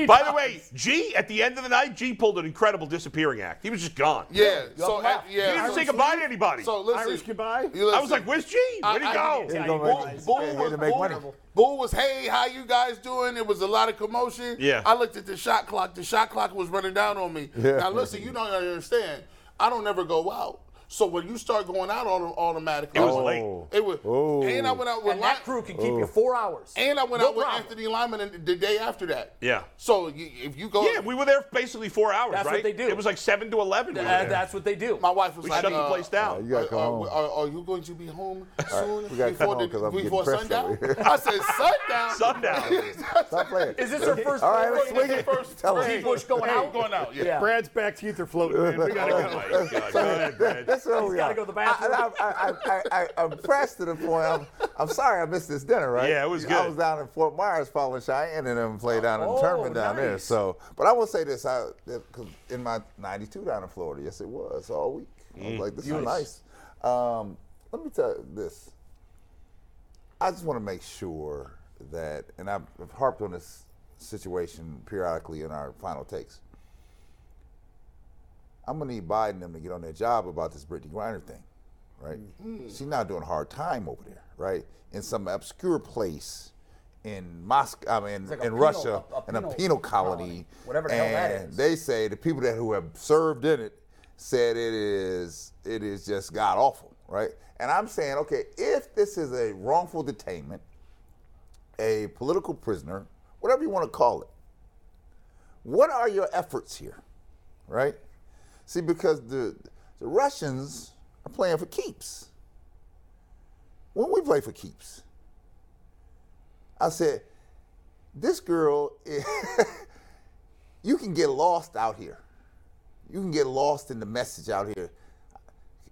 Speaker 3: By the way, G at the end of the night, G pulled an incredible disappearing act. He was just gone.
Speaker 2: Yeah.
Speaker 4: y'all
Speaker 2: So
Speaker 4: laugh.
Speaker 2: uh, yeah.
Speaker 3: He didn't say goodbye to anybody.
Speaker 2: So listen,
Speaker 5: Irish goodbye?
Speaker 2: you
Speaker 3: I was
Speaker 2: listen.
Speaker 3: like, "Where's G? Where'd he
Speaker 2: I- I
Speaker 3: go?"
Speaker 2: didn't
Speaker 4: Yeah,
Speaker 1: Go
Speaker 4: you
Speaker 1: make-
Speaker 4: guys.
Speaker 1: Bull- Bull- to make
Speaker 4: Bull-
Speaker 1: money.
Speaker 2: Bull was, hey, how you guys doing? It was a lot of commotion.
Speaker 3: Yeah.
Speaker 2: I looked at the shot clock. The shot clock was running down on me.
Speaker 1: Yeah.
Speaker 2: Now listen, you don't understand. I don't ever go out. So when you start going out on automatically,
Speaker 3: It was late.
Speaker 2: It was,
Speaker 1: Oh.
Speaker 2: and I went out with
Speaker 4: And that
Speaker 2: Lon-
Speaker 4: crew can keep you four hours.
Speaker 2: and I went
Speaker 4: No
Speaker 2: out with
Speaker 4: problem.
Speaker 2: Anthony Lyman in- the day after that.
Speaker 3: Yeah.
Speaker 2: So you, if you go,
Speaker 3: Yeah, we were there basically four hours.
Speaker 4: That's what
Speaker 3: right?
Speaker 4: they do.
Speaker 3: It was like seven to eleven. we were
Speaker 4: Uh,
Speaker 3: there.
Speaker 4: that's what they do.
Speaker 2: my wife was
Speaker 3: we
Speaker 2: like,
Speaker 3: shut the
Speaker 2: uh,
Speaker 3: place
Speaker 1: Uh,
Speaker 3: down.
Speaker 1: you gotta come
Speaker 2: are, are-
Speaker 1: home.
Speaker 2: Are, are you going to be home soon
Speaker 1: we gotta come
Speaker 2: before,
Speaker 1: home
Speaker 2: the-
Speaker 1: 'cause I'm getting
Speaker 2: before
Speaker 1: pressed
Speaker 2: sundown?
Speaker 1: over here.
Speaker 2: I said
Speaker 4: Oh,
Speaker 2: sundown.
Speaker 3: Sundown.
Speaker 1: uh, Stop playing.
Speaker 4: Is this her first
Speaker 1: All right,
Speaker 4: full
Speaker 1: let's
Speaker 4: grade?
Speaker 1: swing it.
Speaker 2: First
Speaker 1: Tell
Speaker 2: grade.
Speaker 1: him.
Speaker 4: Bush going out?
Speaker 2: Going out. Yeah.
Speaker 4: Yeah.
Speaker 5: Brad's back teeth are floating. Man. We gotta
Speaker 3: oh
Speaker 5: go.
Speaker 3: my God. Go ahead, Brad.
Speaker 1: That's where we
Speaker 4: gotta
Speaker 1: are.
Speaker 4: go to the bathroom.
Speaker 1: I, I, I, I, I, I'm pressed to the point. I'm, I'm sorry I missed this dinner, right?
Speaker 3: Yeah, it was
Speaker 1: I
Speaker 3: good.
Speaker 1: was down in Fort Myers following Cheyenne and then played down in
Speaker 4: Oh,
Speaker 1: the tournament down there.
Speaker 4: nice.
Speaker 1: So, but I will say this: I that- 'cause in my '92 down in Florida, yes, it was all week. I
Speaker 4: Mm,
Speaker 1: was like, this is nice. Um, let me tell you this. I just want to make sure that, and I've I've harped on this situation periodically in our final takes. I'm gonna need Biden and them to get on their job about this Brittany Griner thing, right?
Speaker 4: Mm-hmm.
Speaker 1: She's not doing a hard time over there, right? In some obscure place in Moscow, I mean,
Speaker 4: like a
Speaker 1: in
Speaker 4: penal-
Speaker 1: Russia,
Speaker 4: a- a
Speaker 1: in a
Speaker 4: penal
Speaker 1: penal colony,
Speaker 4: colony, whatever the hell that
Speaker 1: and
Speaker 4: is.
Speaker 1: They say the people that who have served in it said it is it is just god awful, right? And I'm saying, okay, if this is a wrongful detainment, a political prisoner, whatever you want to call it, what are your efforts here, right? See, because the the Russians are playing for keeps. When we play for keeps, I said, this girl, you can get lost out here. You can get lost in the message out here.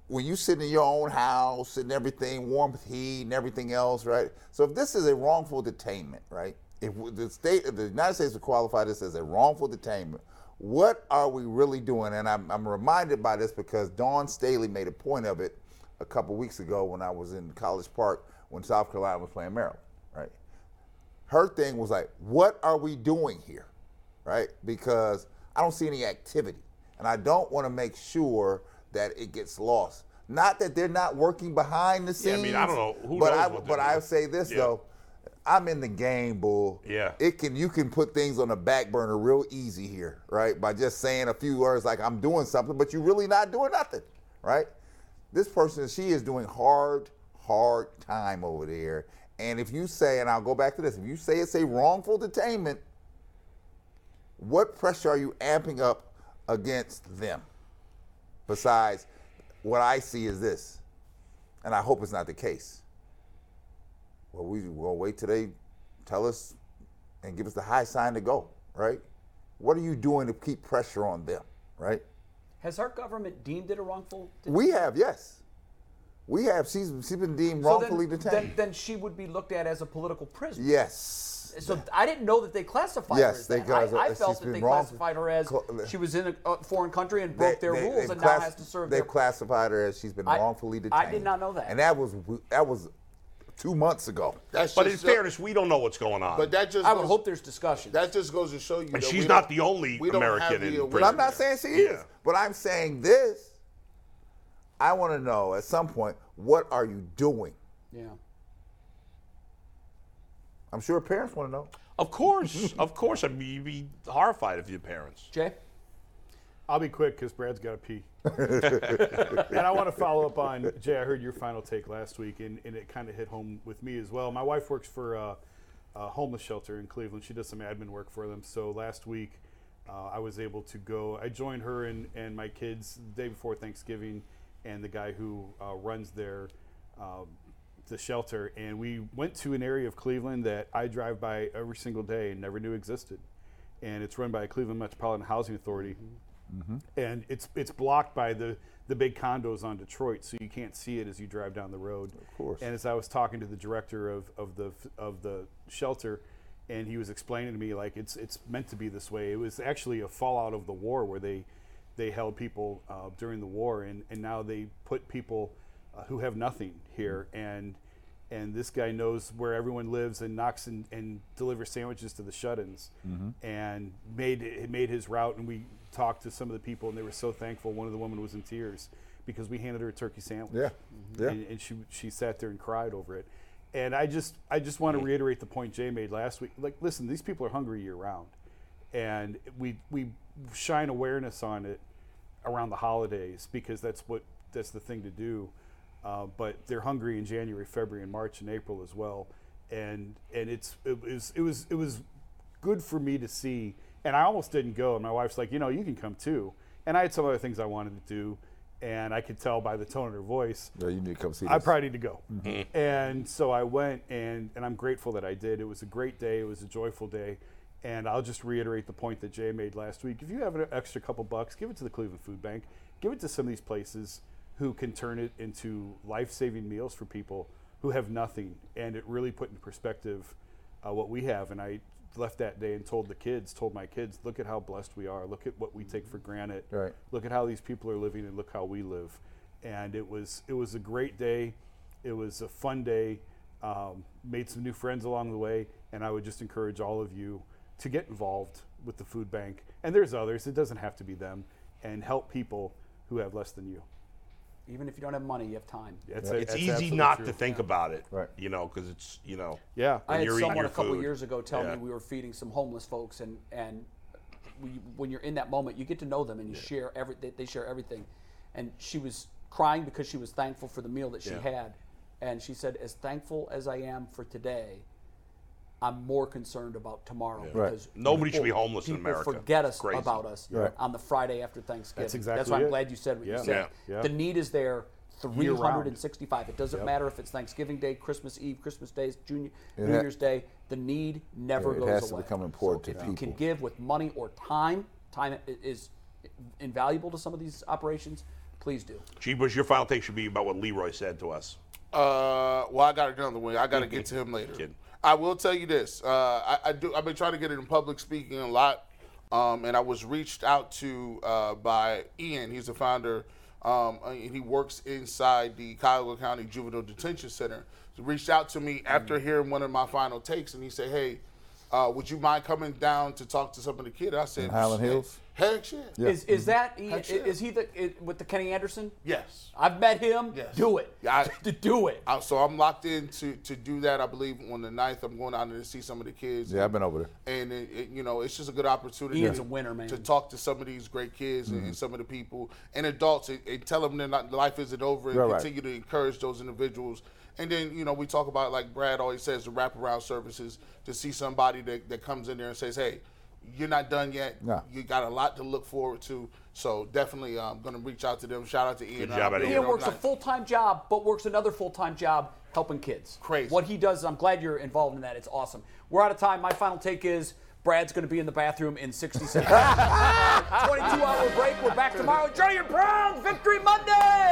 Speaker 1: When you sit in your own house and everything, warmth, heat, and everything else, right? So if this is a wrongful detainment, right? If w- the state, if the United States would qualify this as a wrongful detainment, what are we really doing? And I'm, I'm reminded by this because Dawn Staley made a point of it a couple weeks ago when I was in College Park when South Carolina was playing Maryland, right? her thing was like, what are we doing here? Right? Because I don't see any activity. And I don't want to make sure that it gets lost. Not that they're not working behind the
Speaker 3: Yeah, I
Speaker 1: scenes.
Speaker 3: mean, I don't know. Who
Speaker 1: but
Speaker 3: knows
Speaker 1: I
Speaker 3: what they're
Speaker 1: but I
Speaker 3: doing.
Speaker 1: say this
Speaker 3: Yeah.
Speaker 1: though. I'm in the game, bull.
Speaker 3: Yeah.
Speaker 1: It can you can put things on the back burner real easy here, right? By just saying a few words like I'm doing something, but you're really not doing nothing, right? This person, she is doing hard, hard time over there. And if you say, and I'll go back to this, if you say it's a wrongful detainment, what pressure are you amping up against them? Besides, what I see is this, and I hope it's not the case. Well, we will wait till they tell us and give us the high sign to go, right? What are you doing to keep pressure on them, right?
Speaker 4: Has our government deemed it a wrongful? detention?
Speaker 1: We have, yes. We have. She's, she's been deemed
Speaker 4: So then-
Speaker 1: wrongfully
Speaker 4: Then,
Speaker 1: detained.
Speaker 4: then she would be looked at as a political prisoner.
Speaker 1: yes.
Speaker 4: So I didn't know that they classified her
Speaker 1: Yes,
Speaker 4: as
Speaker 1: they
Speaker 4: that.
Speaker 1: class-
Speaker 4: I, I
Speaker 1: she's
Speaker 4: felt that
Speaker 1: been
Speaker 4: they
Speaker 1: wrong-
Speaker 4: classified her as
Speaker 1: cla-
Speaker 4: she was in a uh, foreign country and broke their
Speaker 1: they-
Speaker 4: rules
Speaker 1: they've
Speaker 4: and now
Speaker 1: class-
Speaker 4: has to serve
Speaker 1: They've
Speaker 4: their
Speaker 1: classified her as she's been
Speaker 4: I-
Speaker 1: wrongfully detained.
Speaker 4: I did not know that.
Speaker 1: And that was that was two months ago.
Speaker 2: That's
Speaker 3: But in
Speaker 2: just
Speaker 3: fairness, we don't know what's going on.
Speaker 2: But that just
Speaker 4: I would
Speaker 2: goes-
Speaker 4: hope there's discussion.
Speaker 2: That just goes to show you.
Speaker 3: And
Speaker 2: that
Speaker 3: she's
Speaker 2: we
Speaker 3: not
Speaker 2: don't-
Speaker 3: the only
Speaker 2: we don't have
Speaker 3: American
Speaker 2: the
Speaker 3: in
Speaker 1: But
Speaker 2: awareness.
Speaker 3: prison.
Speaker 1: I'm not saying she
Speaker 3: Yeah.
Speaker 1: is. But I'm saying this. I want to know at some point what are you doing?
Speaker 4: yeah.
Speaker 1: I'm sure parents want to know.
Speaker 3: Of course, of course. I'd be, you'd be horrified if your parents.
Speaker 4: Jay,
Speaker 5: I'll be quick because Brad's got to pee. and I want to follow up on Jay. I heard your final take last week, and, and it kind of hit home with me as well. My wife works for a, a homeless shelter in Cleveland. She does some admin work for them. So last week, uh, I was able to go. I joined her and, and my kids the day before Thanksgiving, and the guy who uh, runs their um, the shelter. And we went to an area of Cleveland that I drive by every single day and never knew existed. And it's run by Cleveland Metropolitan Housing Authority Mm-hmm. and it's it's blocked by the the big condos on Detroit, so you can't see it as you drive down the road. Of course. And as I was talking to the director of, of the f- of the shelter, and he was explaining to me like it's it's meant to be this way. It was actually a fallout of the war where they they held people uh, during the war, and, and now they put people uh, who have nothing here. And and this guy knows where everyone lives and knocks and, and delivers sandwiches to the shut-ins, and made it made his route. And we talked to some of the people, and they were so thankful. One of the women was in tears because we handed her a turkey sandwich. Mm-hmm.
Speaker 1: Yeah. Yeah.
Speaker 5: And, and she she sat there and cried over it. And I just I just want to reiterate the point Jay made last week. Like, listen, these people are hungry year round, and we we shine awareness on it around the holidays because that's what that's the thing to do. Uh, but they're hungry in January, February, and March and April as well. And and it's it was it was it was good for me to see. And I almost didn't go. And my wife's like, you know, you can come too. And I had some other things I wanted to do. And I could tell by the tone of her voice,
Speaker 1: No, you need to come see this.
Speaker 5: I
Speaker 1: Mm-hmm.
Speaker 5: probably need to go. And so I went, and, and I'm grateful that I did. It was a great day. It was a joyful day. And I'll just reiterate the point that Jay made last week. If you have an extra couple bucks, give it to the Cleveland Food Bank. Give it to some of these places who can turn it into life-saving meals for people who have nothing. And it really put into perspective uh, what we have. And I left that day and told the kids, told my kids, look at how blessed we are. Look at what we take for granted.
Speaker 1: Right.
Speaker 5: Look at how these people are living, and look how we live. And it was it was a great day. It was a fun day. Um, made some new friends along the way, and I would just encourage all of you to get involved with the food bank. And there's others. It doesn't have to be them. And help people who have less than you.
Speaker 4: Even if you don't have money, you have time.
Speaker 5: That's
Speaker 1: Yeah.
Speaker 5: a-
Speaker 3: It's
Speaker 5: that's
Speaker 3: easy
Speaker 5: absolutely
Speaker 3: not
Speaker 5: true.
Speaker 3: to think about it,
Speaker 1: Right.
Speaker 3: you know, because it's, you know,
Speaker 5: Yeah.
Speaker 4: I had
Speaker 3: you're eating
Speaker 4: someone
Speaker 3: your
Speaker 4: a couple
Speaker 3: food.
Speaker 4: years ago tell
Speaker 3: Yeah.
Speaker 4: me we were feeding some homeless folks, and and we, when you're in that moment, you get to know them and you share every they, they share everything. And she was crying because she was thankful for the meal that she had, and she said, "As thankful as I am for today, I'm more concerned about tomorrow
Speaker 1: Right.
Speaker 4: because
Speaker 3: Nobody should
Speaker 4: people-
Speaker 3: be homeless in
Speaker 4: people
Speaker 3: America.
Speaker 4: Forget us
Speaker 3: Crazy.
Speaker 4: about us
Speaker 1: Right.
Speaker 4: on the Friday after Thanksgiving.
Speaker 5: exactly
Speaker 4: why I'm
Speaker 5: it.
Speaker 4: glad you said what
Speaker 5: Yeah.
Speaker 4: you said.
Speaker 5: Yeah. Yeah.
Speaker 4: The need is there.
Speaker 5: Year round.
Speaker 4: 365. It doesn't matter if it's Thanksgiving Day, Christmas Eve, Christmas Days, Junior, New
Speaker 1: ha-
Speaker 4: Year's Day. The need never
Speaker 1: Yeah, it
Speaker 4: goes
Speaker 1: has to
Speaker 4: away.
Speaker 1: become important
Speaker 4: So
Speaker 1: to
Speaker 4: if you can
Speaker 1: people.
Speaker 4: give with money or time, time i- is invaluable to some of these operations. Please do.
Speaker 3: Jeebus, your final take should be about what Leroy said to us.
Speaker 2: Uh, well, I got another one. I got to get to him later.
Speaker 3: Kidding.
Speaker 2: I will tell you this. Uh, I, I do. I've been trying to get into public speaking a lot, um, and I was reached out to uh, by Ian. He's the founder, um, and he works inside the Cuyahoga County Juvenile Detention Center. He reached out to
Speaker 3: Mm.
Speaker 2: me after hearing one of my final takes, and he said, "Hey, uh, would you mind coming down to talk to some of the kids?" I said,
Speaker 1: In Highland Hills?
Speaker 2: Heck yeah.
Speaker 4: Is is that he,
Speaker 2: Heck yeah.
Speaker 4: is he the i with the Kenny Anderson?
Speaker 2: Yes.
Speaker 4: I've met him.
Speaker 2: Yes.
Speaker 4: Do it.
Speaker 2: Yeah, I-
Speaker 4: do it.
Speaker 2: I, so I'm locked in to, to do that. I believe on the 9th, I'm going out there to see some of the kids.
Speaker 1: Yeah, I've been over there.
Speaker 2: and it, it- you know it's just a good opportunity.
Speaker 4: Ian's
Speaker 2: to-
Speaker 4: a winner, man.
Speaker 2: To talk to some of these great kids and,
Speaker 1: Mm-hmm.
Speaker 2: and some of the people and adults and, and tell them that not, life isn't over and
Speaker 1: Right, right.
Speaker 2: continue to encourage those individuals. And then you know we talk about like Brad always says the wraparound services to see somebody that, that comes in there and says, hey, you're not done yet.
Speaker 1: No.
Speaker 2: You got a lot to look forward to. So definitely, uh, I'm going to reach out to them. Shout out to Ian.
Speaker 3: Good job,
Speaker 2: I'll be
Speaker 3: Ian.
Speaker 2: there
Speaker 4: Ian
Speaker 2: on
Speaker 4: works a
Speaker 2: 9th.
Speaker 4: full time job, but works another full time job helping kids.
Speaker 2: Crazy.
Speaker 4: What he does, I'm glad you're involved in that. It's awesome. We're out of time. My final take is Brad's going to be in the bathroom in 60 seconds. 22 hour break. We're back tomorrow. Johnny and Browns, Victory Monday!